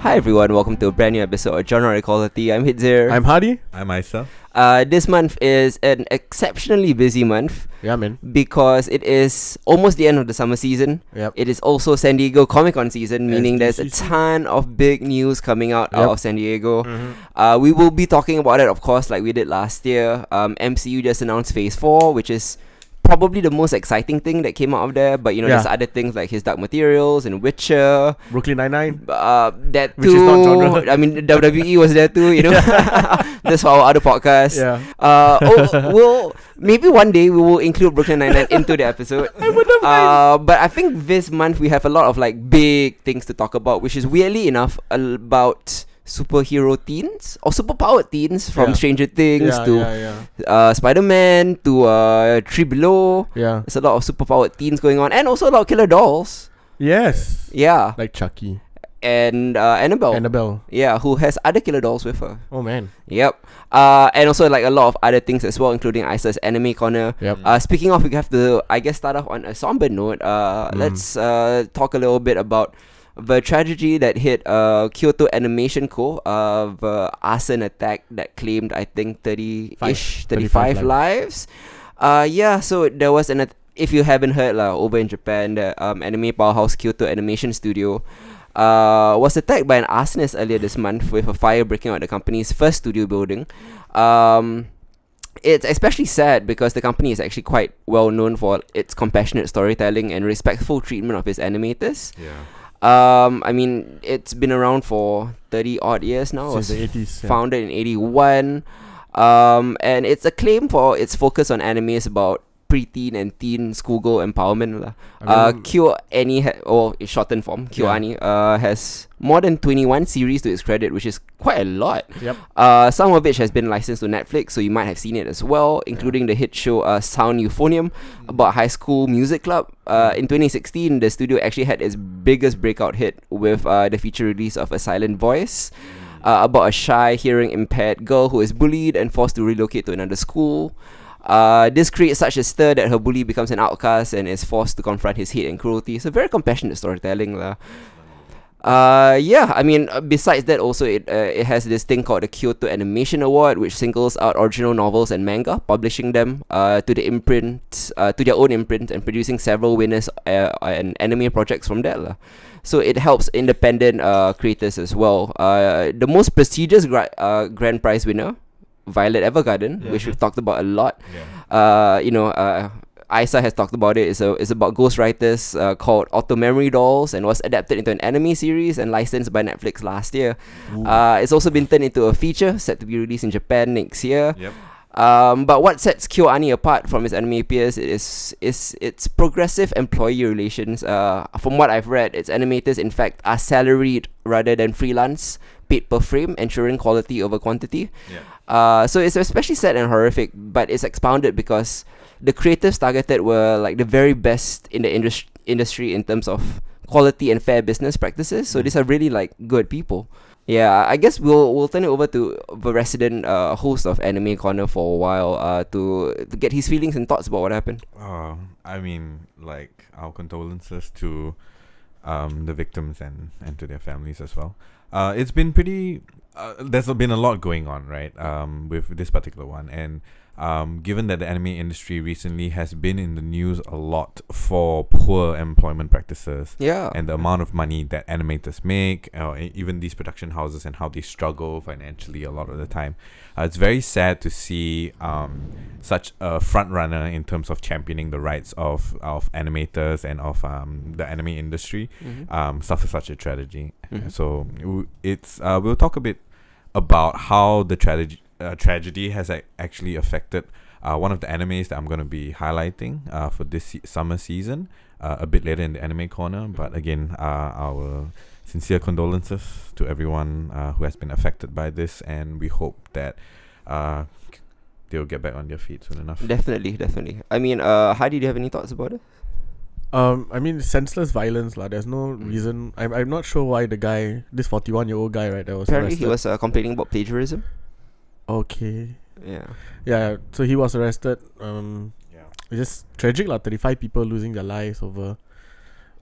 Hi everyone, welcome to a brand new episode of Genre Equality. I'm Hitzir. I'm Hadi. I myself. uh, this month is an exceptionally busy month Yeah, man. because it is almost the end of the summer season. Yep. It is also San Diego Comic Con season, meaning there's a SDCC. ton of big news coming out, out Yep. Mm-hmm. of San Diego. Uh, we will be talking about it, of course, like we did last year. Um, MCU just announced Phase 4, which is probably the most exciting thing that came out of there. But, you know, Yeah. there's other things like His Dark Materials and Witcher. Brooklyn Nine Nine. Uh, that Which too. is not genre. I mean, WWE was there too, you know. That's for our other podcast. Yeah. Uh, oh, we'll maybe one day we will include Brooklyn Nine Nine into the episode. uh, but I think this month we have a lot of like big things to talk about, which is weirdly enough al- about superhero teens or superpowered teens from Yeah. Stranger Things yeah, to yeah, yeah, uh, Spider Man to uh, Tree Below. yeah. There's a lot of superpowered teens going on, and also a lot of killer dolls. Yes. Yeah, Like Chucky, and uh, Annabelle. Annabelle. yeah, who has other killer dolls with her. Oh man. Yep. Uh, and also like a lot of other things as well, including Isa's anime corner. Yep. Uh, speaking of, we have to I guess start off on a somber note. Uh, let's uh talk a little bit about the tragedy that hit uh Kyoto Animation Co. of uh, arson attack that claimed I think thirty ish thirty 35 five lives. Uh, yeah. So there was an at- if you haven't heard lah, over in Japan, the um, anime powerhouse Kyoto Animation Studio. Uh, was attacked by an arsonist earlier this month with a fire breaking out the company's first studio building. Um, it's especially sad because the company is actually quite well known for its compassionate storytelling and respectful treatment of its animators. Yeah. Um, I mean, it's been around for 30 odd years now. It was Since the eighties. founded in 81. Um, and it's acclaimed for its focus on animes about preteen and teen schoolgirl empowerment. lah. Uh, mm, KyoAni, ha- or in shortened form, KyoAni, uh, has more than 21 series to its credit, which is quite a lot. Yep. Uh, some of which has been licensed to Netflix, so you might have seen it as well, including the hit show uh, Sound Euphonium about High School Music Club. Uh, in 2016, the studio actually had its biggest breakout hit with uh, the feature release of A Silent Voice. Uh, about a shy, hearing impaired girl who is bullied and forced to relocate to another school. Uh, this creates such a stir that her bully becomes an outcast and is forced to confront his hate and cruelty. So very compassionate storytelling, lah. Uh, yeah, I mean, uh, besides that, also it uh, it has this thing called the Kyoto Animation Award, which singles out original novels and manga, publishing them uh, to the imprint, uh, to their own imprint, and producing several winners uh, and anime projects from that. lah. So it helps independent uh, creators as well. Uh, the most prestigious gra- uh, grand prize winner, Violet Evergarden, which we've talked about a lot, Yeah. uh, you know, uh, Isa has talked about it. It's, a, it's about ghostwriters uh, called Auto Memory Dolls and was adapted into an anime series and licensed by Netflix last year. Uh, it's also been turned into a feature set to be released in Japan next year. Yep. Um, but what sets KyoAni apart from its anime peers is is its progressive employee relations. Uh, from what I've read, its animators in fact are salaried rather than freelance, paid per frame, ensuring quality over quantity. Yeah. Uh, so it's especially sad and horrific, but it's expounded because the creatives targeted were like the very best in the indus- industry in terms of quality and fair business practices. So these are really like good people. Yeah, I guess we'll we'll turn it over to the resident uh, host of Anime Corner for a while uh, to to get his feelings and thoughts about what happened. Um, I mean, like our condolences to um, the victims and and to their families as well. Uh, it's been pretty. Uh, there's been a lot going on, right? Um, with this particular one, and um, given that the anime industry recently has been in the news a lot for poor employment practices, Yeah, and the amount of money that animators make, or e- even these production houses, and how they struggle financially a lot of the time. Uh, it's very sad to see um, such a front runner in terms of championing the rights of, of animators and of um, the anime industry Mm-hmm. Mhm. um, suffer such a tragedy. Mhm. So w- it's uh, we'll talk a bit about how the tragedy uh, tragedy has ac actually affected uh, one of the animes that I'm going to be highlighting uh, for this se- summer season uh, a bit later in the anime corner. But again, uh, our sincere condolences to everyone uh, who has been affected by this, and we hope that. Uh, They'll get back on their feet soon enough. definitely, definitely. I mean, uh, Heidi, do you have any thoughts about it? Um, I mean, senseless violence, lah. There's no Mm. reason. I'm, I'm not sure why the guy, this 41 year old guy, right, that was Apparently, he arrested. was uh, complaining about plagiarism. Okay. Yeah, Yeah. So he was arrested. Um, Yeah. it's just tragic, lah. 35 people losing their lives over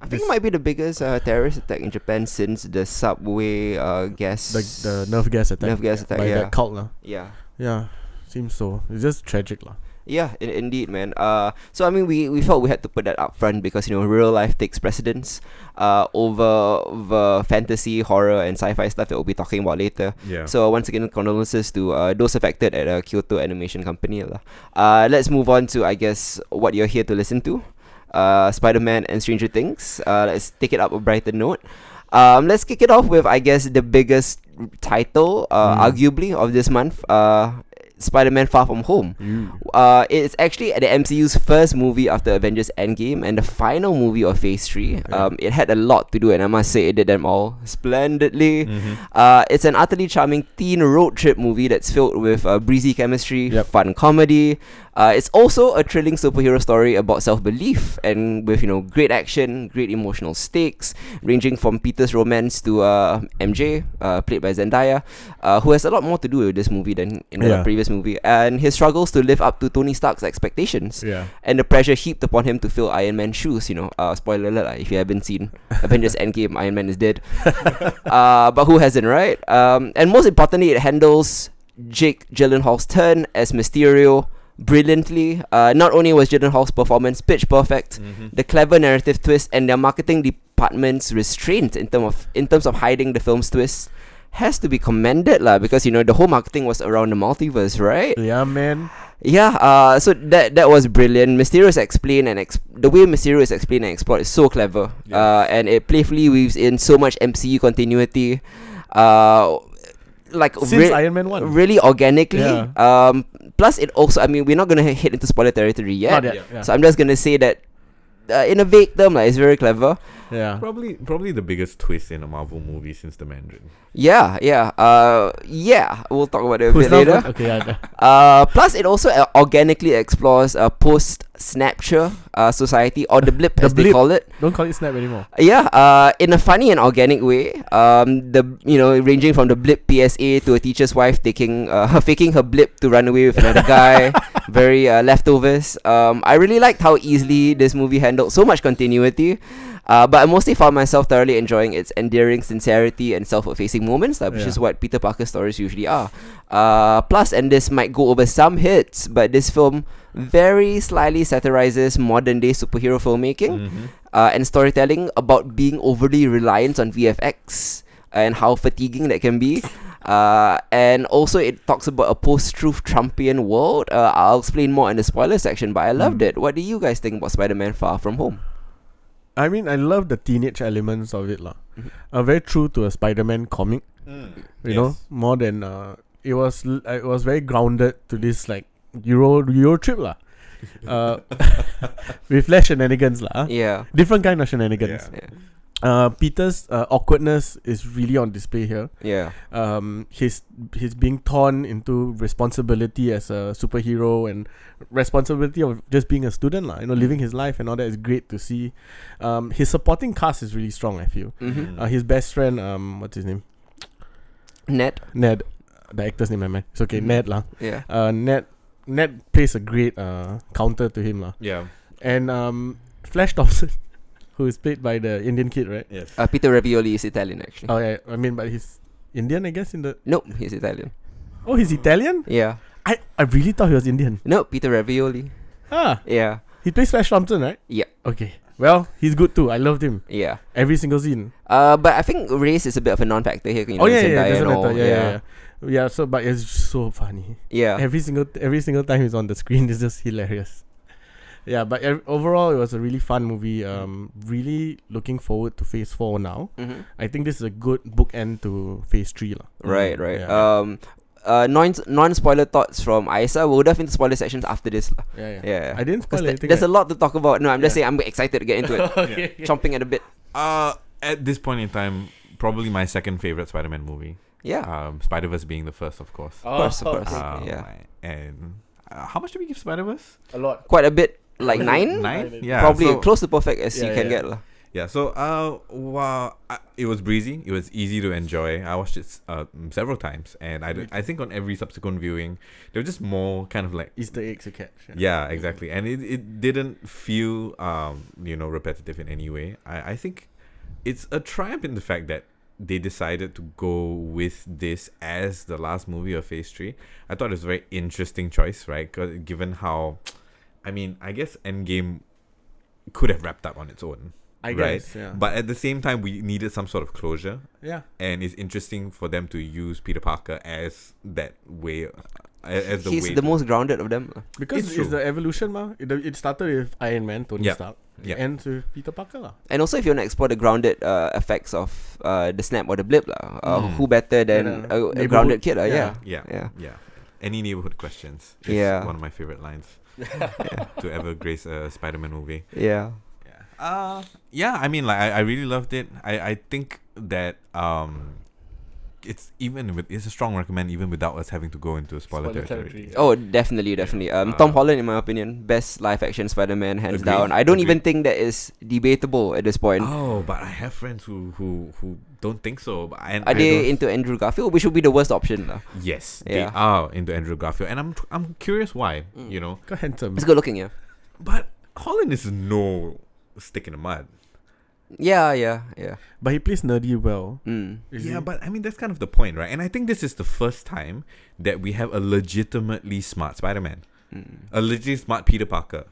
I think This- it might be the biggest uh, terrorist attack in Japan since the subway uh, gas. Like the nerve gas attack. Nerve gas attack, By yeah. that cult lah. yeah. Yeah. Seems so. It's just tragic lah. Yeah, in, indeed, man. Uh, so I mean, we, we felt we had to put that up front because you know real life takes precedence, uh, over the fantasy, horror, and sci-fi stuff that we'll be talking about later. Yeah. So once again, condolences to uh, those affected at uh, Kyoto Animation Company. lah. Uh, let's move on to I guess what you're here to listen to, uh, Spider-Man and Stranger Things. Uh, let's take it up a brighter note. Um, let's kick it off with I guess the biggest title, uh, Mm. arguably of this month, uh, Spider-Man: Far From Home. You. Uh, it's actually the MCU's first movie after Avengers Endgame and the final movie of Phase 3. Yeah. Um, it had a lot to do, and I must say, it did them all splendidly. Mhm. Uh, it's an utterly charming teen road trip movie that's filled with uh, breezy chemistry, Yep. fun comedy. Uh, it's also a thrilling superhero story about self-belief and with you know great action, great emotional stakes, ranging from Peter's romance to uh, MJ, uh, played by Zendaya, uh, who has a lot more to do with this movie than in the Yeah. previous movie, and his struggles to live up to Tony Stark's expectations. Yeah. And the pressure heaped upon him to fill Iron Man's shoes, you know. Uh, spoiler alert, lah, if you haven't seen Avengers Endgame, Iron Man is dead uh, but who hasn't, right? Um, and most importantly, it handles Jake Gyllenhaal's turn as Mysterio brilliantly. Uh, not only was Gyllenhaal's performance pitch perfect, Mhm. the clever narrative twist and their marketing department's restraint in term of in terms of hiding the film's twist has to be commended, lah. Because you know the whole marketing was around the multiverse, right? Yeah, man. Yeah, uh, so that that was brilliant. Mysterio is explained and ex- the way Mysterio is explained and explored is so clever, Yes. uh, and it playfully weaves in so much MCU continuity, uh, like Since re- Iron Man 1. really organically. Yeah. Um, plus, it also I mean we're not gonna hit into spoiler territory yet, Not yet. Yeah. Yeah. so I'm just gonna say that uh, in a vague term, like it's very clever. yeah. Probably, probably the biggest twist in a Marvel movie since The Mandarin. Yeah, yeah, uh, yeah. We'll talk about it a Who's bit later. not- Okay, yeah. Uh, plus, it also uh, organically explores uh, post Snapchat uh, society or the blip, The as they blip. call it. Don't call it Snap anymore. Yeah, uh, in a funny and organic way. Um, the you know ranging from the blip PSA to a teacher's wife taking uh, faking her blip to run away with another guy. Very uh, leftovers. Um, I really liked how easily this movie handled so much continuity. Uh, but I mostly found myself thoroughly enjoying its endearing sincerity and self-effacing moments, lah, which Yeah. is what Peter Parker stories usually are. Uh, plus, and this might go over some hits, but this film very slyly satirizes modern-day superhero filmmaking Mhm. uh, and storytelling about being overly reliant on VFX and how fatiguing that can be. Uh, and also, it talks about a post-truth Trumpian world. Uh, I'll explain more in the spoiler section, but I Hmm. loved it. What do you guys think about Spider-Man: Far From Home? I mean, I love the teenage elements of it, lah. Mhm. Uh, very true to a Spider-Man comic, you know. Mm-hmm. Mm. Yes. More than uh, it was, l- uh, it was very grounded to this like Euro Euro trip, lah. Uh, with less shenanigans, lah. Yeah. Different kind of shenanigans. Yeah. Uh, Peter's uh, awkwardness is really on display here. Yeah. um his his being torn into responsibility as a superhero and responsibility of just being a student lah, you know living his life and all that is great to see um his supporting cast is really strong i feel Mm-hmm. uh, his best friend um what's his name Net. ned the actor's name i meant it's okay Mhm. ned lah Yeah. uh ned ned plays a great uh counter to him lah Yeah. and um flash thompson who is played by the indian kid right Yes. Uh, Peter Ravioli is Italian, actually. oh yeah i mean but he's indian i guess in the Nope, he's Italian. oh he's italian Yeah. i i really thought he was indian Nope, Peter Ravioli. ah Yeah. He plays Flash Thompson, right? Yeah. Okay. Well, he's good too. I loved him. Yeah. Every single scene. Uh, but I think race is a bit of a non-factor here. You know, oh yeah, yeah, Zendaya yeah, doesn't and all. matter. Yeah, yeah, yeah, yeah. so but it's so funny. Yeah. Every single every single time he's on the screen is just hilarious. Yeah, but ev- overall it was a really fun movie. Um, really looking forward to Phase Four now. Mhm. I think this is a good bookend to Phase Three, lah. Right, right. Mm-hmm. Um, Yeah. uh, non non spoiler thoughts from Isa. We'll dive into spoiler sections after this. lah. Yeah, yeah. Yeah, I didn't 'Cause spoil th- anything. eh? there's a lot to talk about. No, I'm just Yeah. saying I'm excited to get into it. okay. Chomping at a bit. Uh, at this point in time, probably my second favorite Spider-Man movie. Uh, Yeah, Um, Spider Verse being the first, of course. of course, of course. Um, yeah, And uh, how much do we give Spider Verse? a lot. quite a bit. Like nine, Nine. Yeah. probably so- close to perfect as you Yeah, can yeah. get lah. Yeah, so uh, wow, I, it was breezy. It was easy to enjoy. I watched it s- uh, mm, several times, and I, d- Me I think on every subsequent viewing, there were just more kind of like Easter eggs to catch. yeah, exactly, and it, it didn't feel um you know repetitive in any way. I I think it's a triumph in the fact that they decided to go with this as the last movie of Phase Three. I thought it was a very interesting choice, right? 'Cause Given how, I mean, I guess Endgame could have wrapped up on its own, I Right, guess. Uh-huh. Yeah. but at the same time, we needed some sort of closure, yeah. and it's interesting for them to use Peter Parker as that way, as, as the He's way. the most grounded of them. Because It's it's, true. the evolution, ma. It, it started with Iron Man, Tony Yeah, Stark, yeah. and to Peter Parker, lah. And also, if you want to explore the grounded uh, effects of uh, the snap or the blip, lah, uh, Hmm. Mm. who better than a, a Than a grounded neighbourhood- kid? lah, yeah. yeah. yeah. yeah. Yeah. Any neighborhood questions is Yeah. one of my favorite lines to ever grace a Spider-Man movie. Yeah. Yeah. Uh yeah, I mean like I, I really loved it. I, I think that um it's even with it's a strong recommend even without us having to go into spoiler, Spoiler territory. territory. Oh, definitely, definitely. Um, Tom Uh, Holland, in my opinion, best live action Spider Man, hands Agreed, down. I don't agreed. even think that is debatable at this point. Oh, but I have friends who who, who don't think so. But and Are I they don't- into Andrew Garfield, which would be the worst option? lah. yes, they Yeah. are into Andrew Garfield, and I'm I'm curious why. Mm. You know, Quite handsome. It's good looking, yeah. but Holland is no stick in the mud. Yeah, yeah, yeah. But he plays nerdy well. Mm. Is he? yeah, but I mean that's kind of the point, right? And I think this is the first time that we have a legitimately smart Spider-Man, Mm. a legitimately smart Peter Parker.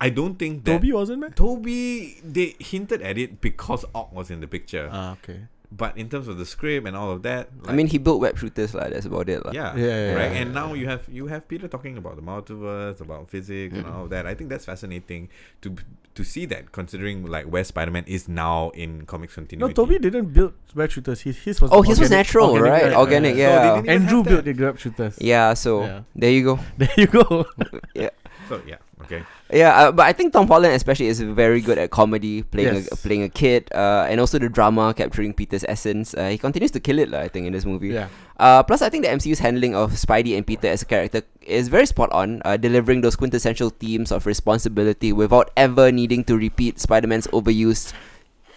I don't think that Toby wasn't man. Toby they hinted at it because Ock was in the picture, Ah, okay. but in terms of the script and all of that, I like, mean, he built web shooters, like, that's about it. lah. yeah, Yeah, yeah, right. yeah, and yeah, now yeah. you have you have Peter talking about the multiverse, about physics and Mm. all of that. I think that's fascinating to to see that considering like where Spider-Man is now in comics No, continuity. Toby didn't build web shooters. His, his was Oh, his was organic- natural, right? web Organic, shooters. yeah. So they didn't even Andrew have built that. the web shooters. Yeah, so Yeah. there you go. There you go. So yeah, okay. Yeah, uh, but I think Tom Holland especially is very good at comedy, playing a, Yes. playing a kid, uh, and also the drama, capturing Peter's essence. Uh, he continues to kill it, lah. I think, in this movie. yeah. Uh, plus, I think the MCU's handling of Spidey and Peter as a character is very spot on, uh, delivering those quintessential themes of responsibility without ever needing to repeat Spider-Man's overused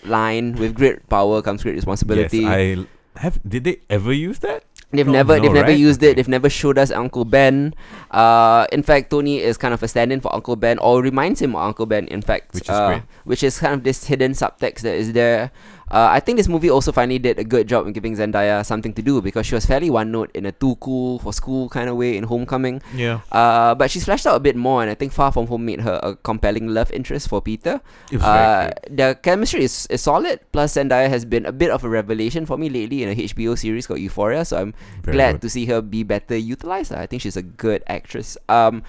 line. With great power comes great responsibility. Yes, I l- have. Did they ever use that? They've No, never, Oh, no, they've never right? used it. Okay. They've never showed us Uncle Ben. Uh, in fact, Tony is kind of a stand-in for Uncle Ben, or reminds him of Uncle Ben. In fact, Which is uh, great. which is kind of this hidden subtext that is there. Uh, I think this movie also finally did a good job in giving Zendaya something to do because she was fairly one note in a too cool for school kind of way in Homecoming. Yeah, Uh, but she's fleshed out a bit more, and I think Far From Home made her a compelling love interest for Peter. it was very Uh, good. the chemistry is, is solid. Plus, Zendaya has been a bit of a revelation for me lately in a HBO series called Euphoria. So I'm Very glad to good. see her be better utilized. I think she's a good actress. Um,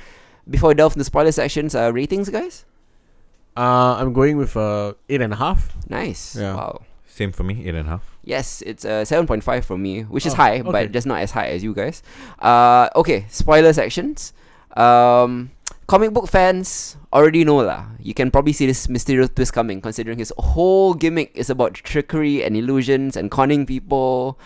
before we delve into spoiler sections, uh, ratings, guys. Uh, I'm going with uh eight and a half. Nice. Yeah. Wow. Same for me, eight and a half. Yes, it's uh, 7.5 from me, which is Oh, high, okay. but just not as high as you guys. Uh, okay, spoiler sections. Um, comic book fans already know lah. You can probably see this mysterious twist coming, considering his whole gimmick is about trickery and illusions and conning people.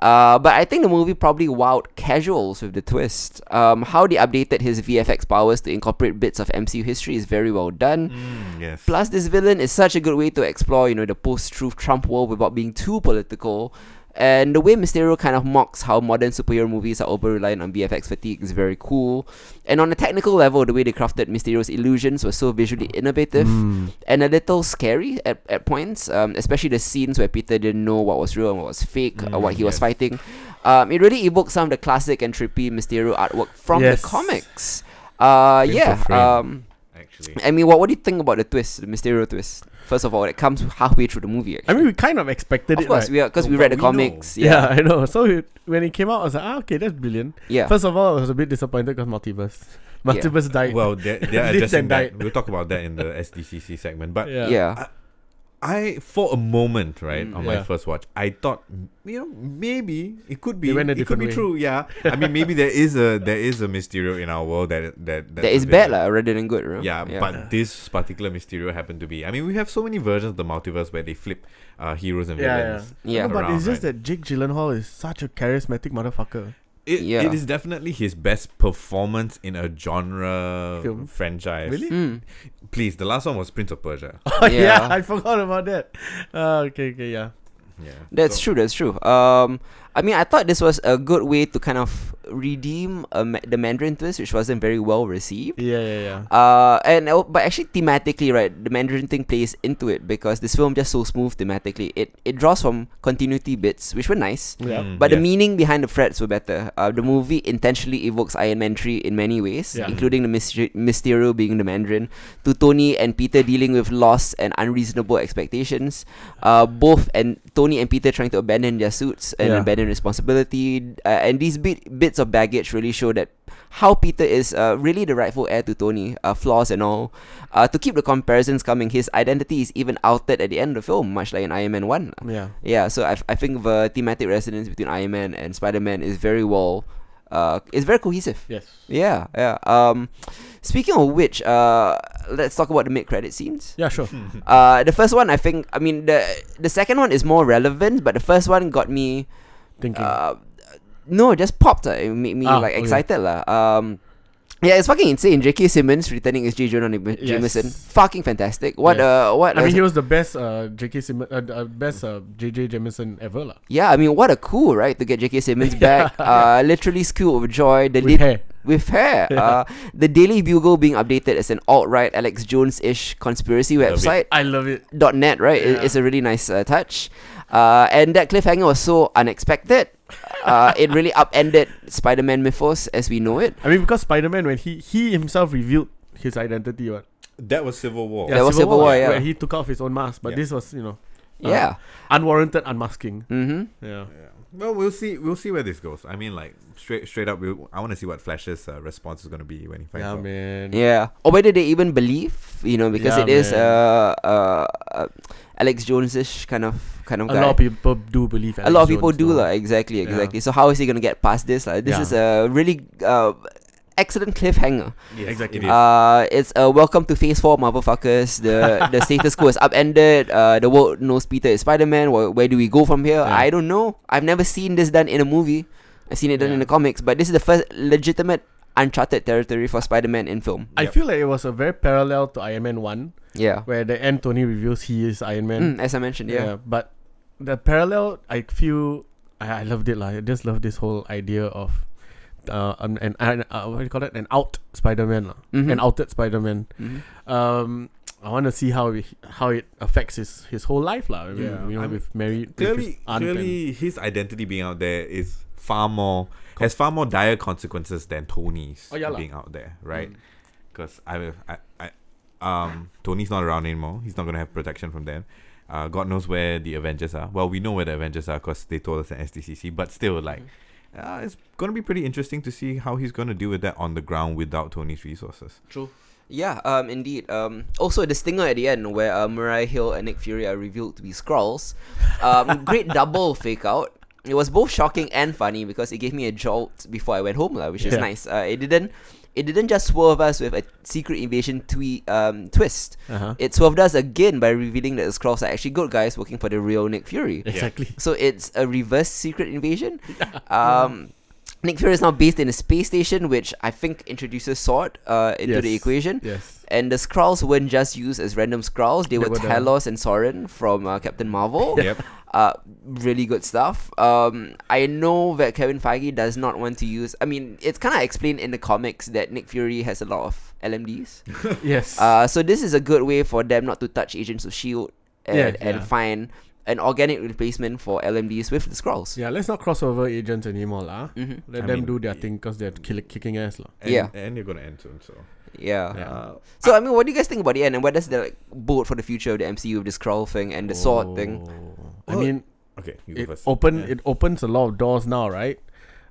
Uh, but I think the movie probably wowed casuals with the twist. Um, how they updated his VFX powers to incorporate bits of MCU history is very well done. Mm, yes. Plus, this villain is such a good way to explore, you know, the post-truth Trump world without being too political. And the way Mysterio kind of mocks how modern superhero movies are over reliant on BFX fatigue is very cool. And on a technical level, the way they crafted Mysterio's illusions was so visually innovative Mm. and a little scary at, at points, um, especially the scenes where Peter didn't know what was real and what was fake, or Mm, what he was yes. fighting. Um, it really evoked some of the classic and trippy Mysterio artwork from Yes. the comics. Uh, Frame for yeah. frame. Um, Actually, I mean, what, what do you think about the twist, the Mysterio twist? First of all, it comes halfway through the movie. I Actually. mean, we kind of expected of it, course, right? we because No, we but read the we know. comics. yeah, Yeah, I know. So it, when it came out, I was like, ah, okay, that's brilliant. yeah. First of all, I was a bit disappointed because multiverse, multiverse died. well, they're, they're Lived addressing and that. died. We'll talk about that in the SDCC segment. But yeah. I, for a moment, right, Mm. on Yeah. my first watch, I thought, m- you know, maybe it could be, They went a it different could be way. true. Yeah, I mean, maybe there is a there is a Mysterio in our world that that That is bad lah, rather than good. Right? Yeah, but this particular Mysterio happened to be. I mean, we have so many versions of the multiverse where they flip uh, heroes and Yeah, villains. yeah. No, but around, it's just right? that Jake Gyllenhaal is such a charismatic motherfucker. It, Yeah. it is definitely his best performance in a genre Film. franchise. Really? Mm. Please, the last one was Prince of Persia. Oh yeah, Yeah. I forgot about that. Uh, okay, okay, yeah. Yeah. That's So- true. That's true. Um, I mean, I thought this was a good way to kind of redeem a ma- the Mandarin twist, which wasn't very well received. Yeah, yeah, yeah. Uh, and uh, but actually thematically, right, the Mandarin thing plays into it because this film just so smooth thematically. It it draws from continuity bits, which were nice. Yeah. Mm, But the yes. meaning behind the threats were better. Uh, the movie intentionally evokes Iron Man 3 in many ways, Yeah. including the mystery- Mysterio being the Mandarin, to Tony and Peter dealing with loss and unreasonable expectations. Uh, both and Tony and Peter trying to abandon their suits and Yeah. abandon responsibility. Uh, and these bit- bits of baggage really show that how Peter is uh, really the rightful heir to Tony, uh, flaws and all. Uh, to keep the comparisons coming, his identity is even altered at the end of the film, much like in Iron Man 1. Yeah. Yeah, so I, f- I think the thematic resonance between Iron Man and Spider Man is very well, uh, it's very cohesive. Yes. Yeah, yeah. Um, speaking of which, uh, let's talk about the mid credit scenes. Yeah, sure. Uh, the first one, I think, I mean, the the second one is more relevant, but the first one got me, Thinking. uh, no, just popped. Uh, it made me Ah, like okay. excited lah. Um. Yeah, it's fucking insane. J.K. Simmons returning as J. Jonah Nib- Yes. Jameson, fucking fantastic. What, Yes. uh, what? I a- mean, he was the best uh, J.K. Sim- uh, uh, best uh, J.J. Jameson ever, lah. Yeah, I mean, what a cool, right? To get J.K. Simmons Yeah. back, uh, literally skew of joy. The With da- hair. with hair, uh, the Daily Bugle being updated as an alt-right Alex Jones-ish conspiracy Love it. website. I love it. Dot net, right? It- Yeah. It's a really nice uh, touch, uh, and that cliffhanger was so unexpected. Uh, it really upended Spider-Man mythos as we know it. I mean, because Spider-Man, when he he himself revealed his identity, what? That was Civil War. Yeah. That was Civil War, yeah. Where he took off his own mask, but Yeah. this was, you know, Yeah. unwarranted unmasking. Mm-hmm. Yeah. Yeah. Well, we'll see. We'll see where this goes. I mean, like straight, straight up. We, I want to see what Flash's uh, response is going to be when he finds Yeah, out. man. Yeah. Or whether they even believe, you know, because it Yeah, is man. uh, uh, uh, Alex Jones-ish kind of kind of A guy. lot of people do believe. a lot of people do like exactly Yeah. exactly so how is he going to get past this like this Yeah. is a really uh, excellent cliffhanger Yes, Exactly. it is. uh it's a welcome to phase four motherfuckers the the status quo is upended uh the world knows peter is spider-man where, where do we go from here Yeah. i don't know i've never seen this done in a movie i've seen it done in Yeah. the comics but this is the first legitimate uncharted territory for spider-man in film I Yep. feel like it was a very parallel to Iron Man One, yeah where the end Tony reveals he is Iron Man. Mm, as i mentioned yeah but the parallel, I feel, I, I loved it. Like, I just love this whole idea of uh, an, an, an uh, what do you call it? An out Spider Man, Mhm. an outed Spider Man. Mhm. Um, I want to see how it, how it affects his, his whole life, lah. I mean, Yeah, you know, I'm- with married, with his clearly, aunt and- clearly, his identity being out there is far more has far more dire consequences than Tony's Oh, yeah lah. being out there, right? Because I, I, I, um, Tony's not around anymore. He's not gonna have protection from them. Uh, God knows where the Avengers are. Well, we know where the Avengers are because they told us at SDCC. But still, like, uh, it's gonna be pretty interesting to see how he's gonna deal with that on the ground without Tony's resources. Yeah, um, indeed. Um, also the stinger at the end where uh, Mariah Hill and Nick Fury are revealed to be Skrulls. Um, great double fake out. It was both shocking and funny because it gave me a jolt before I went home, lah, which is Yeah. nice. Uh, it didn't, it didn't just swerve us with a secret invasion twe- um, twist. Uh-huh. It swerved us again by revealing that the Skrulls are actually good guys working for the real Nick Fury. Exactly. So it's a reverse secret invasion. Um, Nick Fury is now based in a space station, which I think introduces Sword uh, into the Yes. equation. Yes. And the Skrulls weren't just used as random Skrulls; they, They were, were the- Talos and Sorin from uh, Captain Marvel. yep. Uh, really good stuff. Um, I know that Kevin Feige does not want to use. I mean, it's kind of explained in the comics that Nick Fury has a lot of LMDs. yes. Uh, so this is a good way for them not to touch Agents of Shield E and, Yeah, and yeah. find an organic replacement for LMDs with the Skrulls. yeah, let's not cross over agents anymore, lah. hmm Let I them mean, do their y- thing because they're kill- kicking ass, lah. And, Yeah. And you're gonna end soon, so. Yeah. Yeah. Uh, So I mean, what do you guys think about the end, and what does the like, board for the future of the MCU with the Skrull thing and the Sword thing? Oh. I Well, mean, okay. You go it first. open Yeah. it opens a lot of doors now, right?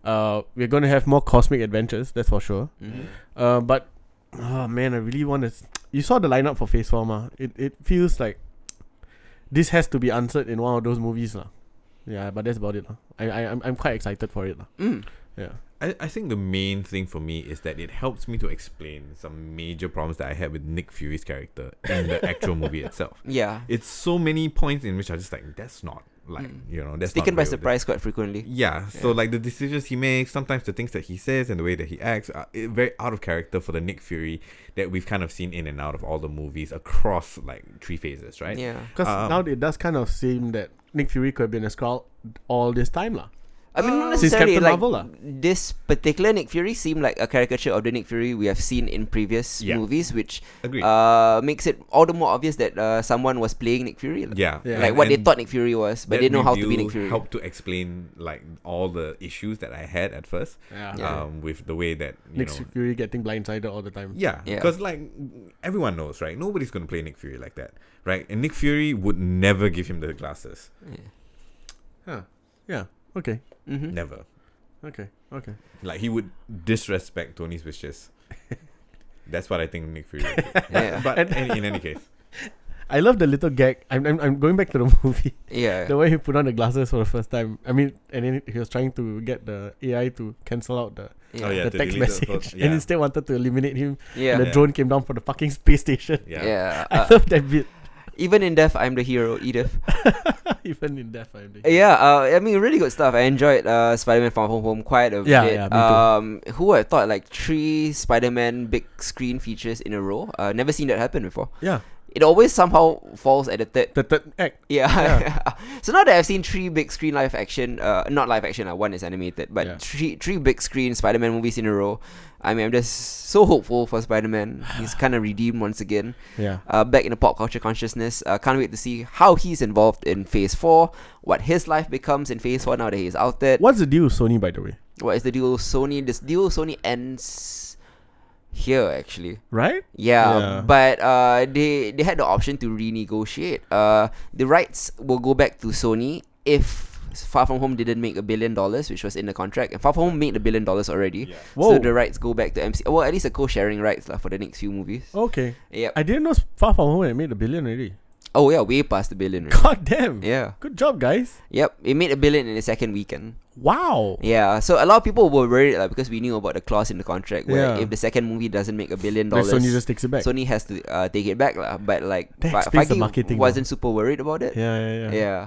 Uh, we're gonna have more cosmic adventures, that's for sure. Mhm. Uh, but oh man, I really want to. You saw the lineup for Phase Four, ma. It it feels like this has to be answered in one of those movies, lah. Yeah, but that's about it, lah. I I I'm, I'm quite excited for it, lah. Mm. Yeah. I, I think the main thing for me is that it helps me to explain some major problems that I had with Nick Fury's character in the actual movie itself. Yeah. It's so many points in which I just like that's not Like Mm. you know, that's Taken not by real. surprise quite frequently. Yeah, so Yeah. like the decisions he makes, sometimes the things that he says and the way that he acts are i- very out of character for the Nick Fury that we've kind of seen in and out of all the movies across like three phases, right? Yeah. Because Um, now it does kind of seem that Nick Fury could have been a Skrull all this time, lah. I mean, not Since necessarily Captain like ah. Marvel lah. this particular Nick Fury seemed like a caricature of the Nick Fury we have seen in previous Yeah. movies, which Agreed. uh, makes it all the more obvious that uh, someone was playing Nick Fury, lah. yeah. Yeah. like what they and thought Nick Fury was, but that they know how to be review Nick Fury. Helped to explain like all the issues that I had at first, Yeah. Yeah. um, with the way that you Nick know, Fury getting blindsided all the time. Yeah, Yeah. because like everyone knows, right? Nobody's gonna play Nick Fury like that, right? And Nick Fury would never give him the glasses, Huh. Yeah. Okay. hmm never. Okay. Okay. Like he would disrespect Tony's wishes. That's what I think Nick Fury. Would do. Yeah. But in, in any case, I love the little gag. I'm, I'm, I'm going back to the movie. yeah. The way he put on the glasses for the first time. I mean, and then he was trying to get the AI to cancel out the, yeah. Oh, yeah. the to text delete the photo- message, yeah. and instead wanted to eliminate him. Yeah. and the Yeah. drone came down for the fucking space station. yeah, Yeah. I Uh, love that bit. even in death, I'm the hero. Edith. Even in Death, I'm the- Yeah, uh, I mean, really good stuff. I enjoyed uh, Spider-Man Far From Home quite a Yeah, bit. yeah, me too. Um, who would have thought like three Spider-Man big screen features in a row? Uh, never seen that happen before. Yeah. It always somehow falls at the third. The eh. third act. Yeah. Yeah. so now that I've seen three big screen live action, uh, not live action, uh, one is animated, but Yeah. three three big screen Spider-Man movies in a row. I mean, I'm just so hopeful for Spider-Man. He's kind of redeemed once again Yeah. uh, back in the pop culture consciousness. Uh, can't wait to see how he's involved in Phase Four, what his life becomes in Phase Four now that he's out there. What's the deal with Sony, by the way? What is the deal? with Sony. This deal with Sony ends here, actually. Right? Yeah. Yeah, but uh, they they had the option to renegotiate. Uh, the rights will go back to Sony if. Far From Home didn't make a billion dollars, which was in the contract, and Far From Home made a billion dollars already. yeah. Whoa. So the rights go back to MC. Well, at least a co-sharing rights lah for the next few movies. okay. Yep. Oh, I didn't know Far From Home had made a billion already. Oh yeah, way past the billion. Right? God damn. Yeah. Good job, guys. Yep, it made a billion in the second weekend. Wow. Yeah, so a lot of people were worried like, because we knew about the clause in the contract where Yeah. if the second movie doesn't make a billion Then dollars, Sony just takes it back. Sony has to uh, take it back. lah. But like, That Fe- explains the Feige marketing, though. wasn't super worried about it. yeah, yeah, yeah. Yeah.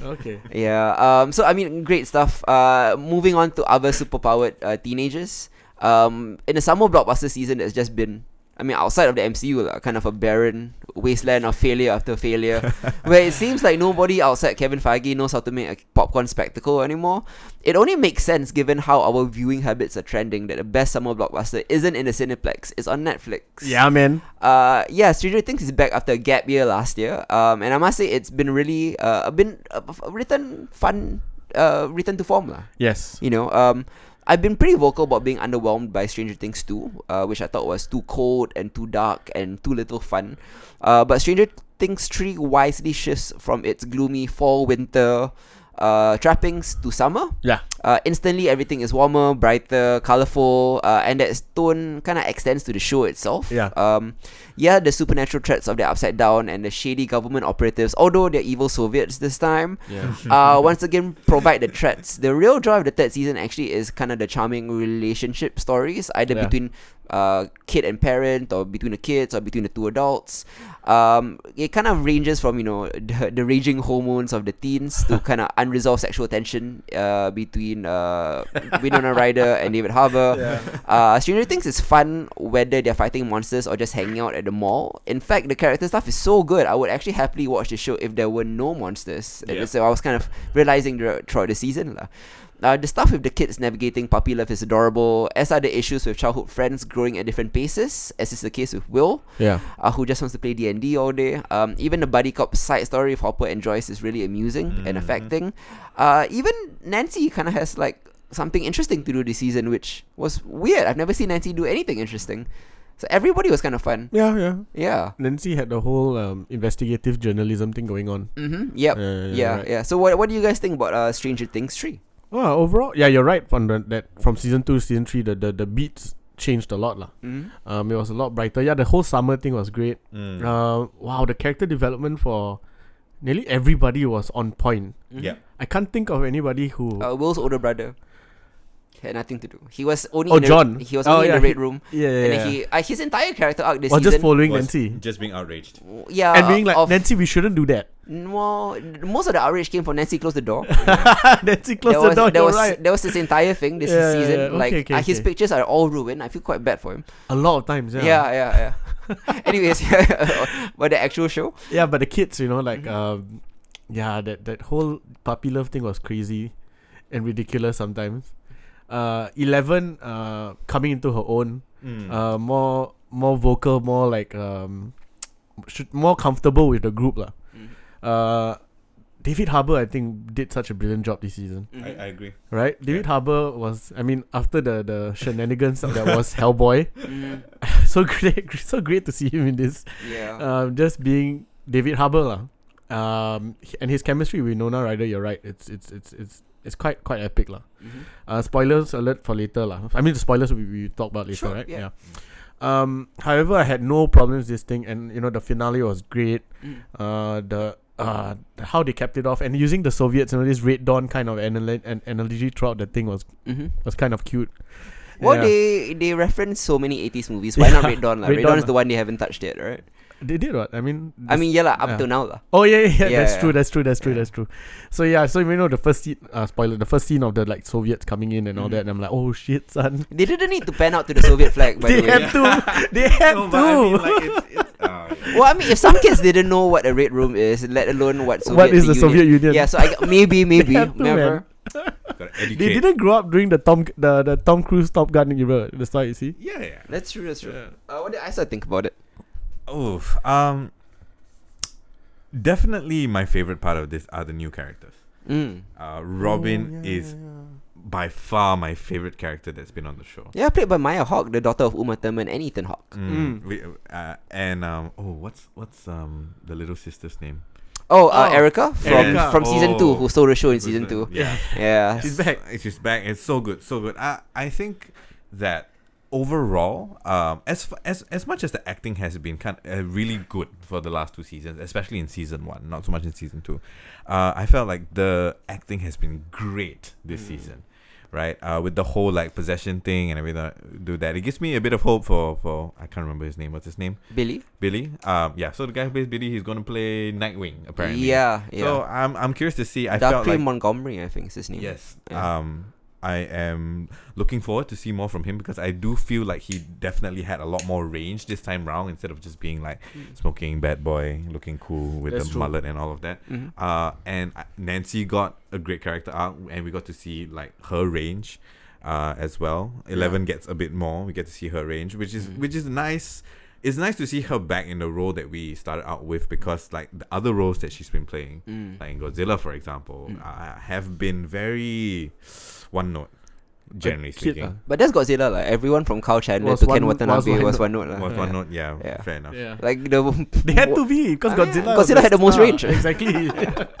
Okay. Yeah. Um. So I mean, great stuff. Uh, moving on to other superpowered uh, teenagers. Um, in the summer blockbuster season that's just been, I mean, outside of the MCU, lah, kind of a barren wasteland of failure after failure, where it seems like nobody outside Kevin Feige knows how to make a popcorn spectacle anymore. It only makes sense given how our viewing habits are trending that the best summer blockbuster isn't in the Cineplex, it's on Netflix. Yeah, man. Uh, yeah, Stranger Things is back after a gap year last year. Um, and I must say it's been really uh been uh, f- written fun uh written to form lah. Yes. You know um. I've been pretty vocal about being underwhelmed by Stranger Things 2, uh, which I thought was too cold and too dark and too little fun. Uh, but Stranger Things 3 wisely shifts from its gloomy fall winter uh, trappings to summer, Yeah. uh, instantly everything is warmer, brighter, colorful, uh, and that tone kind of extends to the show itself. Yeah. Um, yeah, the supernatural threats of the upside down and the shady government operatives, although they're evil Soviets this time, Yeah. uh, once again provide the threats. The real joy of the third season actually is kind of the charming relationship stories, either Yeah. between uh, kid and parent, or between the kids, or between the two adults. Um, it kind of ranges from you know the, the raging hormones of the teens to kind of unresolved sexual tension uh, between uh, Winona Ryder and David Harbour. Uh, Stranger Things is fun whether they're fighting monsters or just hanging out at the mall. In fact, the character stuff is so good. I would actually happily watch the show if there were no monsters. Yeah. And So I was kind of realizing thro- throughout the season. lah. Uh, the stuff with the kids navigating puppy love is adorable, as are the issues with childhood friends growing at different paces, as is the case with Will, Yeah. uh, who just wants to play D&D all day. Um, even the buddy cop side story of Hopper and Joyce is really amusing and Mm. Mhm. affecting. Uh, even Nancy kind of has like something interesting to do this season, which was weird. I've never seen Nancy do anything interesting. So everybody was kind of fun. Yeah, yeah. Yeah. Nancy had the whole um, investigative journalism thing going on. Mm-hmm. Yep. Yeah, yeah, yeah, yeah, yeah, right. So what, what do you guys think about uh, Stranger Things 3? Oh, overall, yeah, you're right. From the, that, from season two to season three, the, the, the beats changed a lot, lah. Mm-hmm. Um, it was a lot brighter. Yeah, the whole summer thing was great. Mm. Uh, wow, the character development for nearly everybody was on point. Mm-hmm. yeah. I can't think of anybody who. Uh, Will's older brother had nothing to do. He was only Oh, in the, John. He was Oh, only yeah, in the he- red room. yeah, yeah, And yeah. then he uh, his entire character arc this was season. just following Was Nancy just being outraged. yeah, and being like of- Nancy, we shouldn't do that. Well, most of the outrage came from Nancy Close the Door. Nancy closed there the was, there door. you're was right. there was this entire thing this Yeah, yeah, season. yeah. Like Okay, okay, uh, his okay. pictures are all ruined. I feel quite bad for him. A lot of times. Yeah, Yeah. yeah, yeah. Anyways, but the actual show. Yeah, but the kids, you know, like Mhm. um, yeah, that that whole puppy love thing was crazy and ridiculous sometimes. Uh, Eleven uh coming into her own, Mm. uh, more more vocal, more like um, should more comfortable with the group lah. Uh, David Harbour, I think, did such a brilliant job this season, Mm-hmm. I, I agree. right? David Harbour was, I mean, after the the shenanigans that was Hellboy, Mhm. so great, so great to see him in this Yeah. um, just being David Harbour lah. Um, h- and his chemistry with Nona Ryder, you're right. It's it's it's it's it's quite quite epic lah. Mhm. Uh, spoilers alert for later lah. I mean the spoilers we, we talk about Sure, later, right? yeah. Um, however, I had no problems with this thing, and you know the finale was great. Mm. Uh, the uh how they kept it off and using the Soviets, you know, this Red Dawn kind of anal- an analogy throughout the thing was Mhm. was kind of cute. Well, Yeah. they they reference so many 80s movies. Why not Yeah. Red Dawn? lah? Red Red Dawn is Dawn. uh. the one they haven't touched yet, right? they did what I mean. I this- mean, yeah, lah. up yeah. to now. lah. Oh yeah, yeah, yeah, Yeah, that's yeah. true, that's true, that's true, Yeah. that's true. So yeah, so you know the first scene, uh, spoiler, the first scene of the like Soviets coming in and all Mhm. that, and I'm like, oh shit, son, They didn't need to pan out to the Soviet flag, by the they way. had to, they had No, to. but I mean, like, it's, it's, uh, Well, I mean, if some kids didn't know what a Red Room is, let alone what Soviet what is the Union- Soviet Union? Yeah, so I, maybe, maybe, had to, never. gotta they educate. didn't grow up during the Tom the, the Tom Cruise Top Gun era. The story you see. Yeah, yeah. That's true, that's true. Uh, what did Isa think about it? Oof. Um. Definitely, my favorite part of this are the new characters. Mm. Uh, Robin Oh, yeah, is yeah, by far my favorite character that's been on the show. Yeah, played by Maya Hawke, the daughter of Uma Thurman and Ethan Hawke. Mm. We, uh, and um, oh, what's what's um the little sister's name Oh, uh, Oh, Erica from Erica. from season two, Oh. who stole the show in Who's season the- two. Yeah, Yeah. She's back. It's just back. It's so good, so good. I I think that overall, um, as f- as as much as the acting has been kind uh, really good for the last two seasons, especially in season one, not so much in season two. Uh, I felt like the acting has been great this Mm. season, right? Uh, with the whole like possession thing and everything, uh, do that. It gives me a bit of hope for for I can't remember his name. What's his name? Billy. Billy. Um, yeah. So the guy who plays Billy, he's gonna play Nightwing apparently. Yeah, yeah. So I'm I'm curious to see. I felt Darkwing like Montgomery, I think, is his name. Yes. Yeah. Um, I am looking forward to see more from him because I do feel like he definitely had a lot more range this time round instead of just being like smoking bad boy, looking cool with That's the true. mullet and all of that. Mhm. Uh, and I- Nancy got a great character arc, and we got to see like her range, uh, as well. Eleven gets a bit more. We get to see her range, which is Mhm. which is nice. It's nice to see her back in the role that we started out with because like the other roles that she's been playing Mm. like in Godzilla, for example, Mm. uh, have been very one note, generally Kid, ah. speaking. But that's Godzilla, like everyone from Kyle Chandler Was to one- Ken was Watanabe one was note. one note. lah. One, Yeah. one note, yeah, Yeah. fair uh, enough. yeah. Like the They had to be because I mean, Godzilla. Ah, Godzilla had the most star. range. Exactly.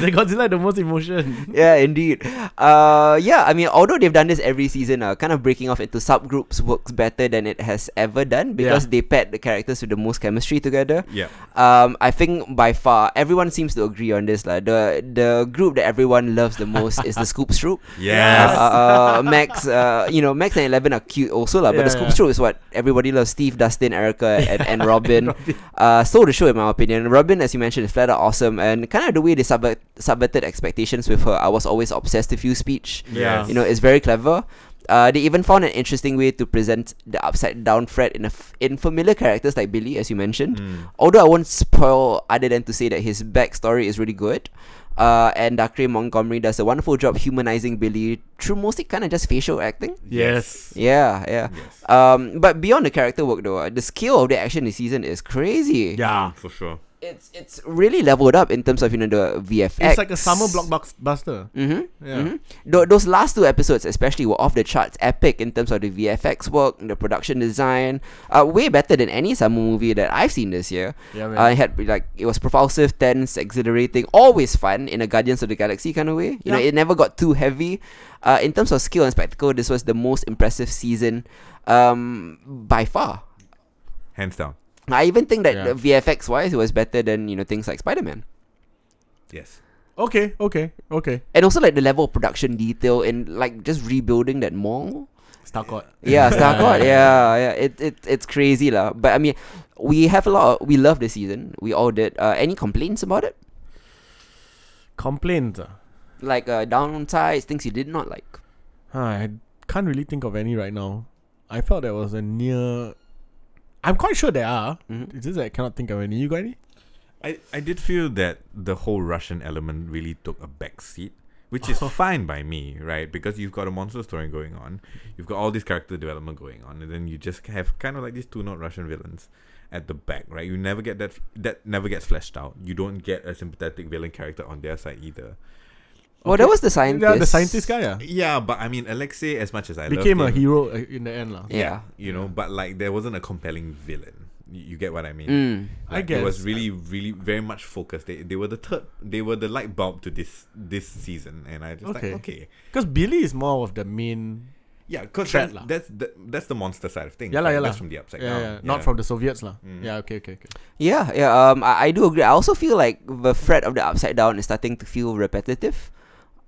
the Godzilla had the most emotion. yeah, indeed. Uh, yeah, I mean, although they've done this every season, uh, kind of breaking off into subgroups works better than it has ever done because Yeah. they paired the characters with the most chemistry together. Yeah, Um, I think by far everyone seems to agree on this. Like the the group that everyone loves the most is the Scoops Troop. yes. Uh, uh, Max, uh, you know, Max and Eleven are cute also lah. But the Yeah, Scoops yeah. Troop is what everybody loves: Steve, Dustin, Erica, and, and Robin. Uh, stole the show in my opinion. Robin, as you mentioned, is flat out awesome, and kind of the way they subvert- subverted expectations with her. I was always obsessed with you speech. Yeah. You know, it's very clever. Uh, they even found an interesting way to present the upside down threat in a f- in familiar characters like Billy, as you mentioned. Mm. Although I won't spoil other than to say that his backstory is really good. Uh, and Dakre Montgomery does a wonderful job humanizing Billy through mostly kind of just facial acting. Yes. Yeah, yeah. Yes. Um, but beyond the character work though, uh, the scale of the action this season is crazy. Yeah. for sure. It's it's really leveled up in terms of you know the VFX. It's like a summer blockbuster. Mm-hmm. Yeah. hmm those last two episodes, especially, were off the charts epic in terms of the VFX work, the production design. Uh, way better than any summer movie that I've seen this year. Yeah, man. Uh, it had like it was propulsive, tense, exhilarating, always fun in a Guardians of the Galaxy kind of way. You know, Yeah. it never got too heavy. Uh, in terms of skill and spectacle, this was the most impressive season, um, by far. Hands down. I even think that uh, Yeah. VFX wise, it was better than you know things like Spider Man. Yes. okay. Okay. Okay. And also like the level of production detail and like just rebuilding that mall. Star Court. Yeah, Star Yeah. God. Yeah, yeah. It, it it's crazy lah. But I mean, we have a lot. Of, we love the season. We all did. Uh, any complaints about it? Complaints. ah? Like uh, downsides, things you did not like. Huh, I can't really think of any right now. I felt there was a near. I'm quite sure there are. Mhm. It's just that I cannot think of any. You got any? I, I did feel that the whole Russian element really took a back seat, which is fine by me, right? Because you've got a monster story going on, you've got all this character development going on, and then you just have kind of like these two note Russian villains at the back, right? You never get that that never gets fleshed out. You don't get a sympathetic villain character on their side either. Well, that was the scientist. Yeah, the scientist guy. Yeah. Yeah, but I mean, Alexei, as much as I Became a loved him, hero uh, in the end, lah. Yeah. you know, but like there wasn't a compelling villain. You, you get what I mean? Mm. I Like, It was guess. really, really very much focused. They, they were the third. They were the light bulb to this this season, and I just Okay. like okay, Because Billy is more of the main. yeah, because Threat that, lah. that's the that's the monster side of things. Yeah lah, yeah right? lah. That's from the upside yeah, down. yeah, not from the Soviets, lah. Mm. Yeah. Okay. Okay. Okay. Yeah, yeah. Um, I, I do agree. I also feel like the threat of the upside down is starting to feel repetitive.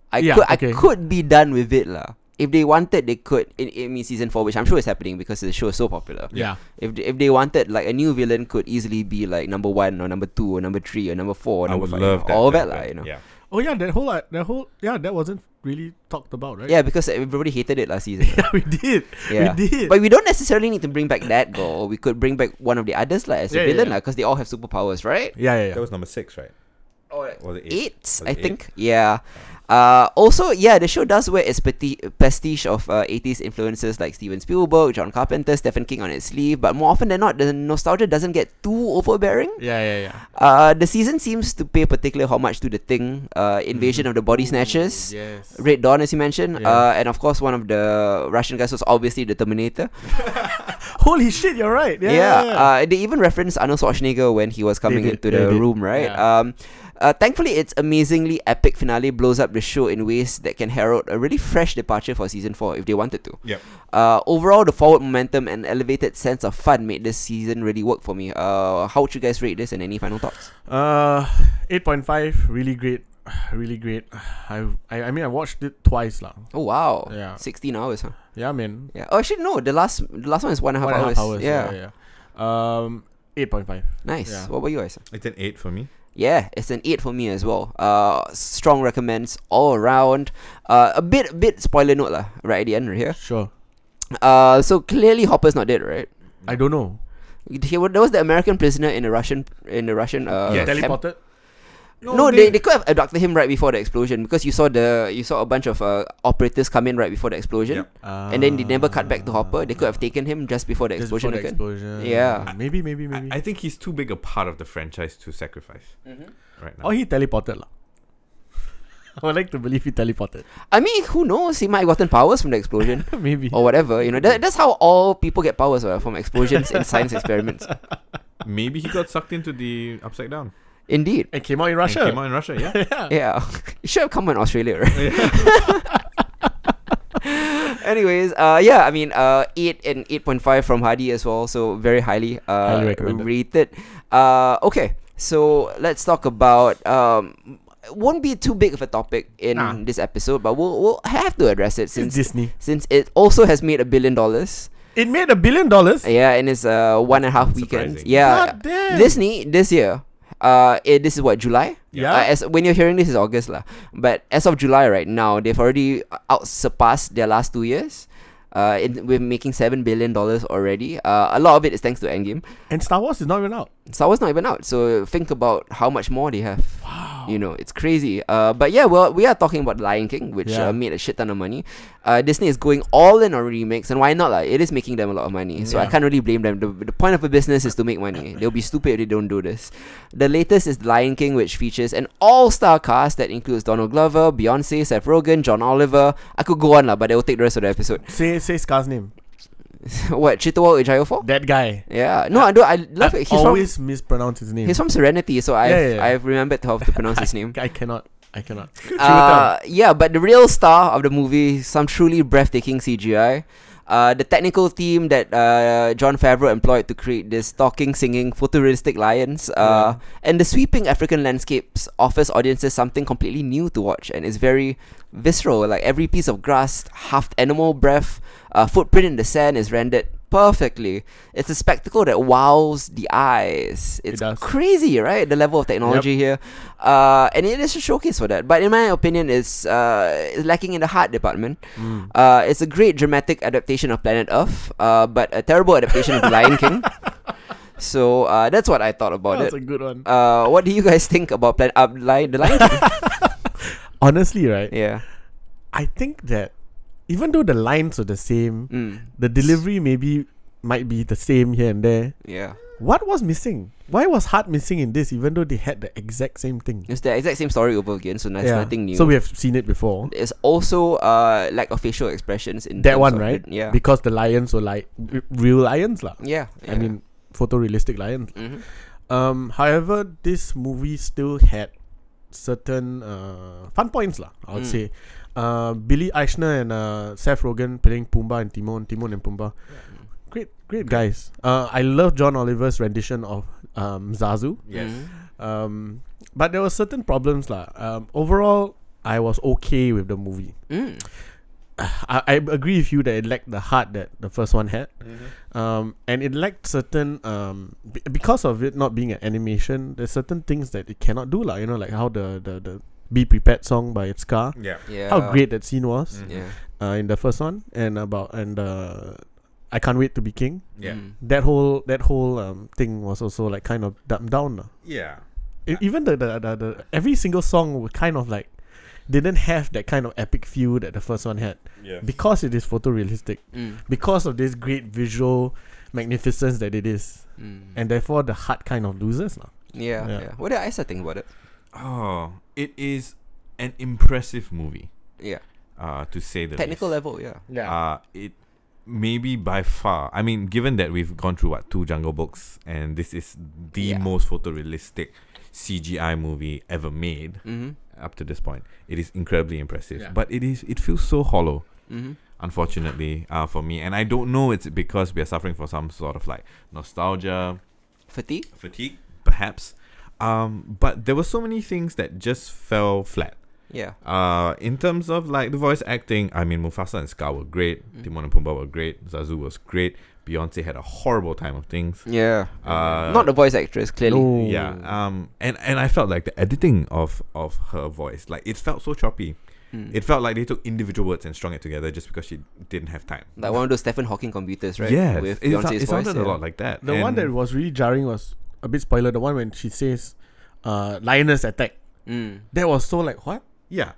I Yeah, could I okay. could be done with it lah. If they wanted, they could. In, in mean, season four, which I'm sure is happening because the show is so popular. Yeah. If they, if they wanted, like a new villain could easily be like number one or number two or number three or number four or I number would five. love that. all that, that, lah. but You know. Yeah. Oh yeah, that whole uh, that whole yeah that wasn't really talked about, right? Yeah, because everybody hated it last season. Yeah, we did. Yeah. We did. But we don't necessarily need to bring back that girl. We could bring back one of the others like as a Yeah, yeah, villain yeah. because they all have superpowers, right? yeah, yeah, that yeah. was number six, right? Or Or the eight, eight? Was I it eight? think. Yeah. Uh, also, yeah, the show does wear its peti- pastiche of uh, 80s influences like Steven Spielberg, John Carpenter, Stephen King on its sleeve, but more often than not, the nostalgia doesn't get too overbearing. Yeah, yeah, yeah. Uh, the season seems to pay particular homage to The Thing, uh, Invasion of the Body Snatchers, Yes. Red Dawn, as you mentioned, uh, Yeah. and of course, one of the Russian guys was obviously the Terminator. Holy shit, you're right. Yeah. Yeah, yeah, Uh, they even referenced Arnold Schwarzenegger when he was coming did, into they the did. room, right? Yeah. Um, uh, thankfully, its amazingly epic finale blows up the show in ways that can herald a really fresh departure for season four if they wanted to. Yep. Uh, overall, the forward momentum and elevated sense of fun made this season really work for me. Uh, how would you guys rate this? And any final thoughts? Uh, eight point five, really great, really great. I, I, I mean, I watched it twice lah. Oh wow, Yeah. sixteen hours, huh? Yeah, man. Yeah. Oh, actually, no. The last, the last one is one and a half One and a hours. half hours. Yeah. yeah, yeah. Um, eight point five. Nice. Yeah. What about you guys? It's an eight for me. Yeah, it's an eight for me as well. Uh, strong recommends all around. Uh, a bit, a bit spoiler note lah, right at the end right here. Sure. Uh, so clearly Hopper's not dead, right? I don't know. He, wa- there was the American prisoner in the Russian, in the Russian. Uh, Yes. camp. Teleported. No, they, they could have abducted him right before the explosion because you saw the you saw a bunch of uh, operators come in right before the explosion, Yep. and then they never cut back to Hopper. They could have taken him just before the Just explosion before the again. explosion. Yeah. Maybe, maybe, maybe. I, I think he's too big a part of the franchise to sacrifice Mm-hmm. right now. or he teleported lah. I would like to believe he teleported. I mean, who knows? He might have gotten powers from the explosion. maybe. Or whatever, you know. That, that's how all people get powers uh, from explosions in science experiments. Maybe he got sucked into the upside down. Indeed. And came out in And Russia. Came out in Russia. Yeah. Yeah, it should have come in Australia, right? Anyways, uh, yeah, I mean, uh, eight and eight point five from Hardy as well, so very highly, uh, Highly recommended. rated. Uh, okay, so let's talk about um, it won't be too big of a topic in Nah. this episode, but we'll we'll have to address it Since since Disney, since it also has made a billion dollars. it made a billion dollars. Yeah, and it's uh one and a half weekends. Surprising. Yeah, God damn. Disney this year. Uh, eh, this is what July. Yeah. Uh, as when you're hearing this is August lah. But as of July right now, they've already uh, out surpassed their last two years. Uh, in, we're making seven billion dollars already. Uh, a lot of it is thanks to Endgame. and Star Wars is not even out. Star Wars not even out, so think about how much more they have. Wow. You know, it's crazy. Uh, but yeah, well, we are talking about Lion King, which Yeah. uh, made a shit ton of money. Uh, Disney is going all in on remakes, and why not? Like, it is making them a lot of money, so I Yeah. can't really blame them. The, the point of a business is to make money. They'll be stupid if they don't do this. The latest is Lion King, which features an all-star cast that includes Donald Glover, Beyonce, Seth Rogen, John Oliver. I could go on lah, but they will take the rest of the episode. Say say Scar's name. what Chitwa Ejiofor? That guy. Yeah, no, I do. I Oh. love I it. He's from- always mispronounce his name. He's from Serenity, so I've yeah, yeah. I've remembered how to pronounce his name. I cannot. I I cannot. Uh, yeah, but the real star of the movie, some truly breathtaking CGI. Uh, the technical team that uh, John Favreau employed to create this talking, singing, futuristic lions, uh, and the sweeping African landscapes offers audiences something completely new to watch, and it's very visceral. Like every piece of grass, half animal breath, uh, footprint in the sand is rendered perfectly. It's a spectacle that wows the eyes. It's does. crazy, right? The level of technology here, uh, and it is a showcase for that. But in my opinion, it's uh, it's lacking in the heart department. Mm. Uh, it's a great dramatic adaptation of Planet Earth, uh, but a terrible adaptation of The Lion King. So uh, that's what I thought about That's it. a good one. Uh, what do you guys think about Planet uh, Lion, The Lion King? Honestly, right? yeah. I think that even though the lines are the same, Mm. the delivery maybe might be the same here and there. Yeah. What was missing? Why was heart missing in this? Even though they had the exact same thing. It's the exact same story over again, so there's nothing new. So we have seen it before. There's also uh, lack of facial expressions in That terms one, of right? it. Yeah. Because the lions were like r- real lions, lah. yeah. I mean, photorealistic lions. hmm Um, however, this movie still had certain uh, fun points, lah. I would Mm. say. Uh, Billy Eichner and uh, Seth Rogen playing Pumbaa and Timon, Timon and Pumbaa. Great, great guys. Uh, I love John Oliver's rendition of um, Zazu. Mm-hmm. Yes. Um, but there were certain problems, lah. Um, overall, I was okay with the movie. Mm. I, I agree with you that it lacked the heart that the first one had, Mm-hmm. um, and it lacked certain um, b- because of it not being an animation. There's certain things that it cannot do, like you know, like how the the, the "Be Prepared" song by its car, Yeah. Yeah. how great that scene was Mm. Yeah. uh, in the first one, and about and uh, I can't wait to be king. Yeah. Mm. That whole that whole um, thing was also like kind of dumbed down. lah. Yeah. E- even the, the the the every single song was kind of like didn't have that kind of epic feel that the first one had Yeah. because it is photorealistic Mm. because of this great visual magnificence that it is, Mm. and therefore the heart kind of loses now. Yeah, yeah. Yeah. What did Isa think about it? Oh, it is an impressive movie, Yeah. uh, to say the Technical least. level, yeah. Uh, it maybe by far. I mean, given that we've gone through what two Jungle Books, and this is the Yeah. most photorealistic CGI movie ever made Mm-hmm. up to this point. It is incredibly impressive, Yeah. but it is it feels so hollow. Mm-hmm. Unfortunately, uh, for me, and I don't know. It's because we are suffering for some sort of like nostalgia Fatigue? fatigue, perhaps. Um, but there were so many things that just fell flat. Yeah. Uh, in terms of like the voice acting, I mean, Mufasa and Scar were great. Mm. Timon and Pumbaa were great. Zazu was great. Beyonce had a horrible time of things. Yeah. Uh, Not the voice actress, clearly. No. Yeah. Um. And and I felt like the editing of of her voice, like it felt so choppy. Mm. It felt like they took individual words and strung it together just because she didn't have time. like one of those Stephen Hawking computers, right? Yes, With it, sou- Beyonce's it sounded voice, a yeah. lot like that. the one And- that was really jarring was a bit spoiler. The one when she says, uh, "Lioness attack." Mm. That was so like what? Yeah.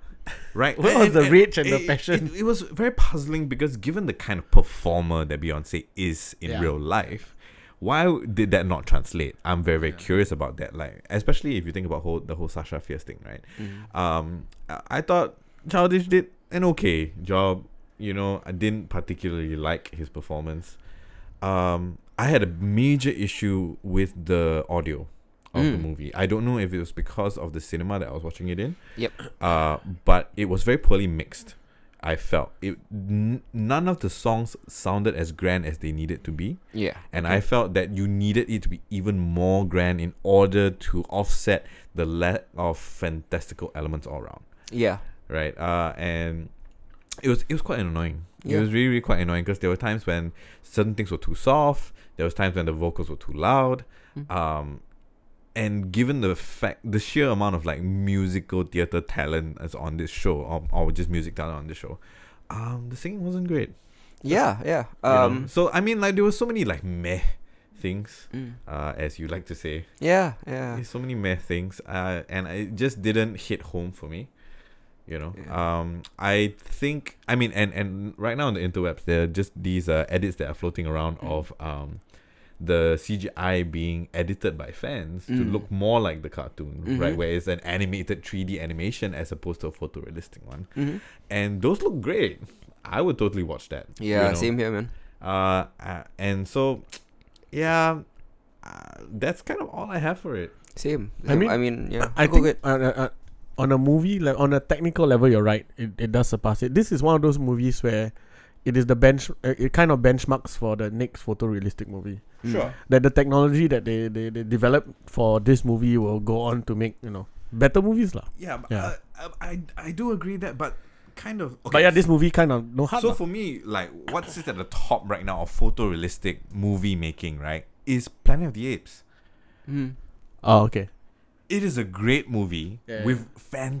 Right. Where was the rage and the passion? It, it was very puzzling because given the kind of performer that Beyonce is in Yeah. real life, why w- did that not translate? I'm very, very Yeah. curious about that. Like, especially if you think about whole, the whole Sasha Fierce thing, right? Mm. Um, I- I thought Childish did an okay job. You know, I didn't particularly like his performance. Um, I had a major issue with the audio of the Mm. movie. I don't know if it was because of the cinema that I was watching it in. Yep. Uh, but it was very poorly mixed. I felt it. N- none of the songs sounded as grand as they needed to be, Yeah. and I felt that you needed it to be even more grand in order to offset the lack of fantastical elements all around Yeah. right? Uh, and it was it was quite annoying. Yeah. It was really really quite annoying because there were times when certain things were too soft. There was times when the vocals were too loud. Mm. Um, and given the fact the sheer amount of like musical theater talent that's on this show, or, or just music talent on this show. Um, the singing wasn't great. Yeah. Yeah. you know? Um. So I mean, like there were so many like meh things, mm. uh, as you like to say. Yeah. Yeah. There's so many meh things, uh, and it just didn't hit home for me. You know, Yeah. um, I think I mean, and and right now on the interwebs, there are just these uh, edits that are floating around Mm. of um, the CGI being edited by fans to Mm. look more like the cartoon, right? Mhm. Where it's an animated 3D animation as opposed to a photorealistic one, Mhm. and those look great. I would totally watch that. you Yeah. know? Same here, man. Uh, uh, and so, yeah, uh, that's kind of all I have for it. Same. I same. mean- I mean, yeah. I Go think ahead. uh, uh, uh, on a movie like on a technical level, you're right. It, it does surpass it. This is one of those movies where it is the bench. uh, It kind of benchmarks for the next photorealistic movie. Sure. That the technology that they they, they developed for this movie will go on to make you know better movies lah. Yeah, but, Yeah. Uh, I I do agree that, but kind of. But yeah, this movie kind of no hard. so lah. for me, like what sits at the top right now of photorealistic movie making, right, is Planet of the Apes. Mm. oh okay. It is a great movie Yeah, with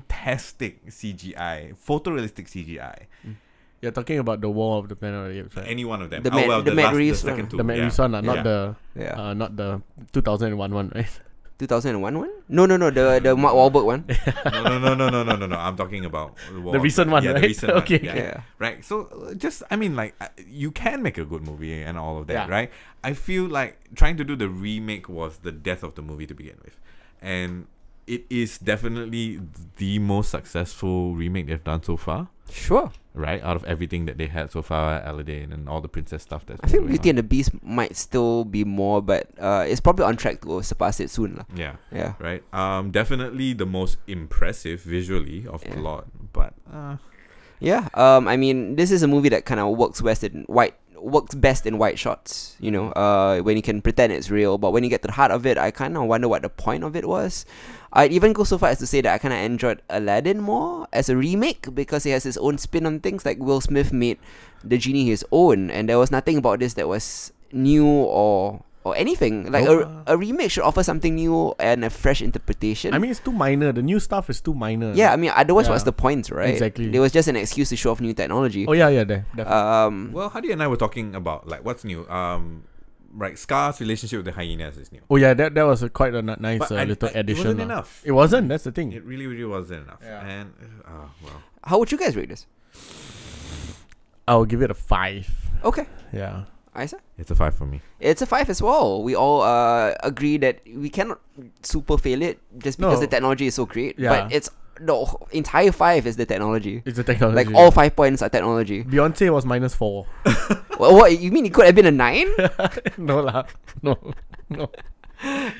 fantastic CGI, photorealistic CGI. You're talking about the War of the Planet of the Apes, right? Any one of them. The oh Matt- well, the the, Matt last, the Reeves second one. two. the Matt yeah. Reeves one, lah, not Yeah. the Yeah. uh, not the 2001 one, right? 2001 one? No, no, no. The the Mark Wahlberg one. no, no, no, no, no, no, no, no. I'm talking about The recent one, yeah, right? The recent one. Okay, yeah. okay. Yeah. right. So uh, just, I mean, like uh, you can make a good movie and all of that, Yeah. right? I feel like trying to do the remake was the death of the movie to begin with, and it is definitely the most successful remake they've done so far. Sure. Right, out of everything that they had so far, Aladdin and all the princess stuff that's I been think going Beauty on. and the Beast might still be more, but uh, it's probably on track to surpass it soon. lah. yeah, Yeah. right. Um, definitely the most impressive visually of the Yeah. lot, but uh, Yeah. Um, I mean, this is a movie that kind of works best in white works best in white shots. You know, uh, when you can pretend it's real, but when you get to the heart of it, I kind of wonder what the point of it was. I'd even go so far as to say that I kind of enjoyed Aladdin more as a remake because it has its own spin on things. Like Will Smith made the genie his own, and there was nothing about this that was new or or anything. Like Nope. a, a remake should offer something new and a fresh interpretation. I mean, it's too minor. The new stuff is too minor. yeah, I mean, otherwise, Yeah. what's the point, right? Exactly. It was just an excuse to show off new technology. Oh yeah, yeah, there. Definitely. Um, Well, Hadi and I were talking about like what's new. Um, right, Scar's relationship with the hyenas is new. oh yeah, that that was a, quite a ni- nice But uh, I- little I- it addition. wasn't lah. enough. It wasn't. That's the thing. It really, really wasn't enough. Yeah. And uh, well, how would you guys rate this? I'll give it a five. Okay, Yeah. Isa, it's a five for me. it's a five as well. We all uh, agree that we cannot super fail it just because No. the technology is so great. Yeah. But it's the wh- entire five is the technology. It's a technology. Like all five points are technology. Beyonce was minus four. well, what you mean? It could have been a nine? no lah. No. No.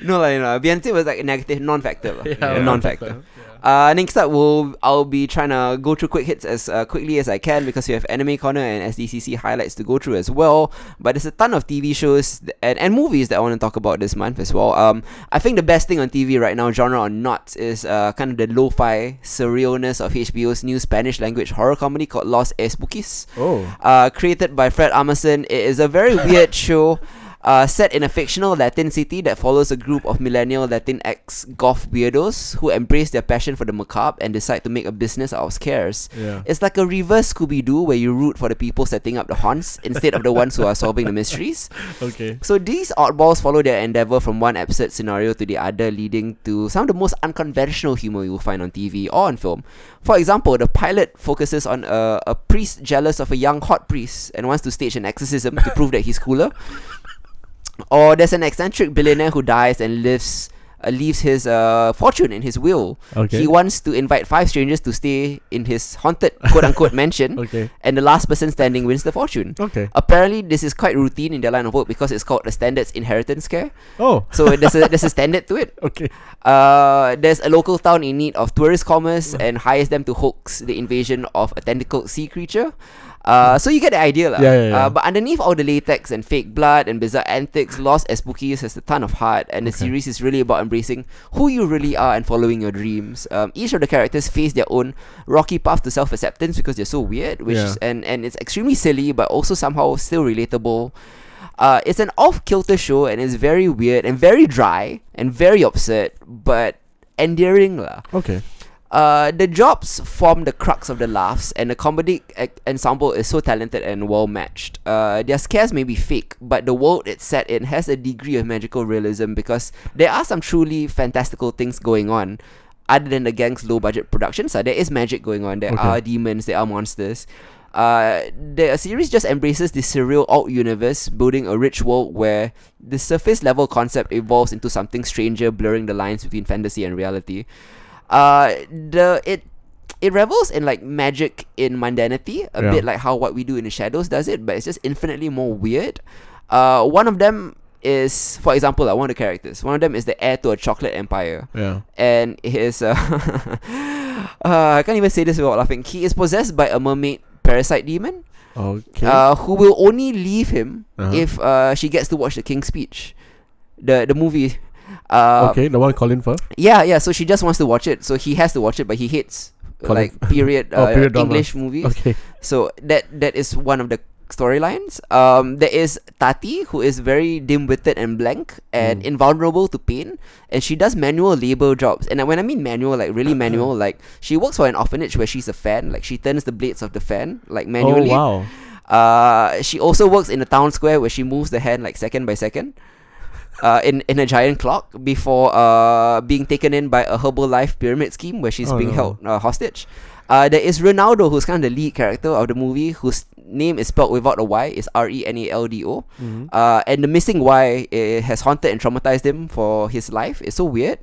no, like, no. Beyonce was like a negative non-factor. lah. Yeah, A yeah. non-factor. Uh, next up, we'll I'll be trying to go through quick hits as uh, quickly as I can because we have anime corner and SDCC highlights to go through as well. But there's a ton of TV shows th- and, and movies that I want to talk about this month as well. Um, I think the best thing on TV right now, genre or not, is uh, kind of the lo-fi surrealness of HBO's new Spanish language horror comedy called Los Espookys Oh. uh, created by Fred Armisen. It is a very weird show. Uh, set in a fictional Latin city that follows a group of millennial Latinx goth weirdos who embrace their passion for the macabre and decide to make a business out of scares. Yeah. It's like a reverse Scooby Doo where you root for the people setting up the haunts instead of the ones who are solving the mysteries. Okay. So these oddballs follow their endeavor from one absurd scenario to the other, leading to some of the most unconventional humor you'll find on TV or on film. For example, the pilot focuses on a, a priest jealous of a young hot priest and wants to stage an exorcism to prove that he's cooler. Or there's an eccentric billionaire who dies and lives uh, leaves his uh, fortune in his will. Okay. He wants to invite five strangers to stay in his haunted quote unquote mansion, Okay. and the last person standing wins the fortune. Okay. Apparently, this is quite routine in their line of work because it's called the standards inheritance care. Oh. So there's a there's a standard to it. Okay. Uh, there's a local town in need of tourist Mm. commerce and hires them to hoax the invasion of a tentacled sea creature. Uh, so you get the idea, lah. Yeah, yeah, yeah. Uh, but underneath all the latex and fake blood and bizarre antics, Lost as Spookies has a ton of heart, and the Okay. series is really about embracing who you really are and following your dreams. Um, each of the characters face their own rocky path to self-acceptance because they're so weird, which is, Yeah. and and it's extremely silly, but also somehow still relatable. Uh, it's an off kilter show and it's very weird and very dry and very absurd, but endearing lah. Okay. Uh, the jobs form the crux of the laughs, and the comedic ac- ensemble is so talented and well matched. Uh, their scares may be fake, but the world it's set in has a degree of magical realism because there are some truly fantastical things going on. Other than the gang's low budget production side, there is magic going on. There Okay. are demons, there are monsters. Uh, the series just embraces this surreal alt universe, building a rich world where the surface level concept evolves into something stranger, blurring the lines between fantasy and reality. Uh, the it it revels in like magic in mundanity, a Yeah. bit like how what we do in the shadows does it, but it's just infinitely more weird. Uh, one of them is, for example, like one of the characters. One of them is the heir to a chocolate empire Yeah. and his uh, Uh, I can't even say this without laughing. He is possessed by a mermaid parasite demon Okay. uh, who will only leave him Uh-huh. if uh, she gets to watch the King's Speech, the the movie. Uh, okay, the one Colin Firth. Yeah, yeah. So she just wants to watch it. So he has to watch it, but he hates like Colin- period, Oh, uh, period drama. English movies. Okay. So that that is one of the storylines. Um, there is Tati who is very dim-witted and blank and Mm. invulnerable to pain, and she does manual labor jobs. And uh, when I mean manual, like really manual, like she works for an orphanage where she's a fan. Like she turns the blades of the fan like manually. Oh wow. Uh, she also works in the town square where she moves the hand like second by second. Uh, in, in a giant clock before uh, being taken in by a Herbalife pyramid scheme where she's Oh, being no. held uh, hostage. Uh, there is Ronaldo, who's kind of the lead character of the movie, whose name is spelled without a Y, is R E N A L D O. Mhm. Uh, and the missing Y eh, has haunted and traumatized him for his life. It's so weird.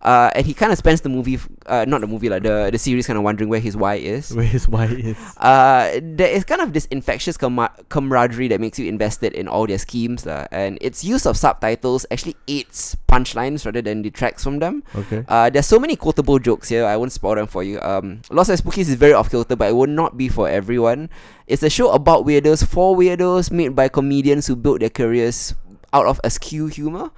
Uh, and he kind of spends the movie, f- uh, not the movie, like the, the series, kind of wondering where his Y is Where his why is. uh, there is kind of this infectious camar- camaraderie that makes you invested in all their schemes, lah. and its use of subtitles actually aids punchlines rather than detracts from them. Okay. Uh, there's so many quotable jokes here. I won't spoil them for you. Um, Lost and Spookies is very off kilter, but it will not be for everyone. It's a show about weirdos for weirdos, made by comedians who built their careers out of askew humor.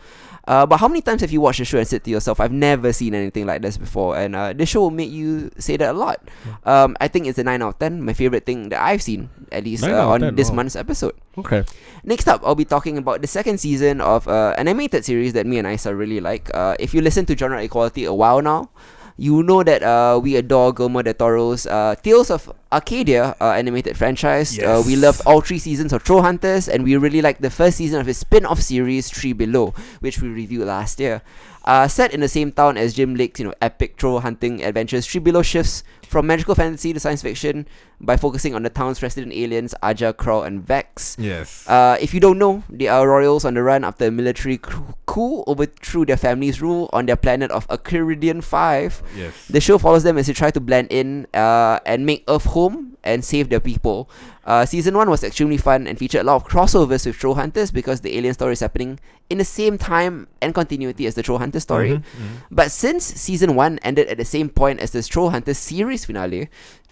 Uh, but how many times have you watched the show and said to yourself, "I've never seen anything like this before"? And uh, the show will make you say that a lot. Hmm. Um, I think it's a nine out of ten. My favorite thing that I've seen, at least Nine uh, out of on 10, this wow. month's episode. Okay. Next up, I'll be talking about the second season of uh, an animated series that me and Isa really like. Uh, if you listen to Genre Equality a while now, you know that uh, we adore Guillermo del Toro's uh, Tales of Arcadia uh, animated franchise. Uh, we Yes. loved all three seasons of Troll Hunters, and we really liked the first season of his spin-off series Tree Below, which we reviewed last year. Uh, set in the same town as Jim Lake's, you know, epic troll hunting adventures, Tree Below shifts from magical fantasy to science fiction by focusing on the town's resident aliens Aja, Crawl, and Vex. Yes. Uh, if you don't know, they are royals on the run after a military cou- coup overthrew their family's rule on their planet of Acuridian 5. yes. The show follows them as they try to blend in uh, and make Earth home and save their people. Uh, season 1 was extremely fun and featured a lot of crossovers with Troll Hunters because the alien story is happening in the same time and continuity as the Troll Hunter story. Mm-hmm. Mhm, mhm. But since season one ended at the same point as the Troll Hunters series finale,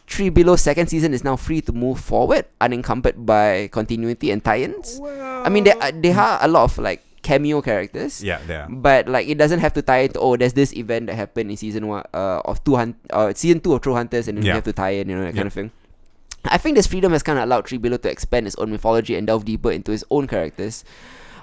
Tree Below's second season is now free to move forward, unencumbered by continuity and tie-ins. I mean, there are, there are a lot of like cameo characters, Mm. Yeah, there. are. but like it doesn't have to tie into oh, there's this event that happened in season one uh, of two hun- uh, season two of Troll Hunters, and then we Yeah. have to tie in, you know, that kind Yeah. of thing. I think this freedom has kind of allowed Tree Below to expand his own mythology and delve deeper into his own characters.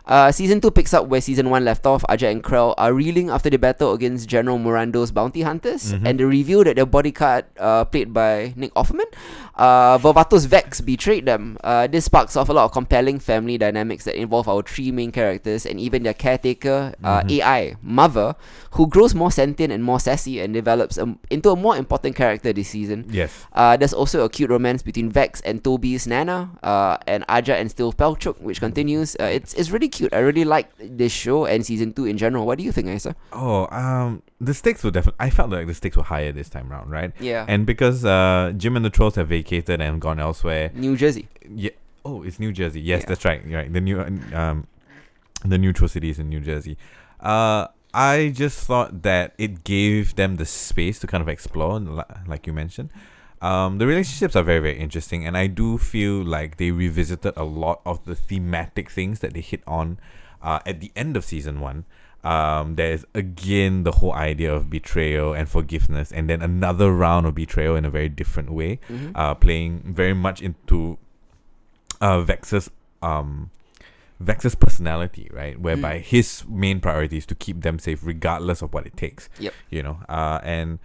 Uh, season 2 picks up where season 1 left off. Aja and Krell are reeling after the battle against General Mirando's bounty hunters Mhm. and the reveal that their bodyguard, uh, played by Nick Offerman, uh, Vovato's Vex, betrayed them. Uh, this sparks off a lot of compelling family dynamics that involve our three main characters and even their caretaker, uh, Mhm. AI, Mother, who grows more sentient and more sassy and develops um, into a more important character this season. Yes. Uh, there's also a cute romance between Vex and Toby's Nana, uh, and Aja and Steel Pelchuk, which continues. Uh, it's it's really cute. I really like this show and season two in general. What do you think, Isa? Oh, um, the stakes were definitely. I felt like the stakes were higher this time round, right? Yeah, And because uh, Jim and the trolls have vacated and gone elsewhere. New Jersey. Yeah. Oh, it's New Jersey. Yes, Yeah. that's right. You're Right. The new um, the new troll city is in New Jersey. Uh, I just thought that it gave them the space to kind of explore, li- like you mentioned. Um, the relationships are very very interesting, and I do feel like they revisited a lot of the thematic things that they hit on uh, at the end of season one. Um, there's again the whole idea of betrayal and forgiveness, and then another round of betrayal in a very different way Mhm. uh, playing very much into uh, Vex's um, Vex's personality, right? Mm. Whereby his main priority is to keep them safe, regardless of what it takes. Yep. You know, uh, and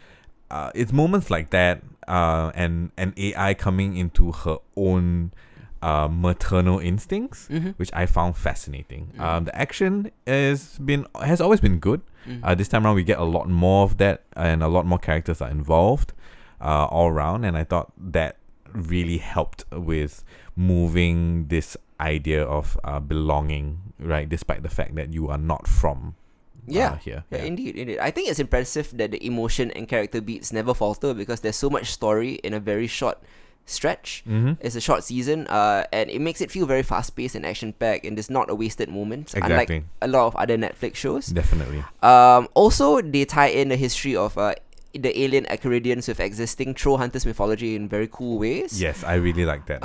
uh, it's moments like that, uh, and and AI coming into her own uh, maternal instincts. Mhm. Which I found fascinating. Mm. Um, the action has been has always been good. Mhm. Uh, this time around, we get a lot more of that, and a lot more characters are involved uh, all around. And I thought that really helped with moving this idea of uh, belonging, right? Despite the fact that you are not from uh, Yeah. here. Yeah, Yeah. Indeed, indeed. I think it's impressive that the emotion and character beats never falter because there's so much story in a very short stretch. Mhm. It's a short season, uh, and it makes it feel very fast paced and action packed, and it's not a wasted moment, unlike Exactly. a lot of other Netflix shows. Definitely. Um, also, they tie in the history of uh, the alien Acherudians with existing troll hunters mythology in very cool ways. Yes, I really like that.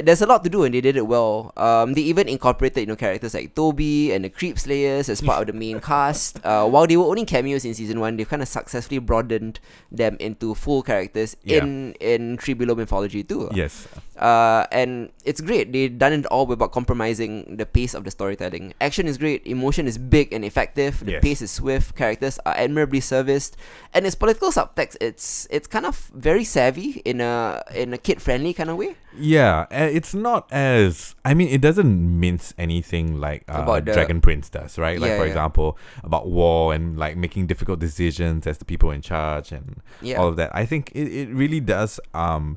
Uh, there's a lot to do, and they did it well. Um, they even incorporated you know characters like Toby and the Creep Slayers as part of the main cast. Uh, while they were only cameos in season one, they've kind of successfully broadened them into full characters Yeah. in in Tree Below mythology too. yes, Uh, and it's great. They've done it all without compromising the pace of the storytelling. Action is great, emotion is big and effective, the Yes. pace is swift, characters are admirably serviced, and its political subtext it's it's kind of very savvy in a in a kid friendly kind of way. yeah. uh, It's not as I mean, it doesn't mince anything like uh, About the- Dragon Prince does, right? Like Yeah, for yeah. example, about war and like making difficult decisions as the people in charge and Yeah. all of that. I think it, it really does um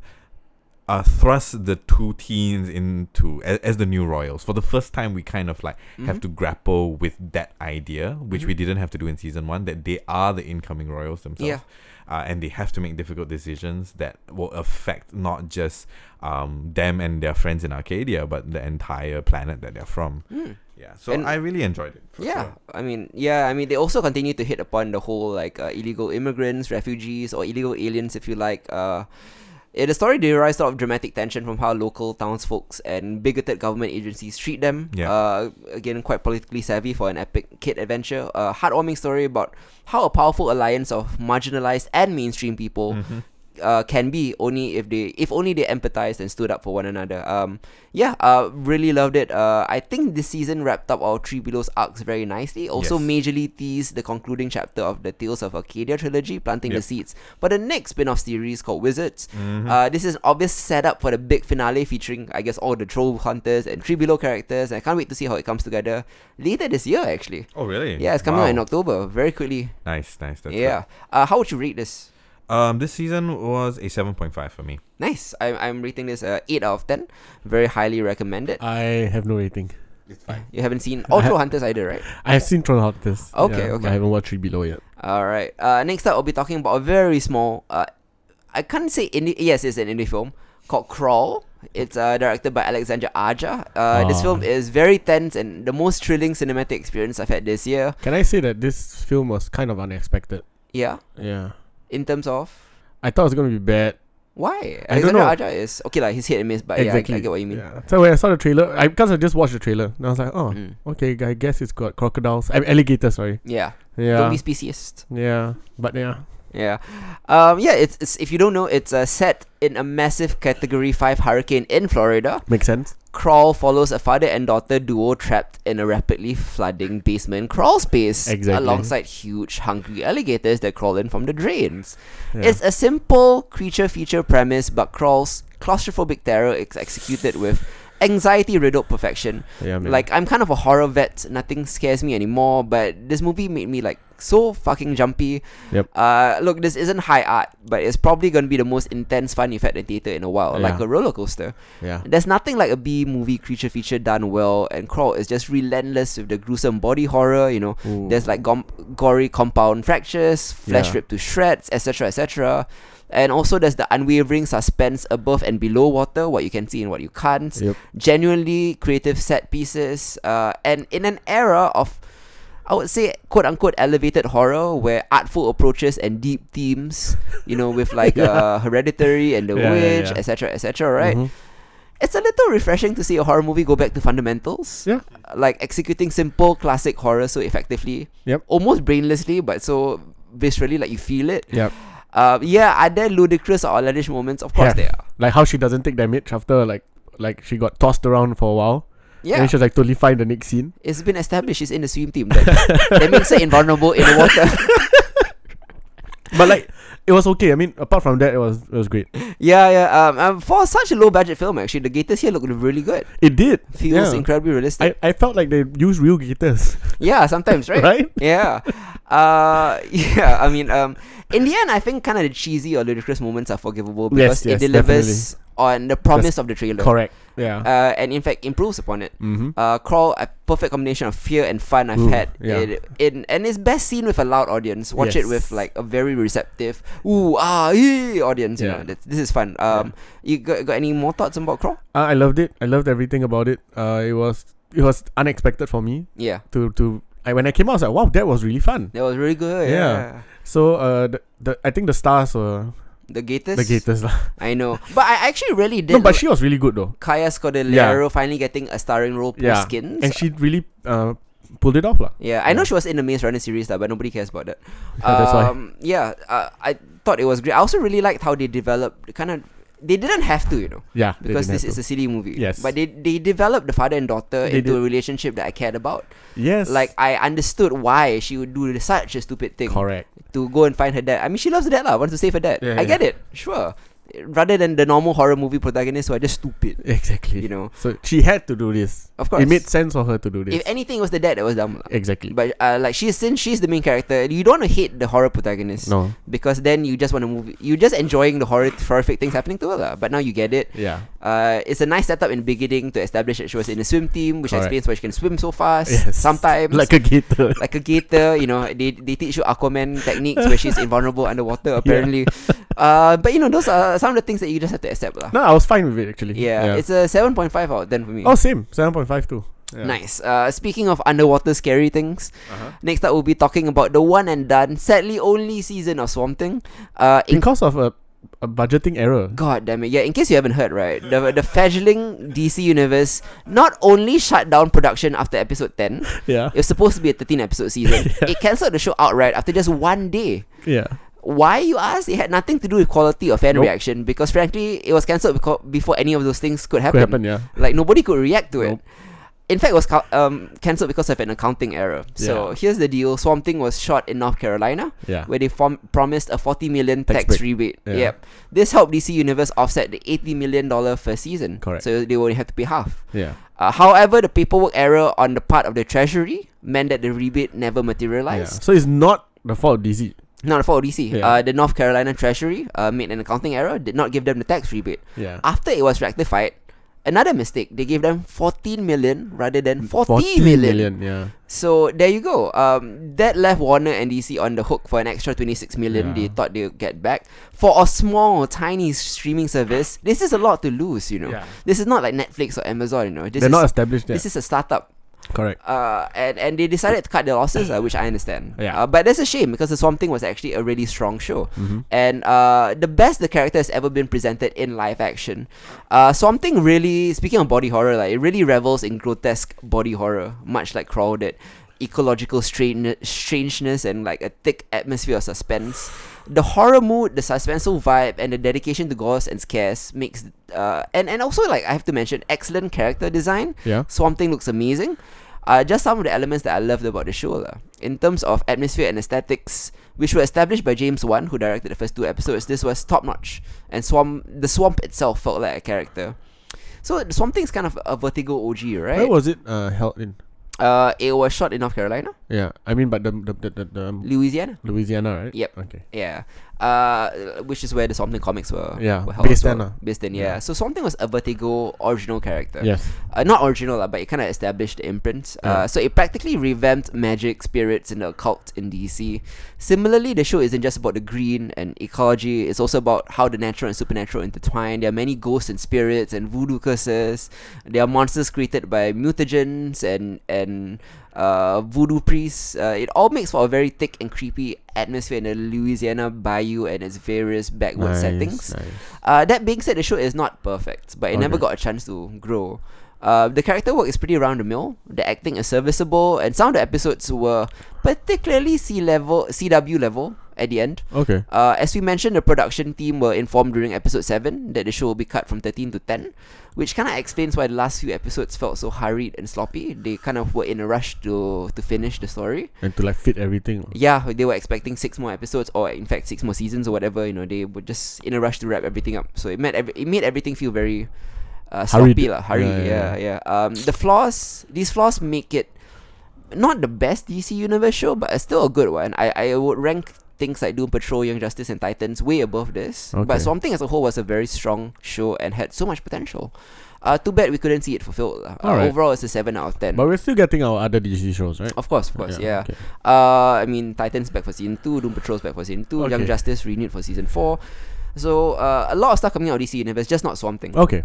uh, thrust the two teens into as, as the new royals for the first time. We kind of like have Mhm. to grapple with that idea, which we Mhm. didn't have to do in season one. That they are the incoming royals themselves, uh, and they have to make difficult decisions that will affect not just um them and their friends in Arcadia, but the entire planet that they're from. Mm. Yeah, so And- I really enjoyed it. for Yeah, sure. I mean, yeah, I mean, they also continue to hit upon the whole like uh, illegal immigrants, refugees, or illegal aliens, if you like. Uh, eh, the story derives out of dramatic tension from how local townsfolks and bigoted government agencies treat them. Yeah. Uh, again, quite politically savvy for an epic kid adventure. A heartwarming story about how a powerful alliance of marginalized and mainstream people Mhm. uh, can be only if they if only they empathized and stood up for one another. Um, yeah, uh, really loved it. Uh, I think this season wrapped up our Three Belows arcs very nicely. Also, Yes. majorly teased the concluding chapter of the Tales of Arcadia trilogy, planting the Yep. seeds for the next spin-off series called Wizards. Mhm. Uh, this is an obvious setup for the big finale featuring, I guess, all the troll hunters and Three Below characters. I can't wait to see how it comes together later this year. Actually, oh really? yeah, it's coming out in Wow. October, very quickly. Nice, nice. That's yeah. Uh, how would you rate this? good. Um, this season was a seven point five for me. Nice. I'm, I'm rating this uh, 8 out of 10. Very highly Uh, recommended. I have no rating. You haven't seen Ultra Hunters either, right? I have seen Tron Hunters. Okay, yeah, okay. I haven't watched Three Below yet. Alright. Uh, next up, I'll be talking about a very small, uh, I can't say indie, yes, it's an indie film called Crawl. It's uh, directed by Alexander Aja. Uh, This Ah. film is very tense and the most thrilling cinematic experience I've had this year. Can I say that this film was kind of unexpected? Yeah. Yeah. In terms of. I thought it was gonna be bad. Why? I don't Alexander know. Aja is. Okay, like, he's hit and miss, but Uh, yeah, I- I, get what you mean. Yeah. So when I saw the trailer, I because I just watched the trailer, and I was like, oh, Mm. okay, I guess it's got crocodiles. I'm alligator, sorry. yeah. Don't Yeah. be speciest. Yeah. But yeah. Yeah, um, yeah. It's, it's if you don't know, it's uh, set in a massive Category Five hurricane in Florida. Makes sense. Crawl follows a father and daughter duo trapped in a rapidly flooding basement crawl space, Exactly. alongside huge, hungry alligators that crawl in from the drains. Yeah. It's a simple creature feature premise, but Crawl's claustrophobic terror is executed with anxiety-riddled perfection. yeah, man. Like I'm kind of a horror vet. Nothing scares me anymore. But this movie made me like so fucking jumpy. Yep. Uh, look, this isn't high art, but it's probably gonna be the most intense fun you've had in theater in a while, like Yeah. a roller coaster. yeah. There's nothing like a B movie creature feature done well, and Crawl is just relentless with the gruesome body horror. You know, Ooh. there's like gom- gory compound fractures, flesh Yeah. ripped to shreds, etc., etc. And also, there's the unwavering suspense above and below water, what you can see and what you can't Yep. genuinely creative set pieces, uh, and in an era of, I would say, quote unquote, elevated horror, where artful approaches and deep themes, you know, with like Yeah. uh, Hereditary and The Yeah, yeah, Witch, yeah. etc., etc., right? Mhm. It's a little refreshing to see a horror movie go back to fundamentals, Yeah. like executing simple classic horror so effectively, Yep. almost brainlessly, but so viscerally, like you feel it. Yep. Uh, yeah, are there ludicrous or outlandish moments? Of course Yeah. there are. Like how she doesn't take damage after like like she got tossed around for a while. And Yeah. then she was like totally fine the next scene. It's been established she's in the swim team. That, that makes her invulnerable in the water. But like it was okay. I mean, apart from that, it was it was great. yeah, yeah. Um, um, for such a low budget film, actually, the gators here look really good. It did. Feels Yeah. incredibly realistic. I, I felt like they used real gators, yeah, sometimes, right? right? Yeah. Uh, yeah. I mean, um, in the end, I think kind of the cheesy or ludicrous moments are forgivable because Yes, it yes, delivers on the promise of the trailer. Correct. Yeah. Uh, and in fact, improves upon it. mm-hmm. Uh, Crawl, a perfect combination of fear and fun I've Ooh, had. yeah. It, in and it's best seen with a loud audience. Watch it with Yes. like a very receptive ooh ah ee, audience. You know, Yeah. that's, this is fun. Um, you got, got any more thoughts about Crawl? Uh, I loved it. I loved everything about it. Uh, it was it was unexpected for me Yeah, to to. I, when I came out, I was like, "Wow, that was really fun." that was really good. Yeah. Yeah, So uh, the, the I think the stars were The Gators? the Gators lah. I know. But I actually really did. No, but like she was really good though, Kaya Scodelario finally getting a starring role post Yeah. skins. and she really uh pulled it off lah. Yeah, I know she Yeah. was in the Maze Runner series, though, but nobody cares about that. Yeah, that's why. um, Yeah, uh, I thought it was great. I also really liked how they developed kind of. They didn't have to, you know, Yeah, they because didn't this have is a silly movie. Yes. But they, they developed the father and daughter They into did. a relationship that I cared about. to. yes, Like, I understood why she would do such a stupid thing correct. to go and find her dad. I mean, she loves her dad, lah, wants to save her dad. Yeah, I yeah. get it, sure. Rather than the normal horror movie protagonists who are just stupid, Exactly. you know. So she had to do this. Of course. It made sense for her to do this. If anything, it was the dad that was dumb. lah. exactly. But uh, like she's since she's the main character, you don't want to hate the horror protagonist No. because then you just want to move. You're just enjoying the horror horrific things happening to her. lah. But now you get it. Yeah. Uh, it's a nice setup in the beginning to establish that she was in a swim team, which Correct. explains why she can swim so fast. Yes. Sometimes, Like a gator. like a gator, you know, they, they teach you Aquaman techniques where she's invulnerable underwater, apparently. Uh, but you know, those are some of the things that you just have to accept. lah. no, I was fine with it actually. Yeah, it's a 7.5 out of 10 for me. oh same seven point five too. Yeah. Nice. Uh, speaking of underwater scary things, Uh-huh. next up we'll be talking about the one and done, sadly only season of Swamp Thing. Uh, in- Because of a, a budgeting error. God damn it. Yeah, in case you haven't heard, right? The, the fledgling DC Universe not only shut down production after episode 10, Yeah. it was supposed to be a 13 episode season. It cancelled the show outright after just one day. Yeah. Why you ask? It had nothing to do with quality or fan Nope. reaction because frankly, it was cancelled beco- before any of those things could happen. Could happen. Yeah. Like nobody could react to Nope. it. In fact, it was cou- um, cancelled because of an accounting error. So Yeah. here's the deal: Swamp Thing was shot in North Carolina, Yeah. where they form- promised a 40 million Tax tax, break. rebate. Yeah. Yep. This helped DC Universe offset the 80 million dollar first season. Correct. So they only had to pay half. Yeah. Uh, however, the paperwork error on the part of the Treasury meant that the rebate never yeah. materialized. So it's not the fault of DC. Not for DC. Yeah. Uh, the North Carolina Treasury uh, made an accounting error, did not give them the tax rebate. Yeah. After it was rectified, another mistake. They gave them 14 million rather than 40 40 million. million. Yeah. So there you go. Um, that left Warner and DC on the hook for an extra 26 million Yeah. they thought they'd get back. For a small, tiny streaming service, this is a lot to lose, you know. Yeah. This is not like Netflix or Amazon, you know. This They're is not established yet. this is a startup Correct. uh, and and they decided to cut their losses, uh, which I understand. Yeah. Uh, but that's a shame because the Swamp Thing was actually a really strong show, Mm-hmm. and uh, the best the character has ever been presented in live action. Uh, Swamp Thing really, speaking of body horror, like it really revels in grotesque body horror, much like Crawl did. Ecological strain- strangeness and like a thick atmosphere of suspense. The horror mood, the suspenseful vibe, and the dedication to gores and scares makes uh, and and also like I have to mention excellent character design. Yeah. Swamp Thing looks amazing. Uh, just some of the elements that I loved about the show. lah. In terms of atmosphere and aesthetics, which were established by James Wan, who directed the first two episodes, this was top notch. And Swamp, the swamp itself felt like a character. So the Swamp Thing's kind of a Vertigo OG, Where right? was it uh, held in? uh, it was shot in North Carolina, Yeah. I mean, but the the the, the, the um, Louisiana. Louisiana, right? Yep. Okay. Yeah. Uh, which is where the Swamp Thing comics were. Yeah, Were held based as well. then, ah. Based in, Yeah. yeah. So Swamp Thing was a Vertigo original character. Yes. uh, not original lah, but it kind of established the imprint. Yeah. Uh, so it practically revamped magic, spirits, and the occult in DC. Similarly, the show isn't just about the green and ecology; it's also about how the natural and supernatural intertwine. There are many ghosts and spirits and voodoo curses. There are monsters created by mutagens and and uh, voodoo priests. Uh, it all makes for a very thick and creepy atmosphere in the Louisiana bayou and its various backward settings. nice. Uh, that being said, the show is not perfect, but it never Okay. got a chance to grow. Uh, the character work is pretty round the mill. The acting is serviceable, and some of the episodes were particularly C level, CW level at the end. Okay. Uh, as we mentioned, the production team were informed during episode seven that the show will be cut from thirteen to ten, which kind of explains why the last few episodes felt so hurried and sloppy. They kind of were in a rush to to finish the story. And to like fit everything. Yeah, they were expecting six more episodes, or in fact, six more seasons, or whatever. You know, they were just in a rush to wrap everything up. So it made ev- it made everything feel very uh, Hurried. sloppy, lah. Hurry, Yeah, yeah, yeah. yeah, Um, the flaws, these flaws make it not the best DC Universe show, but it's still a good one. I I would rank things like Doom Patrol, Young Justice, and Titans way above this. But Okay. Swamp Thing as a whole was a very strong show and had so much potential. Uh, too bad we couldn't see it fulfilled. lah. Uh, Alright. Overall, it's a seven out of ten. But we're still getting our other DC shows, right? of course, of course, yeah. okay. Uh, I mean, Titans back for season two, Doom Patrol's back for season two, Young Okay. Justice renewed for season four. So uh, a lot of stuff coming out of DC Universe, just not Swamp Thing. Okay.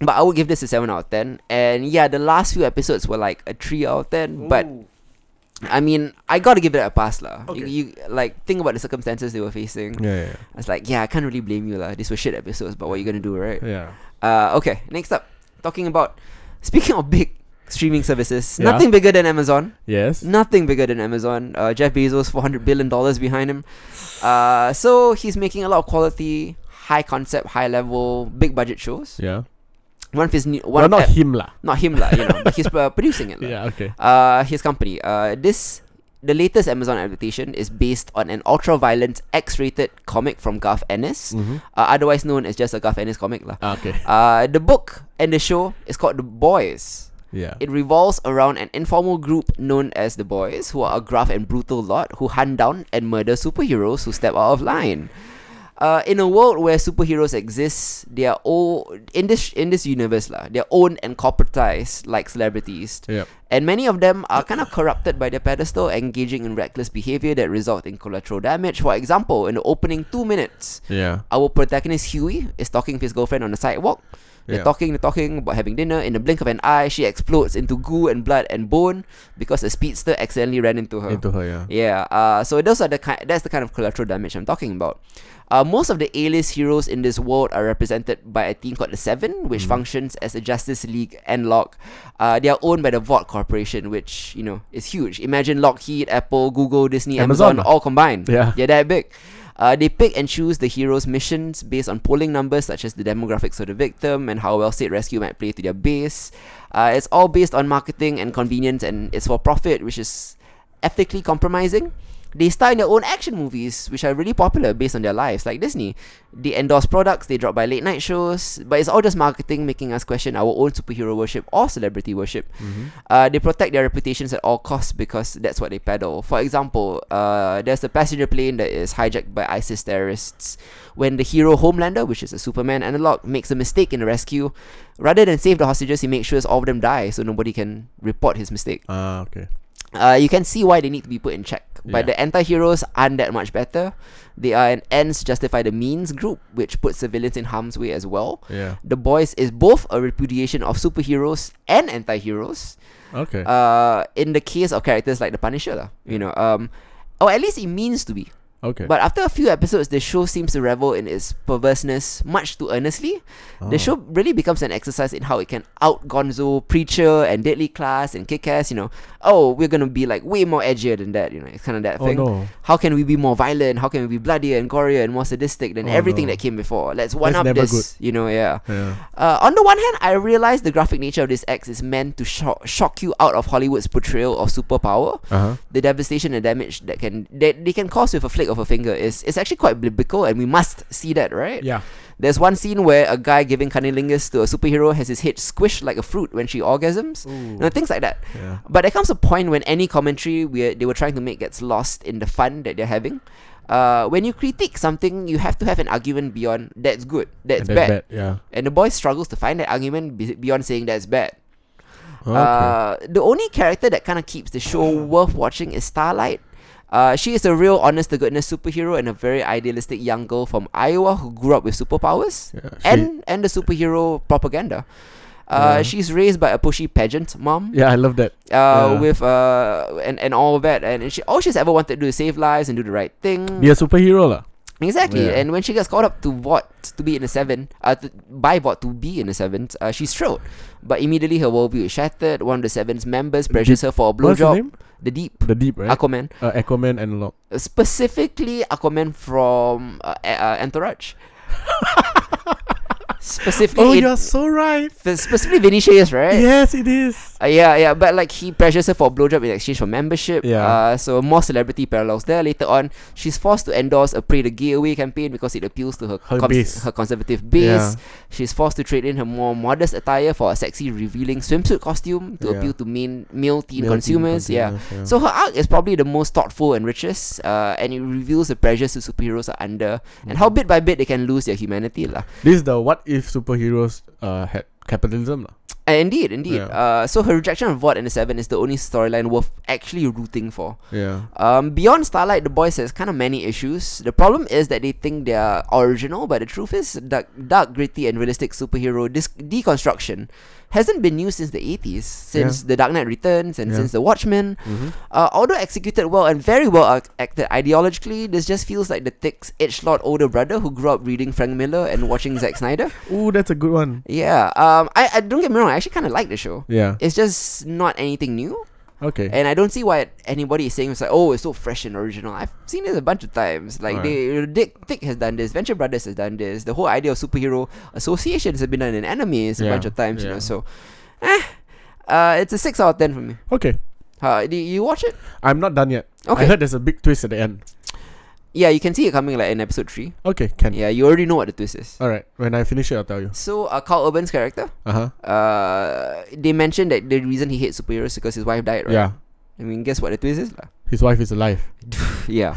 But I would give this a seven out of ten. And yeah, the last few episodes were like a three out of ten, but I mean, I gotta give it a pass, lah. You, Okay. you like think about the circumstances they were facing. Yeah, yeah, It's like, yeah, I can't really blame you, lah. These were shit episodes, but what you gonna do, right? yeah. yeah. Uh, okay. Next up, talking about speaking of big streaming services, Yeah. nothing bigger than Amazon. Yes. Nothing bigger than Amazon. Uh, Jeff Bezos, four hundred billion dollars behind him. Uh, so he's making a lot of quality, high concept, high level, big budget shows. Yeah. One of his new, Well, one not not, him lah. not him, lah. You know, but he's uh, producing it. lah Yeah. Okay. uh, his company. Uh, this the latest Amazon adaptation is based on an ultra-violent X-rated comic from Garth Ennis, Mm-hmm. uh, otherwise known as just a Garth Ennis comic lah. Ah, Okay. Uh, the book and the show is called The Boys. Yeah. It revolves around an informal group known as The Boys, who are a gruff and brutal lot who hunt down and murder superheroes who step out of line. Uh, in a world where superheroes exist, they are all in this in this universe lah. They are owned and corporatized like celebrities, yeah. and many of them are kind of corrupted by their pedestal, engaging in reckless behavior that result in collateral damage. For example, in the opening two minutes, Yeah. our protagonist Huey is talking to his girlfriend on the sidewalk. They're Yeah. talking, they're talking about having dinner. In the blink of an eye, she explodes into goo and blood and bone because a speedster accidentally ran into her. Into her. Yeah. Yeah. Uh, so those are the kind. That's the kind of collateral damage I'm talking about. Uh, most of the A-list heroes in this world are represented by a team called the Seven, which functions as a Justice League and Lock. Uh, they are owned by the Vought Corporation, which you know is huge. Imagine Lockheed, Apple, Google, Disney, Amazon Amazon, lah. all combined. Yeah. they're that big. Uh, they pick and choose the heroes' missions based on polling numbers such as the demographics of the victim and how well state rescue might play to their base. Uh, it's all based on marketing and convenience, and it's for profit, which is ethically compromising. They star in their own action movies, which are really popular based on their lives, like Disney. They endorse products, they drop by late night shows, but it's all just marketing making us question our own superhero worship or celebrity worship. Uh, they protect their reputations at all costs because that's what they peddle. For example, uh, there's a passenger plane that is hijacked by ISIS terrorists. When the hero Homelander, which is a Superman analog, makes a mistake in the rescue, rather than save the hostages, he makes sure all of them die so nobody can report his mistake Ah. okay. uh, you can see why they need to be put in check. But Yeah. the anti-heroes aren't that much better. They are an ends justify the means group, which puts civilians in harm's way as well. Yeah. The Boys is both a repudiation of superheroes and anti-heroes. Okay. Uh, in the case of characters like the Punisher, lah, you know, um, or at least it means to be. okay. But after a few episodes, the show seems to revel in its perverseness much too earnestly. The Oh. show really becomes an exercise in how it can out Gonzo, Preacher, and Deadly Class and Kick Ass, you know. Oh, we're gonna be like way more edgier than that, you know. It's kind of that oh thing. no. How can we be more violent? How can we be bloodier and gorier and more sadistic than Oh, everything no. that came before? Let's one That's up never this, you know, yeah. Yeah. Uh, on the one hand, I realize the graphic nature of this X is meant to shock, shock you out of Hollywood's portrayal of superpower Uh huh. the devastation and damage that can that they can cause with a flick of a finger is it's actually quite biblical and we must see that right Yeah. there's one scene where a guy giving cunnilingus to a superhero has his head squished like a fruit when she orgasms you know, things like that Yeah. but there comes a point when any commentary we they were trying to make gets lost in the fun that they're having uh, when you critique something you have to have an argument beyond that's good that's, And bad. bad. Yeah. and the boy struggles to find that argument be- beyond saying that's bad Okay. uh, the only character that kind of keeps the show worth watching is Starlight. Uh, she is a real honest to goodness superhero and a very idealistic young girl from Iowa who grew up with superpowers yeah. She, and and the superhero propaganda. Uh, Yeah. She's raised by a pushy pageant mom Yeah, I love that. uh, yeah. with uh, and, and all that and she all she's ever wanted to do is save lives and do the right thing. Be a superhero lah. Exactly, Yeah. and when she gets called up to Vought to be in the seven, uh, to, by Vought to be in the seventh, uh, she's thrilled. But immediately her worldview is shattered. One of the seven's members pressures her for a What's the blowjob. name? The Deep, The Deep, right? Aquaman, Uh, uh, Aquaman analog. specifically Aquaman from uh, A- uh, Entourage. specifically, it- Oh, so right. f- specifically Vinicius, right? Yes, it is. Uh, yeah, yeah, but like he pressures her for a blowjob in exchange for membership. Yeah. Uh, so more celebrity parallels there. Later on, she's forced to endorse a pray the gay away campaign because it appeals to her Her base. her conservative Yeah. base. She's forced to trade in her more modest attire for a sexy, revealing swimsuit costume to Yeah. appeal to main male teen Male teen consumers. Yeah. consumers, So her arc is probably the most thoughtful and richest, uh, and it reveals the pressures the superheroes are under and how Mm-hmm. bit by bit they can lose their humanity, lah. This is the what if superheroes uh had capitalism lah. Uh, indeed, indeed. Yeah. Uh, so her rejection of Vought and the Seven is the only storyline worth actually rooting for. Yeah. Um, beyond Starlight, the boys has kind of many issues. The problem is that they think they are original, but the truth is dark, dark gritty, and realistic superhero dis- deconstruction hasn't been used since the 80s, since The Dark Knight Returns and Yeah. since The Watchmen. Mm-hmm. Uh, although executed well and very well ac- acted ideologically, this just feels like the thick's edgelord older brother who grew up reading Frank Miller and watching Zack Snyder. Ooh, that's a good one. Yeah, um, I, I don't get me wrong, I actually kind of like the show. Yeah. It's just not anything new, Okay. and I don't see why anybody is saying it's like, oh, it's so fresh and original. I've seen this a bunch of times. Like, they, Dick Thick has done this, Venture Brothers has done this. The whole idea of superhero associations has been done in animes a Yeah, bunch of times, you know. yeah. So, eh, uh, it's a six out of ten for me. Okay. Uh, do you watch it? I'm not done yet. Okay. I heard there's a big twist at the end. Yeah, you can see it coming like in episode three. Okay, can. Yeah, you already know what the twist is. All right. When I finish it, I'll tell you. So, uh, Carl Urban's character, Uh huh. uh, they mentioned that the reason he hates superheroes is because his wife died, right? Yeah. I mean, guess what the twist is? lah? His wife is alive. yeah.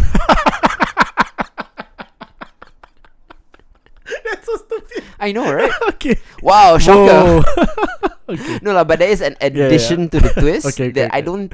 That's so stupid. I know, right? Okay. Wow, shocker. Whoa. No, lah, but there is an yeah. addition to the twist Okay, okay, that I okay. don't.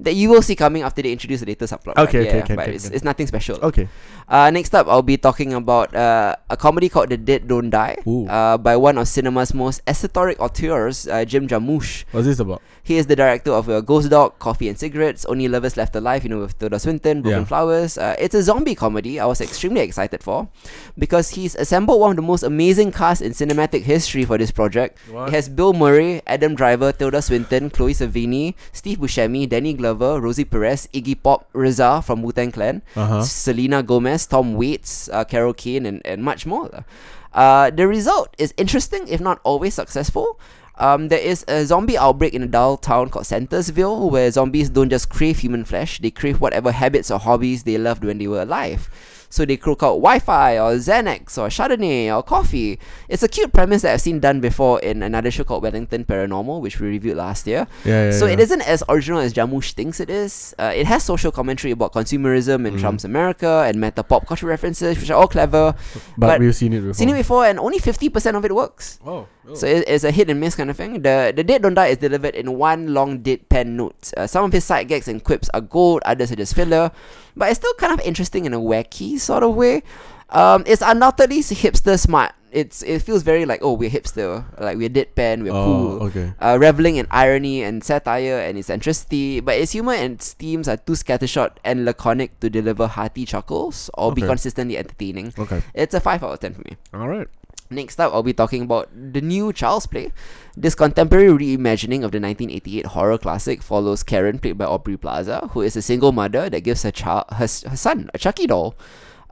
That you will see coming after they introduce the later subplot. Okay, right? okay, Oh. yeah, can, but can, it's, can. it's nothing special. okay. Uh, next up, I'll be talking about uh, a comedy called The Dead Don't Die Ooh. uh, by one of cinema's most esoteric auteurs, uh, Jim Jarmusch. What's this about? He is the director of uh, Ghost Dog, Coffee and Cigarettes, Only Lovers Left Alive, you know, with Tilda Swinton, Broken Yeah. Flowers. Uh, it's a zombie comedy I was extremely excited for because he's assembled one of the most amazing casts in cinematic history for this project. It has Bill Murray, Adam Driver, Tilda Swinton, Chloe Savini, Steve Buscemi, Danny Glover, Rosie Perez, Iggy Pop, Rizza from Wu-Tang Clan, Uh huh. Selena Gomez, Tom Waits, uh, Carol Kane, and, and much more. Uh, the result is interesting, if not always successful. Um, there is a zombie outbreak in a dull town called Santersville, where zombies don't just crave human flesh, they crave whatever habits or hobbies they loved when they were alive. So they croak out Wi-Fi or Xanax or Chardonnay or coffee. It's a cute premise that I've seen done before in another show called Wellington Paranormal, which we reviewed last year. Yeah, yeah. So yeah. it isn't as original as Jamush thinks it is. Uh, it has social commentary about consumerism Mm. in Trump's America and meta pop culture references, which are all clever. But, but- we've seen it before. Seen it before, and only fifty percent of it works. Oh. So it, it's a hit and miss kind of thing. The the Dead Don't Die is delivered in one long deadpan note. Uh, some of his side gags and quips are gold, others are just filler, but it's still kind of interesting in a wacky sort of way. Um, it's undoubtedly hipster smart. It's it feels very like oh we're hipster, like we're deadpan, we're cool oh, okay. uh, reveling in irony and satire and eccentricity, but its humor and its themes are too scattershot and laconic to deliver hearty chuckles or be Okay. consistently entertaining. Okay. It's a 5 out of 10 for me. All right. Next up, I'll be talking about the new Child's Play. This contemporary reimagining of the 1988 horror classic follows Karen, played by Aubrey Plaza, who is a single mother that gives her, child, her, s- her son a Chucky doll.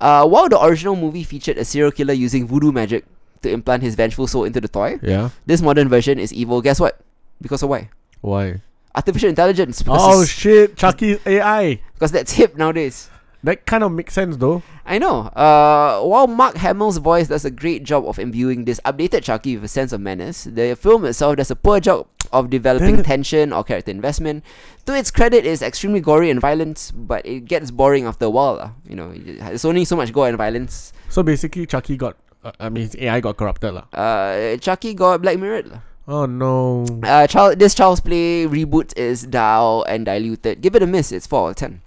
Uh, while the original movie featured a serial killer using voodoo magic to implant his vengeful soul into the toy, Yeah. this modern version is evil. Guess what? Because of why? Why? Artificial intelligence. Because, Oh it's- shit! Chucky's AI. because that's hip nowadays. That kind of makes sense though. I know. Uh, while Mark Hamill's voice does a great job of imbuing this updated Chucky with a sense of menace, the film itself does a poor job of developing Damn it. tension or character investment. To its credit, it's extremely gory and violent, but it gets boring after a while. lah. You know, it's only so much gore and violence. So basically, Chucky got. Uh, I mean, his AI got corrupted lah. Uh, Chucky got Black Mirror. lah. Oh no. Uh, child, this Child's Play reboot is dull and diluted. Give it a miss. It's four out of ten.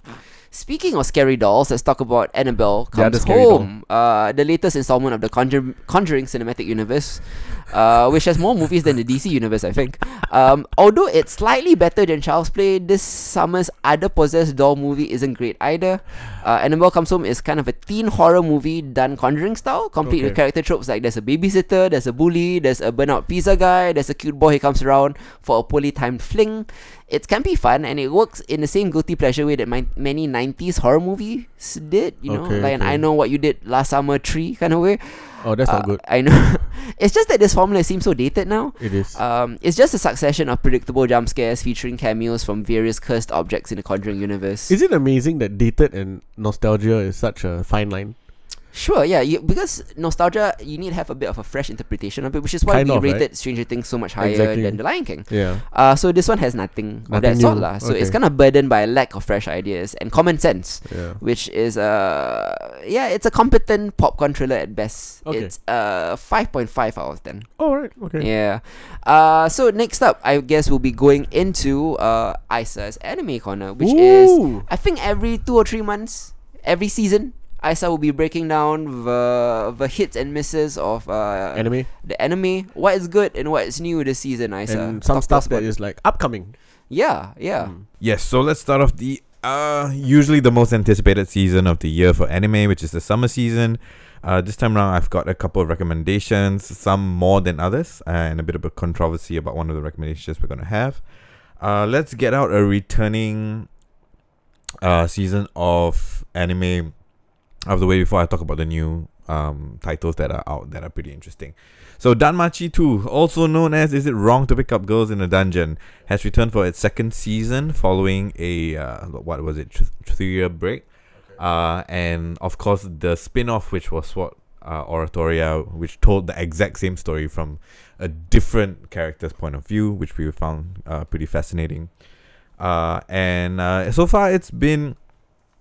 Speaking of scary dolls, let's talk about Annabelle The other Comes scary Home, uh, the latest installment of the Conjur- Conjuring cinematic universe, uh, which has more movies than the DC universe, I think. Um, although it's slightly better than Child's Play, this summer's other possessed doll movie isn't great either. Uh, Annabelle Comes Home is kind of a teen horror movie done Conjuring style, complete with Okay. character tropes like there's a babysitter, there's a bully, there's a burnout pizza guy, there's a cute boy who comes around for a poorly timed fling. It can be fun and it works in the same guilty pleasure way that my, many 90s horror movies did, you know, Okay, like an okay. I Know What You Did Last Summer tree kind of way. Oh, that's Uh, not good. I know. it's just that this formula seems so dated now. It is. Um, it's just a succession of predictable jump scares featuring cameos from various cursed objects in the Conjuring universe. Is it amazing that dated and nostalgia is such a fine line? Sure, yeah, you, because nostalgia, you need to have a bit of a fresh interpretation of it, which is why Kind we of, right? rated Stranger Things so much higher Exactly. than The Lion King. Yeah. Uh, so this one has nothing, of that Nothing sort, new, lah. So it's okay. kind of burdened by a lack of fresh ideas and common sense, Yeah. which is uh yeah, it's a competent popcorn thriller at best. Okay. It's uh five point five out of ten. Oh right. Okay. Yeah. Uh, so next up, I guess we'll be going into uh Isa's anime corner, which is Ooh. I think every two or three months, every season, Isa will be breaking down the the hits and misses of uh, anime the anime, what is good and what is new this season. Isa, and some Talk to stuff us that about- is like upcoming. yeah, yeah. Mm. Yes, so let's start off the uh usually the most anticipated season of the year for anime, which is the summer season. Uh, this time around, I've got a couple of recommendations, some more than others, uh, and a bit of a controversy about one of the recommendations we're gonna have. Uh, let's get out a returning uh season of anime out of the way before I talk about the new um titles that are out that are pretty interesting. So Danmachi 2, also known as Is It Wrong to Pick Up Girls in a Dungeon? has returned for its second season following a uh, what was it th- three year break, uh, and of course the spin off which was what uh, Oratoria, which told the exact same story from a different character's point of view, which we found uh, pretty fascinating. Uh, and uh, so far it's been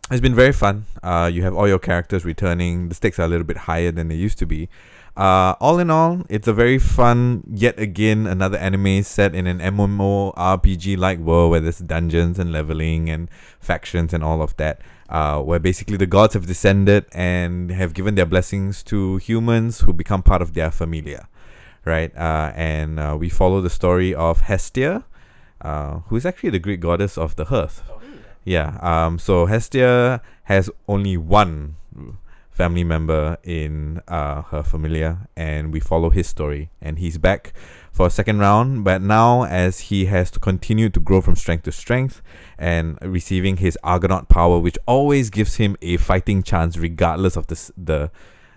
it's been very fun. Uh, you have all your characters returning. The stakes are a little bit higher than they used to be. Uh, all in all, it's a very fun, yet again, another anime set in an MMORPG like world where there's dungeons and leveling and factions and all of that. Uh, where basically the gods have descended and have given their blessings to humans who become part of their familia, right? Uh, and uh, we follow the story of Hestia, uh, who is actually the Greek goddess of the hearth. Yeah. Um. So Hestia has only one family member in uh, her familia, and we follow his story. And he's back for a second round, but now as he has to continue to grow from strength to strength, and receiving his Argonaut power, which always gives him a fighting chance regardless of the s- the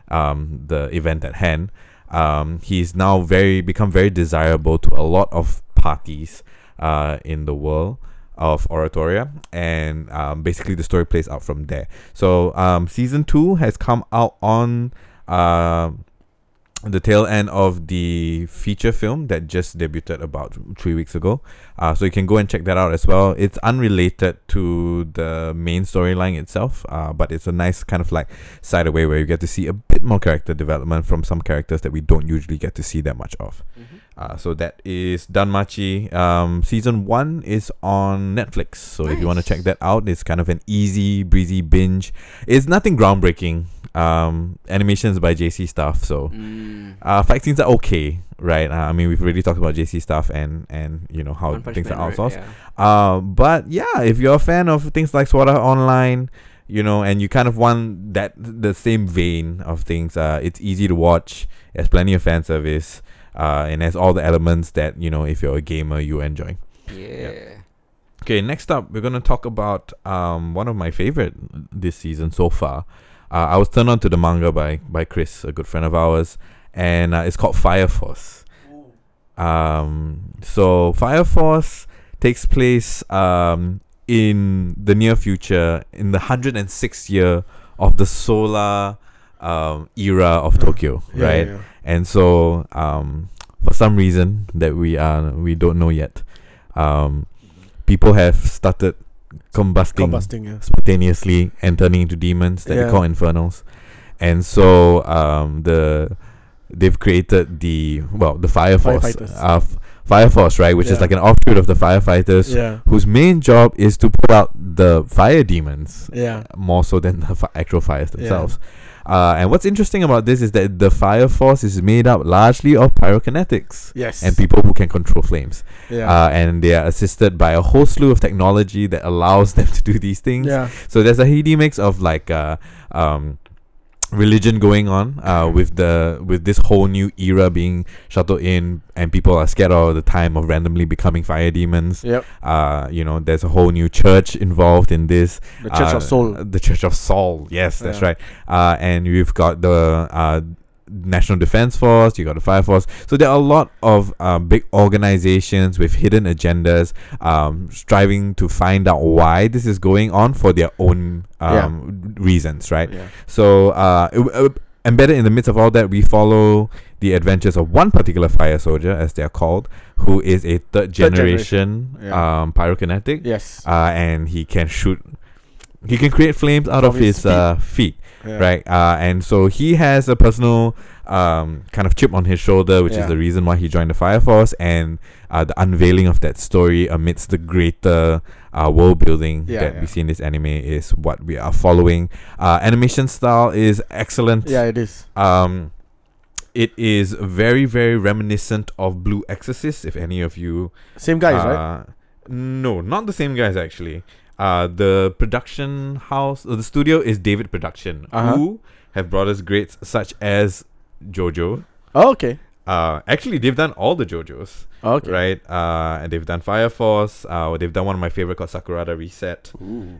um, the event at hand. Um, he's now very become very desirable to a lot of parties uh, in the world of Oratoria, and um, basically the story plays out from there. So um, season two has come out on uh, the tail end of the feature film that just debuted about three weeks ago. Uh, so you can go and check that out as well. It's unrelated to the main storyline itself, uh, but it's a nice kind of like side away where you get to see a bit more character development from some characters that we don't usually get to see that much of. Uh, so that is Danmachi. Um, season one is on Netflix. So if you want to check Nice. that out, it's kind of an easy, breezy binge. It's nothing groundbreaking. Um, animations by JC stuff. So Mm. uh, fight scenes are okay, right? Uh, I mean, we've already talked about JC stuff and and you know how One Punch things are Man, right? outsourced. Yeah. Uh, but yeah, if you're a fan of things like Sword Art Online, you know, and you kind of want that the same vein of things, uh, it's easy to watch. There's plenty of fan service, uh, and has all the elements that you know if you're a gamer you enjoy. Yeah. Okay, next up, we're gonna talk about um one of my favorite this season so far. Uh, I was turned on to the manga by by Chris, a good friend of ours, and uh, it's called Fire Force. Um, so Fire Force takes place um in the near future, in the hundred and sixth year of the solar um era of Mm. Tokyo, Yeah, right? yeah. And so, um, for some reason that we are we don't know yet, um, people have started combusting, Combusting, yeah. spontaneously and turning into demons that they Yeah. call infernals. And so, um, the they've created the well the fire force, Firefighters. uh, f- fire force, right, which is Yeah. like an offshoot of the firefighters, Yeah. whose main job is to put out the fire demons Yeah. more so than the fi- actual fires Yeah. themselves. Uh, and what's interesting about this is that the fire force is made up largely of pyrokinetics Yes. and people who can control flames. Yeah. Uh, and they are assisted by a whole slew of technology that allows them to do these things. yeah. So there's a heady mix of like uh, um, religion going on uh, with the with this whole new era being shuttled in, and people are scared all the time of randomly becoming fire demons. Yep. Uh, you know, there's a whole new church involved in this. The Church Uh, of Soul. The Church of Soul. Yes, that's Yeah. right. Uh, and you've got the uh, National Defense Force. You got the Fire Force. So there are a lot of uh, big organizations with hidden agendas, um, striving to find out why this is going on for their own Yeah. um, reasons, right? Yeah. So, uh, it- uh, embedded in the midst of all that, we follow the adventures of one particular fire soldier, as they are called, who is a third generation, generation, yeah. um, pyrokinetic Yes. uh, and he can shoot. He can create flames out From of his, his feet. Uh, feet, Yeah. right? Uh, and so he has a personal um, kind of chip on his shoulder, which is Yeah. the reason why he joined the Fire Force and uh, the unveiling of that story amidst the greater uh, world building Yeah, that yeah. we see in this anime is what we are following. Uh, animation style is excellent. Yeah, it is. Um, it is very very reminiscent of Blue Exorcist. If any of you Same guys, right? uh, No, not the same guys actually. Uh, the production house, uh, the studio is David Production, Uh-huh. who have brought us greats such as JoJo. Oh, okay. Uh, actually, they've done all the JoJos, Okay. right? Uh, and they've done Fire Force. Uh, they've done one of my favorite called Sakurada Reset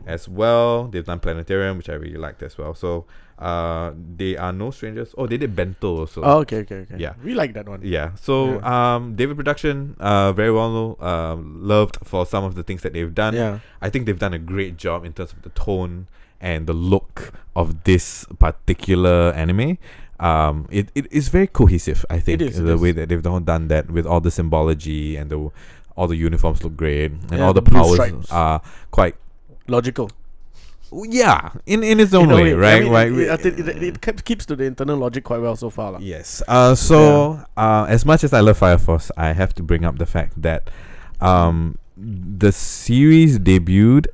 as well. They've done Planetarium, which I really liked as well. So, uh, they are no strangers. Oh, they did Bento also. Oh, okay, okay, okay. Yeah. We like that one. Yeah. So um, David Production, uh, very well um loved for some of the things that they've done. Yeah. I think they've done a great job in terms of the tone and the look of this particular anime. Um, it, it is very cohesive. I think is, it the is. way that they've done done that with all the symbology and the all the uniforms look great and Yeah, all the, the blue powers stripes. are quite Logical. yeah in in its own In a way, I right? mean, right? It, it, it, it, it kept- keeps to the internal logic quite well so far. lah. Yes. Uh, so uh, as much as I love Fire Force, I have to bring up the fact that um, the series debuted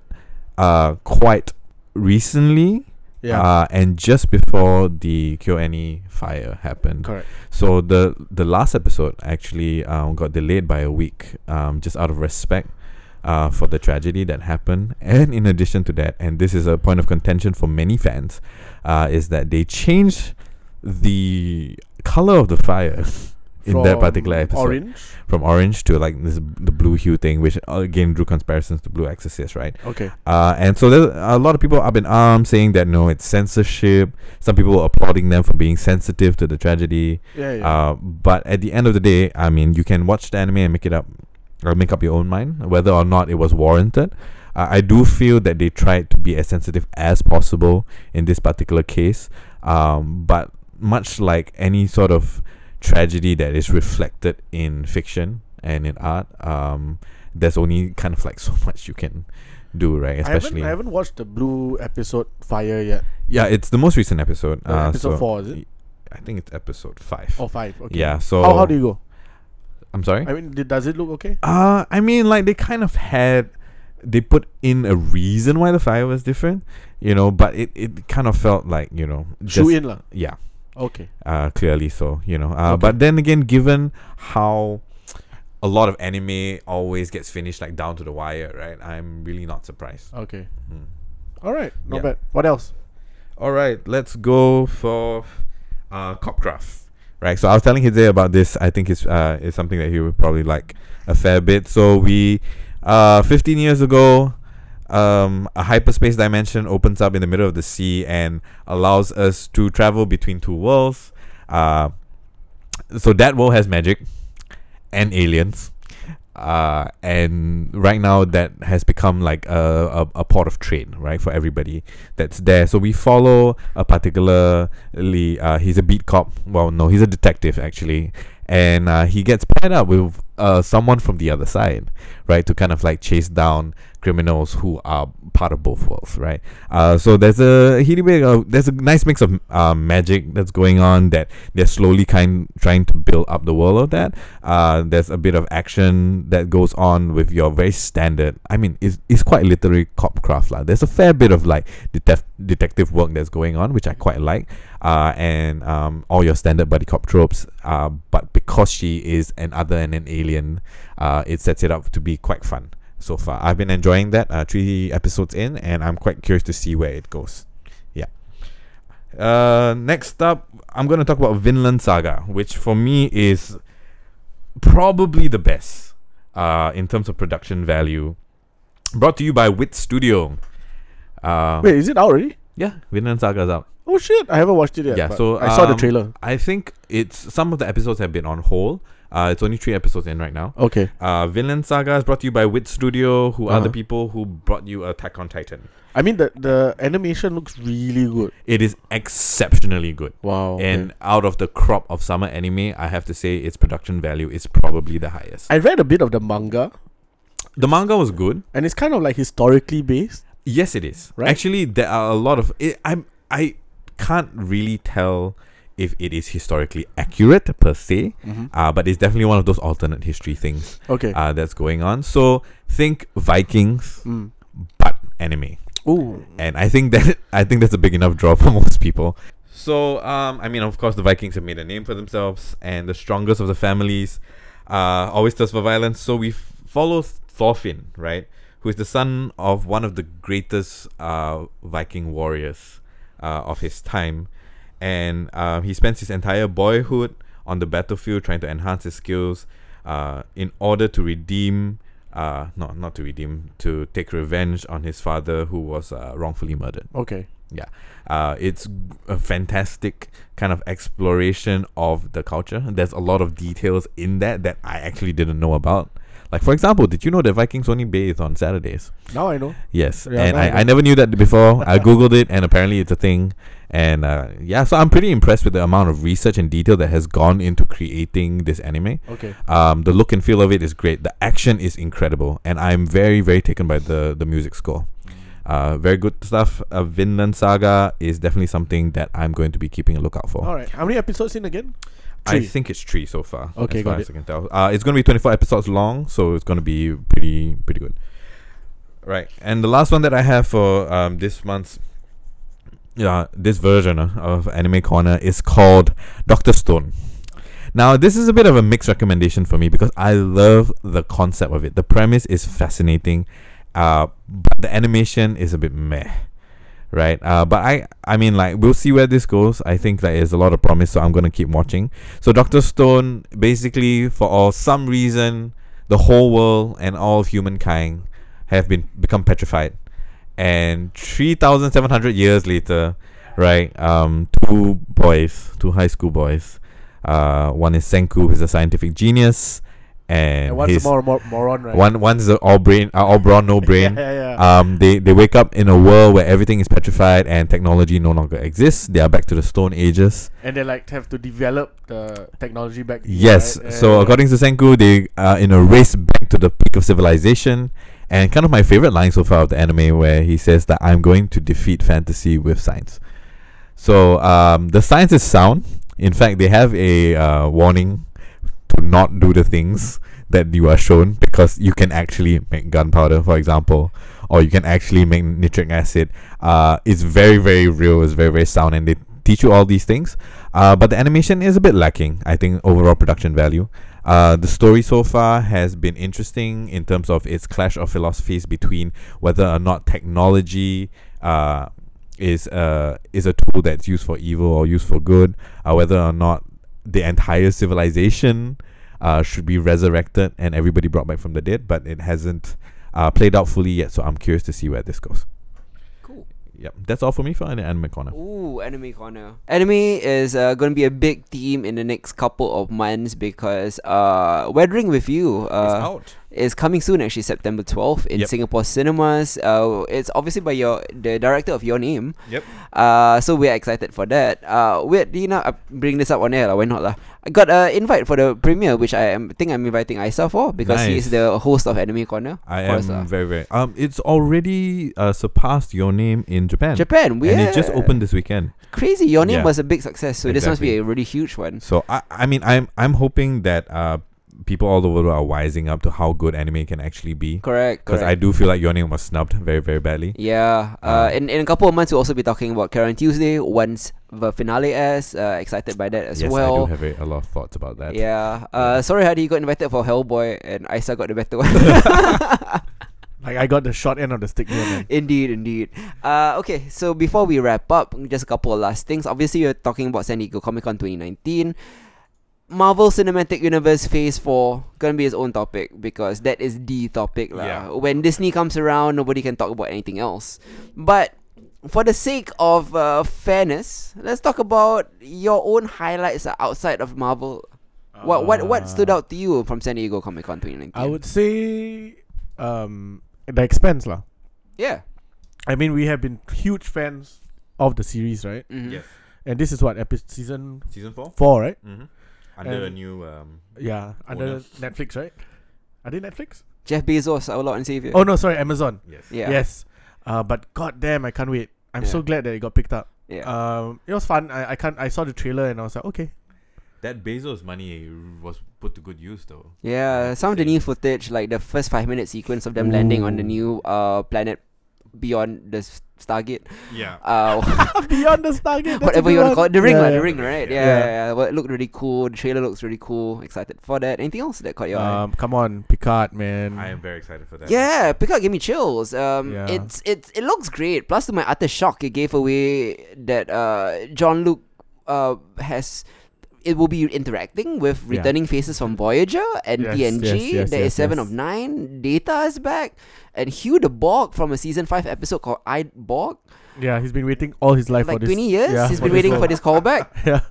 uh, quite recently Yeah. uh, and just before the KyoAni fire happened. Correct. So the the last episode actually um, got delayed by a week, um, just out of respect uh, for the tragedy that happened. And in addition to that, and this is a point of contention for many fans, uh, is that they changed the color of the fire in that particular From episode Orange. from orange to like this b- the blue hue thing, which uh, again drew comparisons to Blue Exorcist, right? Okay. Uh, and so there's a lot of people up in arms saying that no, it's censorship. Some people were applauding them for being sensitive to the tragedy. Yeah, yeah. Uh, but at the end of the day, I mean, you can watch the anime and make it up, or make up your own mind whether or not it was warranted. Uh, I do feel that they tried to be as sensitive as possible in this particular case. Um, but much like any sort of tragedy that is reflected in fiction and in art, um, there's only kind of like so much you can do, right? Especially, I haven't, I haven't watched the blue episode Fire yet. yeah, it's the most recent episode. The uh, Oh, episode so four is it I think it's episode five. or five? Okay. Yeah, so How, how do you go? I'm sorry. I mean, did, does it look okay? Uh, I mean, like they kind of had, they put in a reason why the fire was different, you know. But it, it kind of felt like you know, Shoe in just lah. yeah, Okay. uh, clearly so, you know. Uh, Okay. but then again, given how a lot of anime always gets finished like down to the wire, right? I'm really not surprised. Okay. Mm. All right. Not Yeah. bad. What else? All right, let's go for uh, Copcraft. Right, so I was telling Hideo about this. I think it's uh, it's something that he would probably like a fair bit. So we, uh, 15 years ago, um, a hyperspace dimension opens up in the middle of the sea and allows us to travel between two worlds. Uh, so that world has magic and aliens. Uh, and right now that has become like a, a, a port of trade, right, for everybody that's there. So we follow a particularly, uh, he's a beat cop. Well, no, he's a detective actually. And uh, he gets paired up with uh, someone from the other side, right, to kind of like chase down criminals who are part of both worlds, right? Uh, so there's a Hiribe, uh, there's a nice mix of uh, magic that's going on that they're slowly kind trying to build up the world of that. Uh, there's a bit of action that goes on with your very standard. I mean, it's, it's quite literary cop craft lah. There's a fair bit of like detef- detective work that's going on, which I quite like. Uh, and um, all your standard buddy cop tropes. Uh, but because she is an other and an alien, uh, it sets it up to be quite fun so far. I've been enjoying that. Uh, three episodes in, and I'm quite curious to see where it goes. Yeah. Uh, next up, I'm going to talk about Vinland Saga, which for me is probably the best uh, in terms of production value. Brought to you by Wit Studio. Uh, Wait, is it out already? Yeah, Vinland Saga is out. Oh shit! I haven't watched it yet. Yeah, but so, I saw the um, trailer. I think it's some of the episodes have been on hold. Uh, it's only three episodes in right now. Okay. Uh, Vinland Saga is brought to you by Wit Studio, who are the Uh-huh. people who brought you Attack on Titan. I mean, the the animation looks really good. It is exceptionally good. Wow. And out of the crop of summer anime, I have to say its production value is probably the highest. I read a bit of the manga, the manga was good. and it's kind of like historically based. Yes, it is. Right? Actually, there are a lot of. It, I'm. I can't really tell if it is historically accurate per se, Mhm. uh, but it's definitely one of those alternate history things Okay. uh, that's going on. So think Vikings, Mm. but anime, Ooh. and I think that I think that's a big enough draw for most people. So um, I mean, of course, the Vikings have made a name for themselves, and the strongest of the families uh, always thirst for violence. So we f- follow Thorfinn, right, who is the son of one of the greatest uh, Viking warriors uh, of his time, and uh, he spends his entire boyhood on the battlefield trying to enhance his skills uh, in order to redeem. Uh, no, not to redeem, to take revenge on his father who was uh, wrongfully murdered. Okay. Uh, it's g- a fantastic kind of exploration of the culture. There's a lot of details in that that I actually didn't know about. Like, for example, did you know that Vikings only bathe on Saturdays? Now I know. Yes. Yeah, and now I know. I, I never knew that before. I Googled it, and apparently it's a thing. And uh, yeah, so I'm pretty impressed with the amount of research and detail that has gone into creating this anime. Okay. Um, the look and feel of it is great. The action is incredible, and I'm very, very taken by the the music score. Uh, very good stuff. Uh, Vinland Saga is definitely something that I'm going to be keeping a lookout for. All right. How many episodes in again? I three. think it's three so far. Okay, as far got as I can tell. Uh, it's going to be 24 episodes long, so it's going to be pretty, pretty good. Right, and the last one that I have for um, this month's, yeah, this version uh, of Anime Corner is called Doctor Stone. Now, this is a bit of a mixed recommendation for me because I love the concept of it. The premise is fascinating, uh, but the animation is a bit meh, right? Uh, but I, I mean, like we'll see where this goes. I think that is a lot of promise, so I'm gonna keep watching. So Doctor Stone, basically, for all some reason, the whole world and all of humankind have been become petrified, and three thousand seven hundred years later, right? Um, two boys, two high school boys. Uh, one is Senku, who's a scientific genius, and, And once his, more, mor- moron, right? one one's the all brain, uh, all brawn, no brain. Yeah, yeah, yeah. Um, they, they wake up in a world where everything is petrified and technology no longer exists. They are back to the Stone Ages. and they like have to develop the technology back. then, Yes. right? Yeah, so yeah, according to Senku, they are in a race back to the peak of civilization. And kind of my favorite line so far of the anime, where he says that I'm going to defeat fantasy with science. So um, the science is sound. In fact, they have a uh, warning to not do the things that you are shown because you can actually make gunpowder, for example, or you can actually make nitric acid. Uh, it's very, very real. It's very, very sound, and they teach you all these things. Uh, but the animation is a bit lacking, I think, overall production value. Uh, the story so far has been interesting in terms of its clash of philosophies between whether or not technology uh, is uh, is a tool that's used for evil or used for good, uh, whether or not the entire civilization uh, should be resurrected and everybody brought back from the dead. But it hasn't uh, played out fully yet, so I'm curious to see where this goes. Cool. Yep, that's all for me for an anime corner. Ooh, anime corner. Anime is uh, going to be a big theme in the next couple of months because uh, Weathering with You uh, out. is coming soon. Actually, September twelfth in Yep. Singapore cinemas. Uh, it's obviously by your the director of Your Name. Yep. Uh, so we're excited for that. Uh, weirdly enough, I bring this up on air lah. Why not lah? I got an invite for the premiere, which I am think I'm inviting Isa for because he is Nice. the host of uh. Anime Corner. I for us lah. am very very. Um, it's already uh, surpassed your name in Japan. Japan, we And it just opened this weekend. Crazy, your name Yeah. was a big success, so this must be Exactly. a really huge one. So I, I mean, I'm I'm hoping that uh, people all over the world are wising up to how good anime can actually be. Correct, Because correct. I do feel like your name was snubbed very very badly. Yeah. Uh, Uh, in, in a couple of months, we'll also be talking about Karen Tuesday once the finale airs. Uh, excited by that as yes, I do well. have a, a lot of thoughts about that. Yeah. Uh, sorry, Hadi, you got invited for Hellboy, and Isa got the better one. Like I got the short end of the stick here, man. indeed, indeed. Uh, okay, so before we wrap up, just a couple of last things. Obviously, you're talking about San Diego Comic Con 2019. Marvel Cinematic Universe Phase 4 gonna be its own topic because that is the topic lah. Yeah. When Disney comes around, nobody can talk about anything else. But for the sake of uh, fairness, let's talk about your own highlights uh, outside of Marvel. What what what stood out to you from San Diego Comic Con 2019? Uh. I would say, um, the expense lah. yeah. I mean, we have been huge fans of the series, right? Mhm. Yes. And this is what episode season Season four. four, right? Mm-hmm. Under And- Under a a new. Um, Yeah, under Owner. Netflix, right? Are they Netflix? Jeff Bezos, our Lord and Savior. Oh no, sorry, Amazon. yes. yeah. Yes. Uh, but goddamn, I can't wait. I'm Yeah. so glad that it got picked up. Yeah. Um, it was fun. I, I can't. I saw the trailer and I was like, okay, That Bezos money was put to good use, though. yeah, some of the new footage, like the first five minute sequence of them landing on the new Ooh. uh planet beyond the s- Stargate, Yeah. uh, beyond the Stargate. that's whatever a you want good to call it, one. the ring, Yeah, lah, the yeah. ring, right? Yeah, yeah. Yeah. yeah. Well, it looked really cool. The trailer looks really cool. Excited for that. Anything else that caught your eye? Um, come on, Picard, man. I am very excited for that. Yeah, Picard gave me chills. Um, Yeah. it's it's it looks great. Plus, to my utter shock, it gave away that uh, John Luke uh has it will be interacting with Yeah. returning faces from Voyager and Yes, TNG. There is yes, yes, yes, Seven yes. of Nine. Data is back, and Hugh the Borg from a season five episode called I Borg. yeah, he's been waiting all his life Like for this. twenty years, yeah, he's for been waiting for role. this callback. yeah.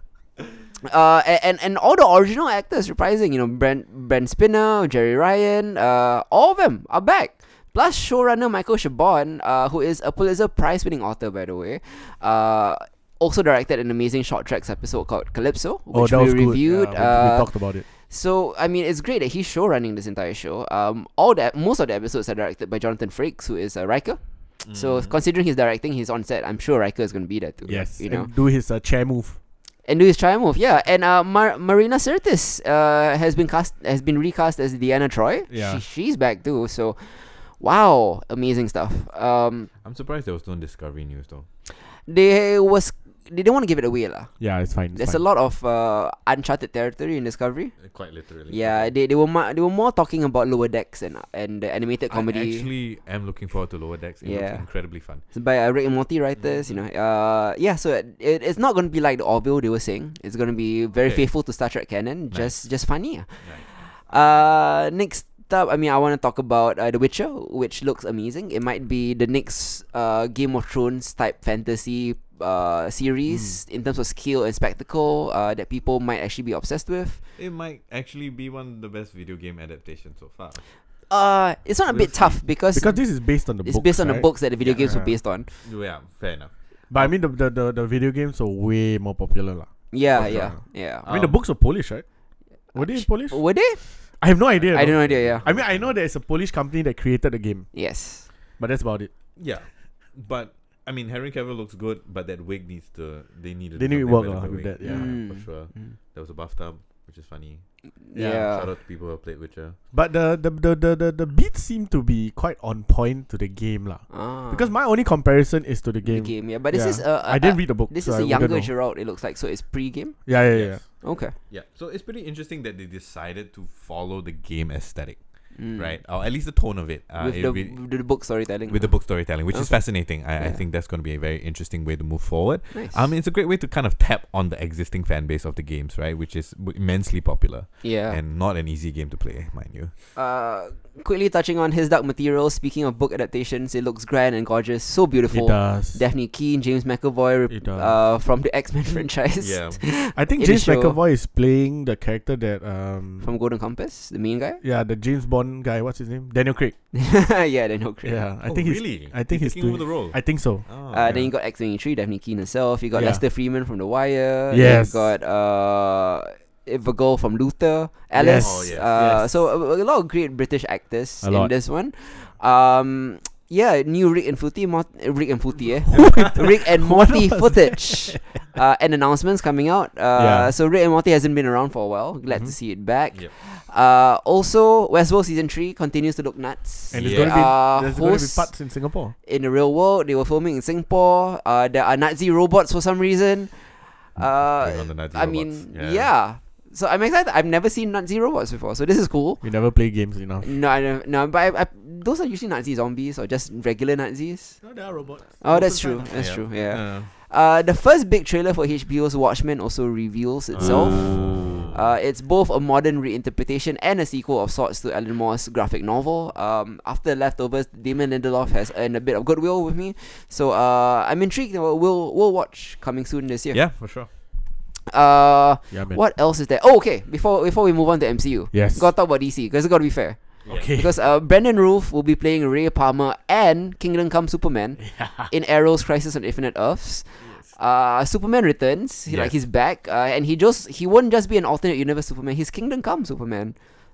Uh, a- and and all the original actors reprising, you know, Brent Brent Spinner, Jerry Ryan, uh, all of them are back. Plus showrunner Michael Chabon, uh, who is a Pulitzer Prize-winning author, by the way, uh, also directed an amazing short tracks episode called Calypso, Oh, which that was we reviewed. Good. Yeah, we- we, uh, talked about it. so I mean, it's great that he's showrunning this entire show. Um, all that most of the episodes are directed by Jonathan Frakes, who is a Riker. So considering he's directing, he's on set. I'm sure Riker is going to be there too. Yes, you know. and do his uh, chair move. And do his trial move, yeah. And uh, Mar- Marina Sirtis uh, has been cast has been recast as Deanna Troy. she, Yeah. she's back too. So, wow, amazing stuff. Um, I'm surprised there was no Discovery news though. they was they didn't want to give it away lah. Yeah, it's fine. It's There's fine. a lot of uh, uncharted territory in Discovery. Quite literally. Yeah, they, they were ma- they were more talking about lower decks and and the animated comedy. I actually am looking forward to Lower Decks. It Yeah. looks incredibly fun. It's by uh, Rick and Morty writers, you know. Uh, yeah. So it, it, it's not going to be like the Orville they were saying. It's going to be very Okay. faithful to Star Trek canon. Just just funny. ah. Nice. Uh, next up, I mean, I want to talk about uh, The Witcher, which looks amazing. It might be the next uh, Game of Thrones type fantasy uh, series Hmm. in terms of skill and spectacle uh, that people might actually be obsessed with. It might actually be one of the best video game adaptations so far. Uh, it's not a We'll bit tough because, Because this is based on the it's books, based on the right? books that the video games were Yeah. based on. Yeah, fair enough. But I mean, the the, the, the video games are way more popular, lah. Yeah, Okay. yeah, yeah. I mean, the Um, books are Polish, right? Were they in Polish? Were they? I have no idea. Oh. I though. don't know. idea. Yeah. I mean, I know there's a Polish company that created the game, Yes. but that's about it. Yeah, but I mean, Henry Cavill looks good, but that wig needs to. They need to. They do need to something work better lah the with wig. that, yeah. for Mm. sure. Mm. There was a bathtub, which is funny. Yeah. Yeah. Shout out to people who have played Witcher. But the the the the, the, the beats seem to be quite on point to the game, lah. Ah. Because my only comparison is to the the game. game. Yeah, but this Yeah. is a, a, I didn't read the book. This so is I a wouldn't younger know. Geralt. It looks like so. It's pre-game. Yeah, yeah, yeah. Yes. Okay. Yeah, so it's pretty interesting that they decided to follow the game aesthetic, Mm. right? Or at least the tone of it. Uh, with it the, re- with the book storytelling. with the book storytelling, which is Okay. fascinating. I, I Yeah. think that's going to be a very interesting way to move forward. Nice. Um, it's a great way to kind of tap on the existing fan base of the games, right? Which is w- immensely popular yeah. and not an easy game to play, mind you. uh, quickly touching on his dark materials. Speaking of book adaptations, it looks grand and gorgeous, so It beautiful. does. Daphne Keane, James McAvoy, rep- It does. uh, from the X Men franchise. I think it is James show. McAvoy is playing the character that um From Golden Compass, the main guy. yeah the James Bond guy. What's his name? Daniel Craig. yeah, Daniel Craig. Yeah, Oh, I think he's. really. I think he's taking over doing- the role. I think so. Oh, Uh, yeah. Then you got X Men Three, Daphne Keane herself. You got Yeah. Lester Freeman from The Wire. Yes. You got uh, Virgo from Luther. Alice. Yes. Oh, yes. Uh, Yes. So a, a lot of great British actors A in lot. this one. Um, yeah, new Rick and Footy, Mort- eh, Rick and Footy, eh? Rick and Morty footage uh, and announcements coming out. Uh, Yeah. So Rick and Morty hasn't been around for a while. Glad to Mhm. see it back. Yep. Uh, also, Westworld season three continues to look nuts. And it's there's going Yeah. to be Uh, there's going to be hosts- parts in Singapore. in the real world. They were filming in Singapore. Uh, there are Nazi robots for some reason. Bring Uh, on the Nazi I robots. mean, yeah. So I'm excited. I've never seen Nazi robots before, so this is cool. We never play games enough. No, I don't, no, but I, I, those are usually Nazi zombies or just regular Nazis. No, they are robots. Oh, that's true. That's Yeah. true. Yeah. Uh, Uh, the first big trailer for HBO's Watchmen also reveals itself. Ooh. Uh, it's both a modern reinterpretation and a sequel of sorts to Alan Moore's graphic novel. Um, after Leftovers, Damon Lindelof has earned a bit of goodwill with me, so uh, I'm intrigued. We'll, we'll we'll watch coming soon this year. yeah, for sure. Uh, Yeah, man. what else is there? Oh, okay. Before before we move on to MCU, Yes. gotta talk about DC because it's gotta be fair. Okay. Because uh, Brandon Roof will be playing Ray Palmer and Kingdom Come Superman in Arrow's Crisis on Infinite Earths. Uh, Superman returns, he, like he's Yes. back, uh, and he just he won't just be an alternate universe Superman. He's Kingdom Come Superman.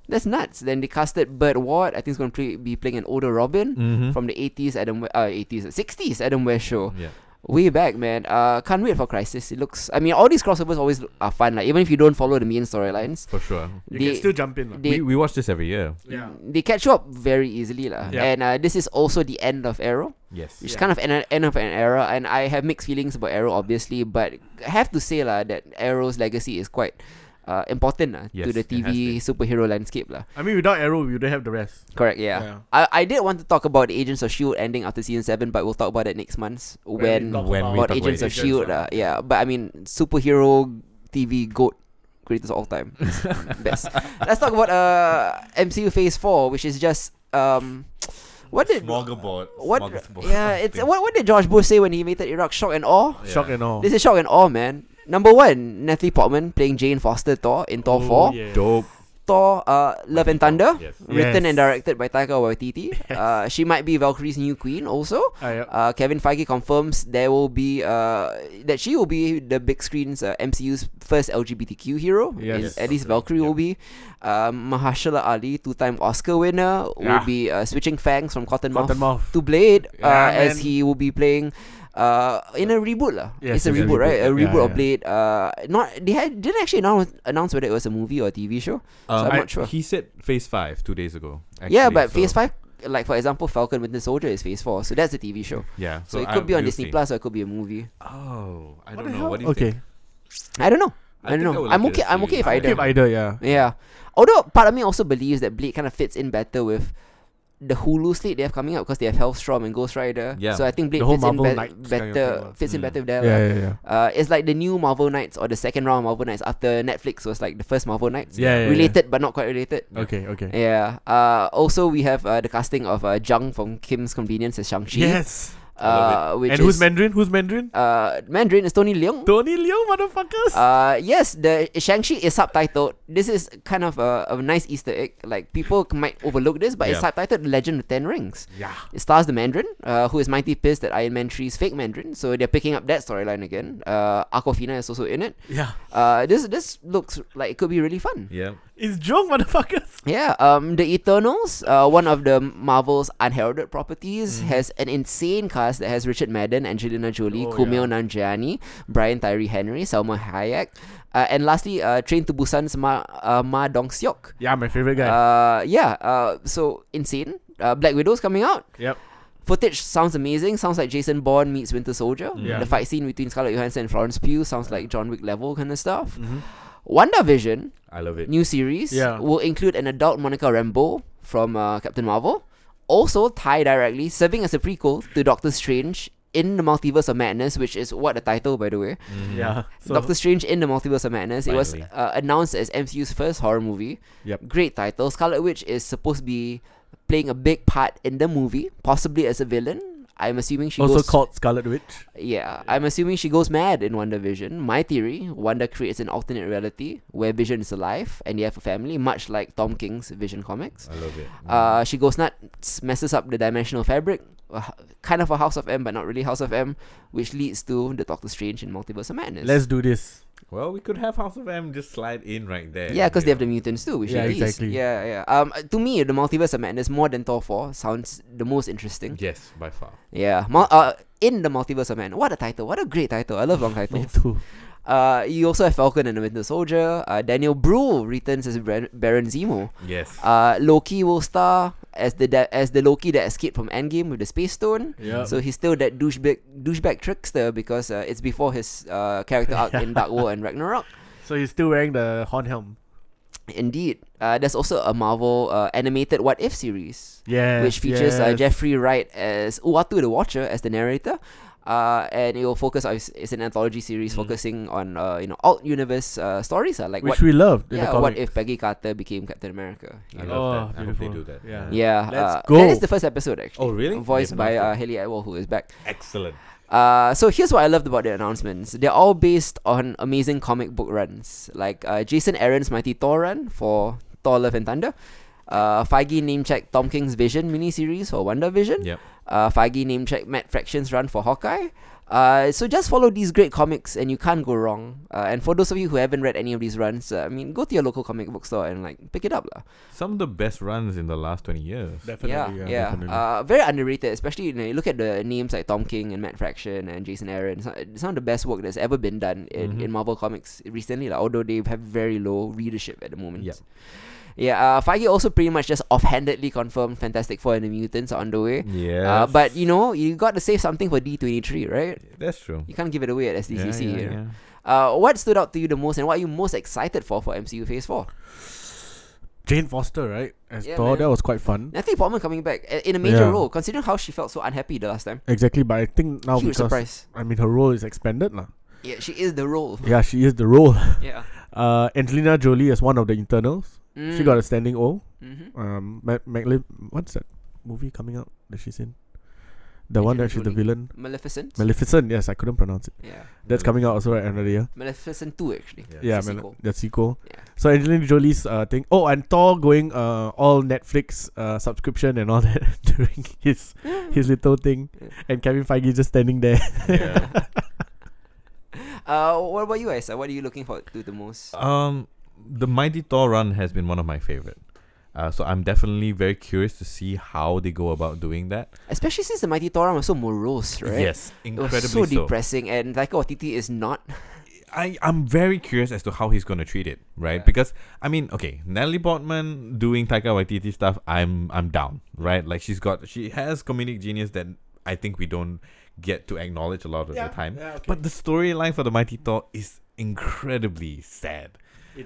That's nuts. Then they casted Burt Ward. I think he's going to play, be playing an older Robin Mm-hmm. from the 80s Adam We- uh, 80s 60s Adam West show. yeah. Way back, man. Uh, can't wait for Crisis. It looks. I mean, all these crossovers always look- are fun. Like even if you don't follow the main storylines, for sure. You they can still jump in. lah. they we, we watch this every year. yeah. they catch you up very easily, lah. Yeah. And uh, this is also the end of Arrow, Yes. which is kind Yeah. of an end of an era. And I have mixed feelings about Arrow, obviously, but I have to say, lah, that Arrow's legacy is quite. Uh, important lah, Yes, to the it has TV been. superhero landscape lah. I mean, without Arrow, we would have the rest. Correct, yeah. Yeah. I, I did want to talk about Agents of Shield E ending after season seven, but we'll talk about that next month when talk when we about talk Agents of Shield. Agents, yeah. Uh, yeah, but I mean superhero TV goat greatest of all time, It's best. Let's talk about uh MCU Phase Four, which is just um what did Smorgasbord. what yeah it's what what did George Bush say when he invented Iraq? Shock and awe. Shock and all. This is shock and awe, man. Number one, Natalie Portman playing Jane Foster Thor in Thor Oh, Four. Dope. Thor, uh, Love and Thunder. Yes. Written and Yes. directed by Taika Waititi. Uh, she might be Valkyrie's new queen also. Uh, Kevin Feige confirms there will be uh, that she will be the big screen's uh, MCU's first LGBTQ hero. Yes. At- At least Okay. Valkyrie will be. Um, Mahashala Ali, two-time Oscar winner, will Yeah. be uh, switching fangs from Cottonmouth Cottonmouth. to Blade, uh, Yeah, as man. he will be playing. Uh, in a reboot lah. Yes, it's a it's a reboot, right? A reboot. Yeah, reboot of yeah. Blade. Uh, not they had didn't actually announce, announce whether it was a movie or a TV show. Um, I'm I- not sure. He said Phase Five two days ago. yeah, actually, but so- Phase Five, like for example, Falcon Winter Soldier is Phase Four, so that's a TV show. Yeah. So, it I- could be on we'll Disney see. Plus or it could be a movie. Oh, I What the don't know. hell? What do you okay. think? I don't know. I don't think know. would I'm like it okay- as I'm okay series. if I Okay, did. but either, yeah. Yeah. Although part of me also believes that Blade kind of fits in better with the Hulu slate they have coming up because they have Hellstrom and Ghost Rider. Yeah. So I think Blade The whole fits in, Marvel be- Knights kind of better, thing, uh, fits in mm. better with Yeah, that. lah. yeah, yeah. Uh, it's like the new Marvel Knights or the second round Marvel Knights after Netflix was like the first Marvel Knights. Yeah, yeah, yeah. related but not quite related. Okay, okay. Yeah. Uh, also, we have uh, the casting of uh, Jung from Kim's Convenience as Shang-Chi. Yes. Uh, which and is, who's Mandarin? Who's Mandarin? uh, Mandarin is Tony Leung. Tony Leo, motherfuckers. Uh, yes, the Shang-Chi is subtitled. This is kind of a, a nice Easter egg. Like, people c- might overlook this, but it's Yeah. subtitled The Legend of Ten Rings. Yeah. It stars the Mandarin, uh, who is mighty pissed that Iron Man 3 is fake Mandarin, so they're picking up that storyline again. Uh, Aquafina is also in it. yeah. Uh, this this looks like it could be really fun. Yeah. It's joke, motherfuckers. Yeah, um, the Eternals, uh, one of the Marvel's unheralded properties, Mm. has an insane cast that has Richard Madden, Angelina Jolie, Oh, Kumail Nanjiani, Brian Tyree Henry, Selma Hayek, uh, and lastly, uh, Train to Busan's Ma, uh, Ma Dong Seok. Yeah, my favorite guy. Uh, yeah, uh, so insane. Uh, Black Widow's coming out. yep. Footage sounds amazing. Sounds like Jason Bourne meets Winter Soldier. Mm-hmm. Yeah. The fight scene between Scarlett Johansson and Florence Pugh sounds like John Wick level kind of stuff. Mm-hmm. WandaVision, I love it. new series Yeah. will include an adult Monica Rambeau from uh, Captain Marvel, also tied directly, serving as a prequel to Doctor Strange in the Multiverse of Madness, which is what the title, by the way. Mm-hmm. Yeah. So Doctor Strange in the Multiverse of Madness. It Finally. was uh, announced as MCU's first horror movie. Yep. Great title. Scarlet Witch is supposed to be playing a big part in the movie, possibly as a villain. I'm assuming she also goes. called Scarlet Witch. Yeah, I'm assuming she goes mad in Wonder Vision. My theory: Wanda creates an alternate reality where Vision is alive and they have a family, much like Tom King's Vision comics. I love it. Mm-hmm. Mm-hmm. Uh, she goes nuts, messes up the dimensional fabric, uh, kind of a House of M, but not really House of M, which leads to the Doctor Strange in Multiverse of Madness. Let's do this. well, we could have House of M just slide in right there. yeah, because they you have the know. mutants too, which Yeah, it is. exactly. Yeah, yeah. Um, uh, to me, the Multiverse of Madness more than Thor four sounds the most interesting. Yes, by far. Yeah, Mul- uh, in the Multiverse of Madness, what a title! What a great title! I love long Me titles. too. Uh, you also have Falcon and the Winter Soldier. Uh, Daniel Bruhl returns as Baron, Baron Zemo. Yes. Uh, Loki will star as the da- as the Loki that escaped from Endgame with the Space Stone. Yeah. So he's still that douchebag douchebag trickster because uh, it's before his uh, character arc in Dark World and Ragnarok. So he's still wearing the horn helm. Indeed, uh, there's also a Marvel uh, animated What If series. Yeah. which features uh, Jeffrey Wright as Uatu the Watcher as the narrator. Uh, and it will focus on it's, it's an anthology series Mm. focusing on uh, you know alt universe uh, stories uh, like which what we loved in yeah, the what comic. if Peggy Carter became Captain America? I Yeah, Yeah. love Oh, that. I hope they do beautiful. that. Yeah. yeah Let's uh, That is go. the first episode actually. Oh, really? Voiced They've by uh, announced Haley Atwell, who is back. it. Excellent. Uh, so here's what I loved about the announcements. They're all based on amazing comic book runs, like uh, Jason Aaron's Mighty Thor run for Thor: Love and Thunder, Uh, Feige name checked Tom King's Vision miniseries for Wonder Vision. Yep. Uh, Feige name checked Matt Fraction's run for Hawkeye. Uh, so just follow these great comics and you can't go wrong. Uh, and for those of you who haven't read any of these runs, uh, I mean, go to your local comic book store and like pick it up lah. Some of the best runs in the last 20 years. Definitely, yeah, yeah, definitely. Uh, very underrated, especially you know you look at the names like Tom King and Matt Fraction and Jason Aaron. Some, some of the best work that's ever been done in, Mm-hmm. Mhm. in Marvel comics recently. Like, although they have very low readership at the moment. Yep. Yeah, uh, Feige also pretty much just offhandedly confirmed Fantastic Four and the Mutants are on the way. Yeah. Uh, but you know, you got to save something for D twenty three, right? That's true. You can't give it away at SDCC. yeah, you know? yeah. Uh, what stood out to you the most, and what are you most excited for for MCU Phase Four? Jane Foster, right? As Yeah, Thor, man. that was quite fun. Natalie Portman coming back uh, in a major Yeah. role, considering how she felt so unhappy the last time. Exactly, but I think now Huge because surprise. I mean her role is expanded lah. Yeah, she is the role. Yeah, she is the role. Yeah. Uh, Angelina Jolie as one of the internals. Mm. She got a standing O. Mm-hmm. Um, Ma- Magli- what's that movie coming out that she's in? The Angelina one that she's the Jolie. villain. Maleficent. Maleficent. Yes, I couldn't pronounce it. yeah. That's coming out also right another year. Maleficent two actually. Yeah. Yeah, It's a Mm. Male- sequel. that's sequel. Yeah. So Angelina Jolie's uh thing. Oh, and Thor going uh all Netflix uh subscription and all that doing his his little thing, Yeah. and Kevin Feige just standing there. Yeah. Uh, what about you, Isa? What are you looking forward to the most? Um, the Mighty Thor run has been one of my favorite. Uh, so I'm definitely very curious to see how they go about doing that. Especially since the Mighty Thor was so morose, right? Yes, It was incredibly so depressing, and Taika Waititi is not. I I'm very curious as to how he's going to treat it, right? Yeah. Because I mean, okay, Natalie Portman doing Taika Waititi stuff, I'm I'm down, right? Like she's got she has comedic genius that I think we don't get to acknowledge a lot of the time. But the storyline for the Mighty Thor is incredibly sad.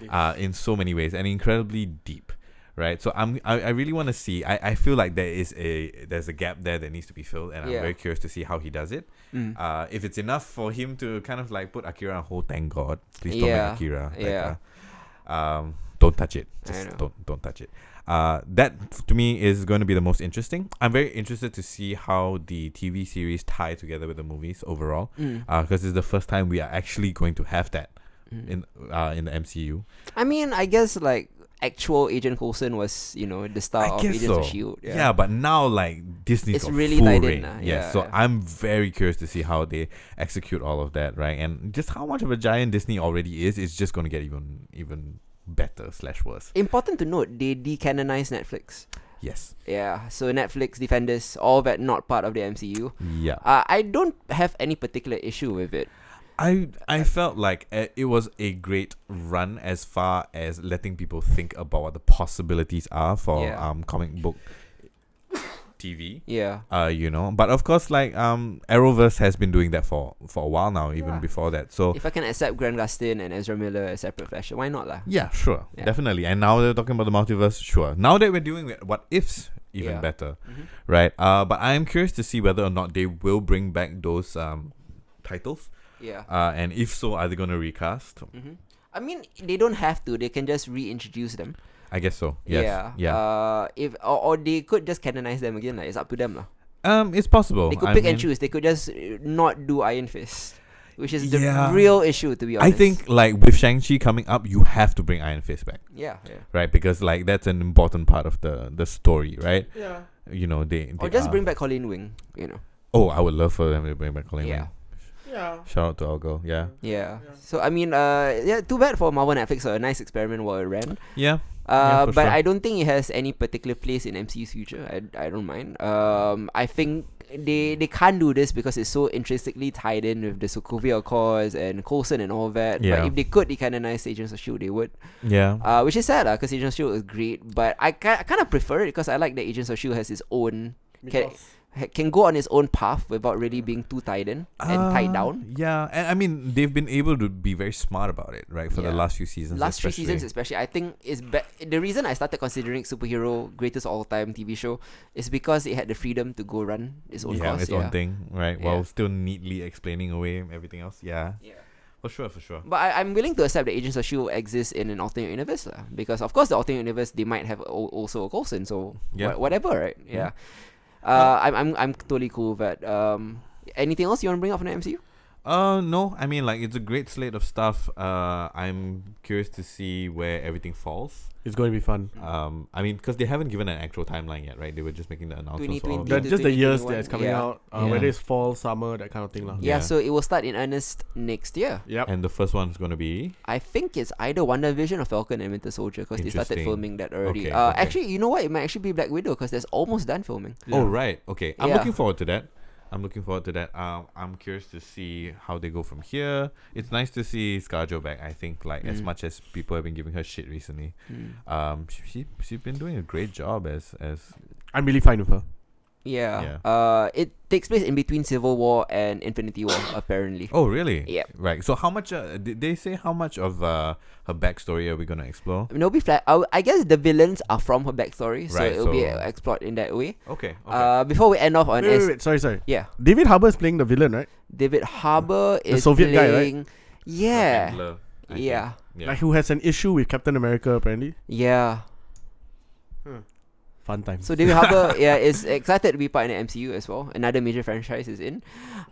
uh, in so many ways and incredibly deep right so i'm i, I really want to see I, I feel like there is a there's a gap there that needs to be filled and Yeah. i'm very curious to see how he does it Mm. uh, if it's enough for him to kind of like put akira on hold thank god please don't Yeah. make akira like, Yeah. uh, um don't touch it I know. just don't don't touch it uh, that f- to me is going to be the most interesting. I'm very interested to see how the TV series tie together with the movies overall, Mm. because this is the first time we are actually going to have that Mm. in uh, in the MCU. I mean, I guess like actual Agent Coulson was, you know, the star I of guess Agents of so. Shield. Yeah. but now like Disney's It's got really full tied in, reign. uh, yeah, Yes, so yeah. I'm very curious to see how they execute all of that, right? And just how much of a giant Disney already is, it's just gonna get even even better slash worse. Important to note, they decanonized Netflix. Yes. Yeah, so Netflix Defenders, all that not part of the MCU. Yeah. Uh, I don't have any particular issue with it. I I felt like uh, it was a great run as far as letting people think about what the possibilities are for Yeah. um comic book TV. Yeah. uh you know but of course like um arrowverse has been doing that for for a while now even Yeah. before that so If I can accept Grant Gustin and Ezra Miller as separate Flash, why not lah? yeah sure Yeah. definitely and now they're talking about the multiverse sure now that we're doing it what ifs Yeah. even better Mhm. right uh but i am curious to see whether or not they will bring back those um titles Yeah. uh and if so are they going to recast hmm I mean, they don't have to. They can just reintroduce them. i guess so yes Yeah. yeah, Uh, if or, or they could just canonize them again. Like, it's up to them lah. um it's possible They could I pick and mean- choose. They could just uh, not do Iron Fist, which is the Yeah. real issue to be i honest. think like with shang-chi coming up you have to bring iron fist back Yeah. yeah. right because like that's an important part of the the story right yeah. you know they, Or they just are- bring back Colleen Wing. You know. Oh, I would love for them to bring back Colleen Yeah. Wing. Shout out to our girl. Yeah. Yeah. So I mean, uh, yeah. Too bad for Marvel Netflix. A nice experiment while it ran. Yeah. Uh, for but sure. I don't think it has any particular place in MCU's future. I, I don't mind. Um, I think they they can't do this because it's so intrinsically tied in with the Sokovia Accords and Coulson and all that. Yeah. But if they could decanonize Agents of Shield, E they would. Yeah. Uh, which is sad because Agents of Shield E is great. But I, ki- I kind of prefer it because I like that Agents of Shield has its own can can go on its own path without really being too tied in and tied Ah. down. Uh, Yeah. And I mean, they've been able to be very smart about it, right? For the Yeah. last few seasons. last three seasons especially especially. i think is be- the reason i started considering superhero greatest all time tv show is because it had the freedom to go run its own yeah, course its yeah. own thing, right? Yeah. While still neatly explaining away everything else. Yeah. yeah For sure, for sure. but I, i'm willing to accept that agents of shield exists in an alternate universe lah, because of course the alternate universe they might have al- also a colson so Yeah. Mm-hmm. wha- whatever right yeah, Yeah. Uh, I'm, I'm i'm totally cool with that um anything else you want to bring up from the mcu Uh no, I mean like it's a great slate of stuff. Uh, I'm curious to see where everything falls. It's going to be fun. Mm. Um, I mean because they haven't given an actual timeline yet, right? They were just making the announcements. For all 2020. of The, it. to just the years 2021, that it's coming yeah. out, uh, Yeah. whether it's fall, summer, that kind of thing, lah. Yeah, Yeah. so it will start in earnest next year. Yep. And the first one's gonna be I think it's either Wonder Vision or Falcon and Winter Soldier because they started Interesting. filming that already. Okay, uh, okay. Actually, you know what? It might actually be Black Widow because that's almost done filming. Oh right. Okay. I'm Yeah. looking forward to that. I'm looking forward to that. Um, I'm curious to see how they go from here. It's nice to see ScarJo back. I think like as Mm. much as people have been giving her shit recently, Hmm. um, she, she she's been doing a great job as as I'm really fine with her. Yeah. Uh, it takes place in between Civil War and Infinity War, apparently. Oh really? Yep. Right. So how much uh, did they say? How much of uh, her backstory are we gonna explore? I mean, it'll be flat. I, I guess the villains are from her backstory, so Right, it'll be so- uh, explored in that way. Okay. okay. Uh, before we end off on Wait, wait, S- wait, sorry, sorry. yeah, David Harbour is playing the villain, right? David Harbour is Soviet guy, right? playing. The Yeah, handler, I think. yeah, Yeah. Like who has an issue with Captain America apparently. yeah. Fun time. So David Harbour, yeah, is excited to be part in the MCU as well. Another major franchise is in.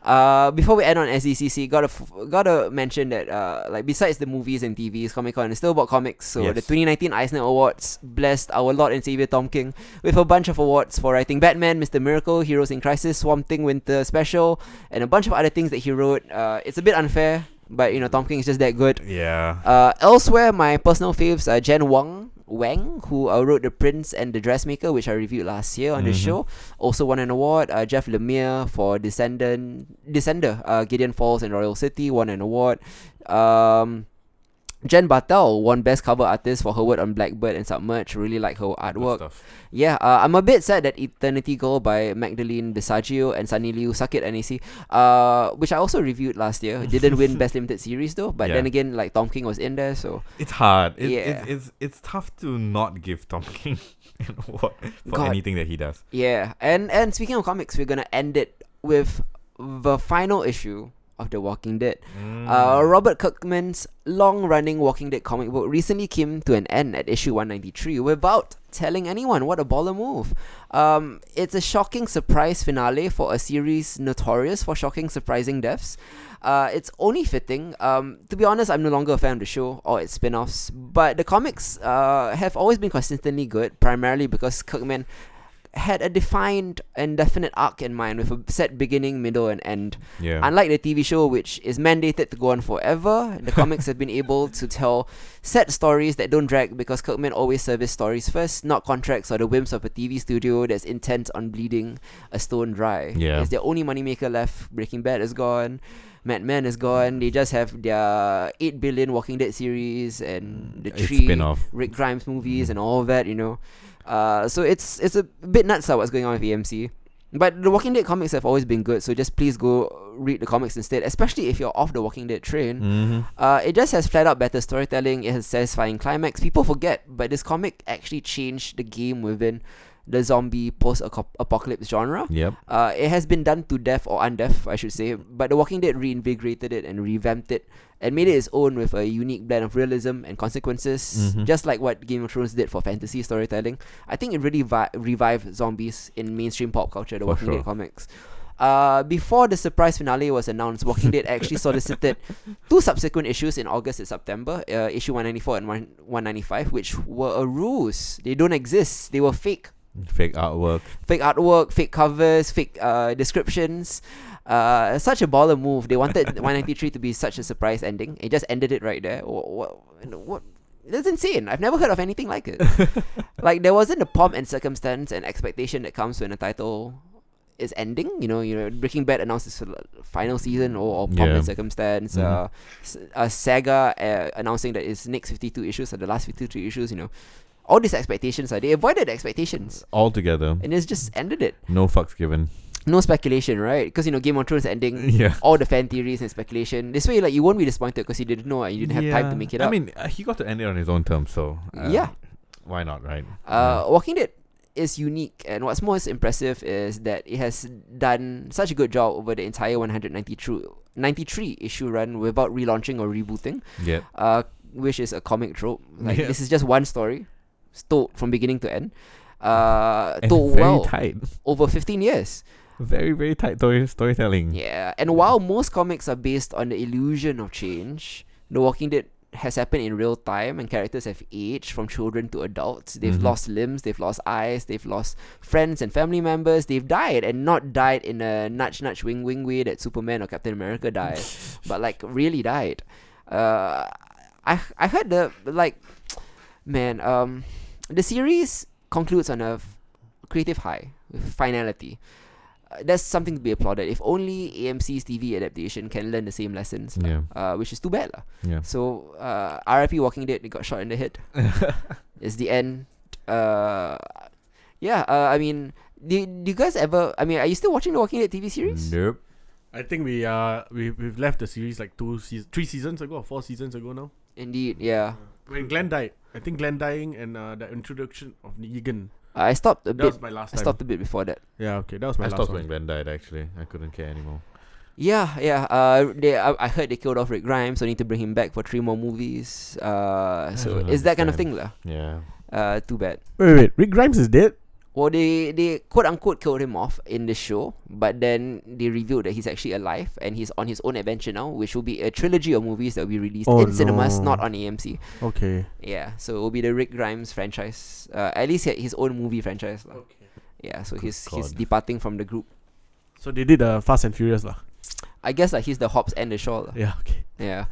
Uh, before we end on SECC, gotta f- gotta mention that uh, like besides the movies and TVs, Comic Con is still about comics. So the Yes. 2019 Eisner Awards blessed our Lord and Savior Tom King with a bunch of awards for writing Batman, Mister Miracle, Heroes in Crisis, Swamp Thing, Winter Special, and a bunch of other things that he wrote. Uh, it's a bit unfair, but you know Tom King is just that good. Yeah. Uh, elsewhere, my personal faves are Jen Wang, Wang, who uh, wrote The Prince and The Dressmaker, which I reviewed last year on the Mhm. show. Also won an award. Uh, Jeff Lemire for Descendant, Descender, uh, Gideon Falls and Royal City won an award. Um, Jen Bartel won Best Cover Artist for her work on Blackbird and Submerge. Really like her Good artwork. stuff. Yeah, uh, I'm a bit sad that Eternity Girl by Magdalene Bisaggio and Sunny Liu suck it NEC, uh, which I also reviewed last year. Didn't win Best Limited Series though, but then Yeah. again, like Tom King was in there, so It's hard. It, Yeah. it's, it's it's tough to not give Tom King an award for God. anything that he does. yeah. And and speaking of comics, we're gonna end it with the final issue of The Walking Dead. Mm. Uh, Robert Kirkman's long-running Walking Dead comic book recently came to an end at issue 193 without telling anyone. What a baller move! Um, it's a shocking surprise finale for a series notorious for shocking, surprising deaths. Uh, it's only fitting. Um, to be honest, I'm no longer a fan of the show or its spin-offs, but the comics uh, have always been consistently good, primarily because Kirkman had a defined and definite arc in mind with a set beginning, middle, and end. yeah. Unlike the TV show, which is mandated to go on forever, the comics have been able to tell set stories that don't drag because Kirkman always service stories first, not contracts or the whims of a TV studio that's intent on bleeding a stone dry. Yeah. It's their only moneymaker left. Breaking Bad is gone. Mad Men is gone. They just have their 8 billion Walking Dead series and the It's tree. spin-off. Rick Grimes movies Mm. and all that, you know. Uh, so it's it's a bit nuts uh, what's going on with AMC. But the Walking Dead comics have always been good, so just please go read the comics instead, especially if you're off the Walking Dead train. Mhm. Uh, it just has flat out better storytelling, it has satisfying climax. People forget, but this comic actually changed the game within the zombie post apocalypse genre. Yep. Uh, it has been done to death or undeath, I should say, but The Walking Dead reinvigorated it and revamped it and made it its own with a unique blend of realism and consequences, Mhm. just like what Game of Thrones did for fantasy storytelling. I think it really vi- revived zombies in mainstream pop culture, The For Walking Dead sure. comics. Uh, before the surprise finale was announced, Walking Dead actually solicited two subsequent issues in August and September, uh, issue 194 and 1- 195, which were a ruse. They don't exist. They were fake Fake artwork. fake artwork, fake covers, fake uh, descriptions. Uh, such a baller move. They wanted 193 to be such a surprise ending. It just ended it right there. What? What? what that's insane. I've never heard of anything like it. like there wasn't the pomp and circumstance and expectation that comes when a title is ending. You know, you know, Breaking Bad announced its final season or, or pomp Yeah. and circumstance. Mhm. Uh, s- uh, Saga uh, announcing that its next 52 issues are the last 52 issues. You know, all these expectations are they avoided expectations Altogether, and it's just ended it. no fucks given. No speculation, right? Because you know Game of Thrones ending, Yeah. all the fan theories and speculation. This way, like you won't be disappointed because you didn't know and you didn't have time to make it up. I mean, uh, he got to end it on his own terms, so uh, Yeah. why not, right? uh, Walking Dead is unique, and what's most impressive is that it has done such a good job over the entire 193 93 issue run without relaunching or rebooting, yeah, uh, which is a comic trope. Like Yeah. this is just one story, told from beginning to end, uh, and told very well tight. over 15 years. Very, very tight story- storytelling. Yeah, and while most comics are based on the illusion of change, The Walking Dead has happened in real time, and characters have aged from children to adults. They've Mhm. lost limbs, they've lost eyes, they've lost friends and family members. They've died, and not died in a nudge, nudge, wing, wing way that Superman or Captain America died, but like really died. Uh, I I heard the like, man, um, the series concludes on a f- creative high with finality uh, that's something to be applauded. If only AMC's TV adaptation can learn the same lessons, Yeah. uh, which is too bad. lah. Yeah. So, uh, RIP Walking Dead, it got shot in the head. it's the end. Uh, yeah, uh, I mean, do, do you guys ever, I mean, are you still watching the Walking Dead TV series? Nope. I think we uh we we've left the series like two seasons, three seasons ago, or four seasons ago now. Indeed, yeah. When Glenn died, I think Glenn dying and uh, the introduction of Negan. I stopped a That bit. was my last I time. stopped a bit before that. Yeah, okay, that was my I last stopped one. when Glenn died, actually. I couldn't care anymore. Yeah, yeah. Uh, they, I, I heard they killed off Rick Grimes, so need to bring him back for three more movies. Uh, so don't it's that kind of thing, Uh-huh, understand. lah. Yeah. Uh, too bad. Wait, wait, Rick Grimes is dead. Well, they, they quote unquote killed him off in the show, but then they revealed that he's actually alive and he's on his own adventure now, which will be a trilogy of movies that will be released Oh, in cinemas, no. not on AMC. Okay. Yeah, so it will be the Rick Grimes franchise. Uh, at least he had his own movie franchise. Oh. lah. Yeah, so Good he's he's God. departing from the group. So they did uh, Fast and Furious lah. I guess like he's the Hobbs and the Shaw. lah. Yeah. Okay. Yeah.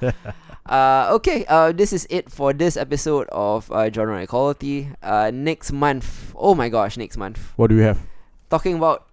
uh, okay. Uh, this is it for this episode of uh, Genre Equality. Uh, next month. Oh my gosh, next month. What do we have? talking about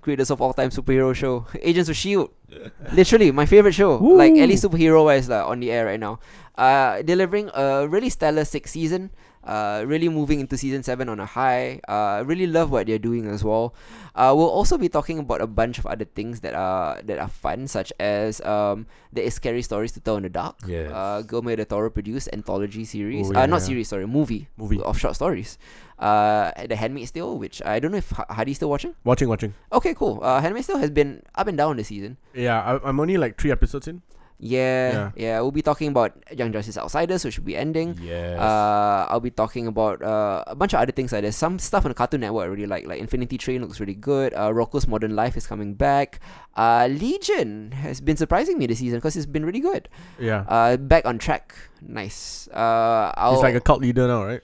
greatest of all time superhero show, Agents of Shield. E Literally my favorite show. Like at least superhero wise like, on the air right now. Uh, delivering a really stellar sixth season. Uh, really moving into season seven on a high. Uh, really love what they're doing as well. Uh, we'll also be talking about a bunch of other things that are that are fun, such as um, there is scary stories to tell in the dark. Yes. Uh, Gilmer de Toro produced anthology series. Oh, uh, yeah, not yeah. series, sorry, movie Movie. of short stories. Uh, The Handmaid's Tale, which I don't know if Ha- Hadi's still watching. Watching, watching. Okay, cool. Uh, Handmaid's Tale has been up and down this season. Yeah, I, I'm only like three episodes in. Yeah, yeah. we'll be talking about Young Justice Outsiders, which will be ending. Yes. Uh, I'll be talking about uh, a bunch of other things like there's some stuff on the Cartoon Network I really like, like Infinity Train looks really good. Uh, Rocco's Modern Life is coming back. Uh, Legion has been surprising me this season because it's been really good. Yeah. Uh, back on track, nice. Uh, I'll, He's like a cult leader now, right?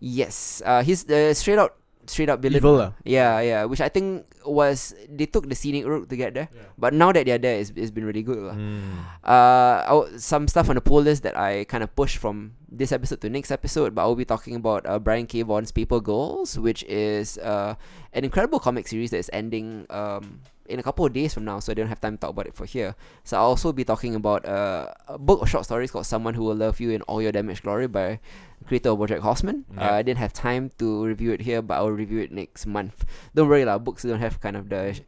yes. Uh, he's uh, straight out, straight out villain. Evil lah. Yeah, yeah. Which I think was they took the scenic route to get there, Yeah. but now that they're there, it's, it's been really good. lah. Mm. Uh, I w- some stuff on the poll list that I kind of pushed from this episode to next episode, but I will be talking about uh, Brian K. Vaughan's Paper Girls, which is uh, an incredible comic series that is ending um, in a couple of days from now, so I don't have time to talk about it for here. So I'll also be talking about uh, a book of short stories called Someone Who Will Love You in All Your Damaged Glory by creator of Bojack Horseman. Yeah. Uh, I didn't have time to review it here, but I'll review it next month. Don't worry, lah. books don't have kind of the... Sh-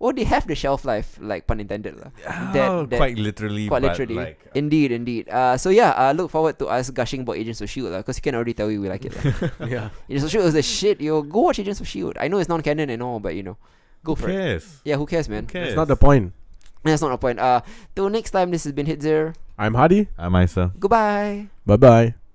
well, they have the shelf life, like pun intended. lah. Oh, that- quite literally. Quite but literally. Like, Indeed, indeed. Uh, so yeah, uh, look forward to us gushing about Agents of Shield because you can already tell we, we like it. lah. yeah. Agents of Shield E is the shit. Yo, go watch Agents of Shield. I know it's non-canon and all, but you know, go for it. yes. Yeah, who cares, man? Okay. That's not the point. That's not a point. Uh, till next time, this has been Hit Zero. I'm Hardy. I'm Isa. Goodbye. Bye bye.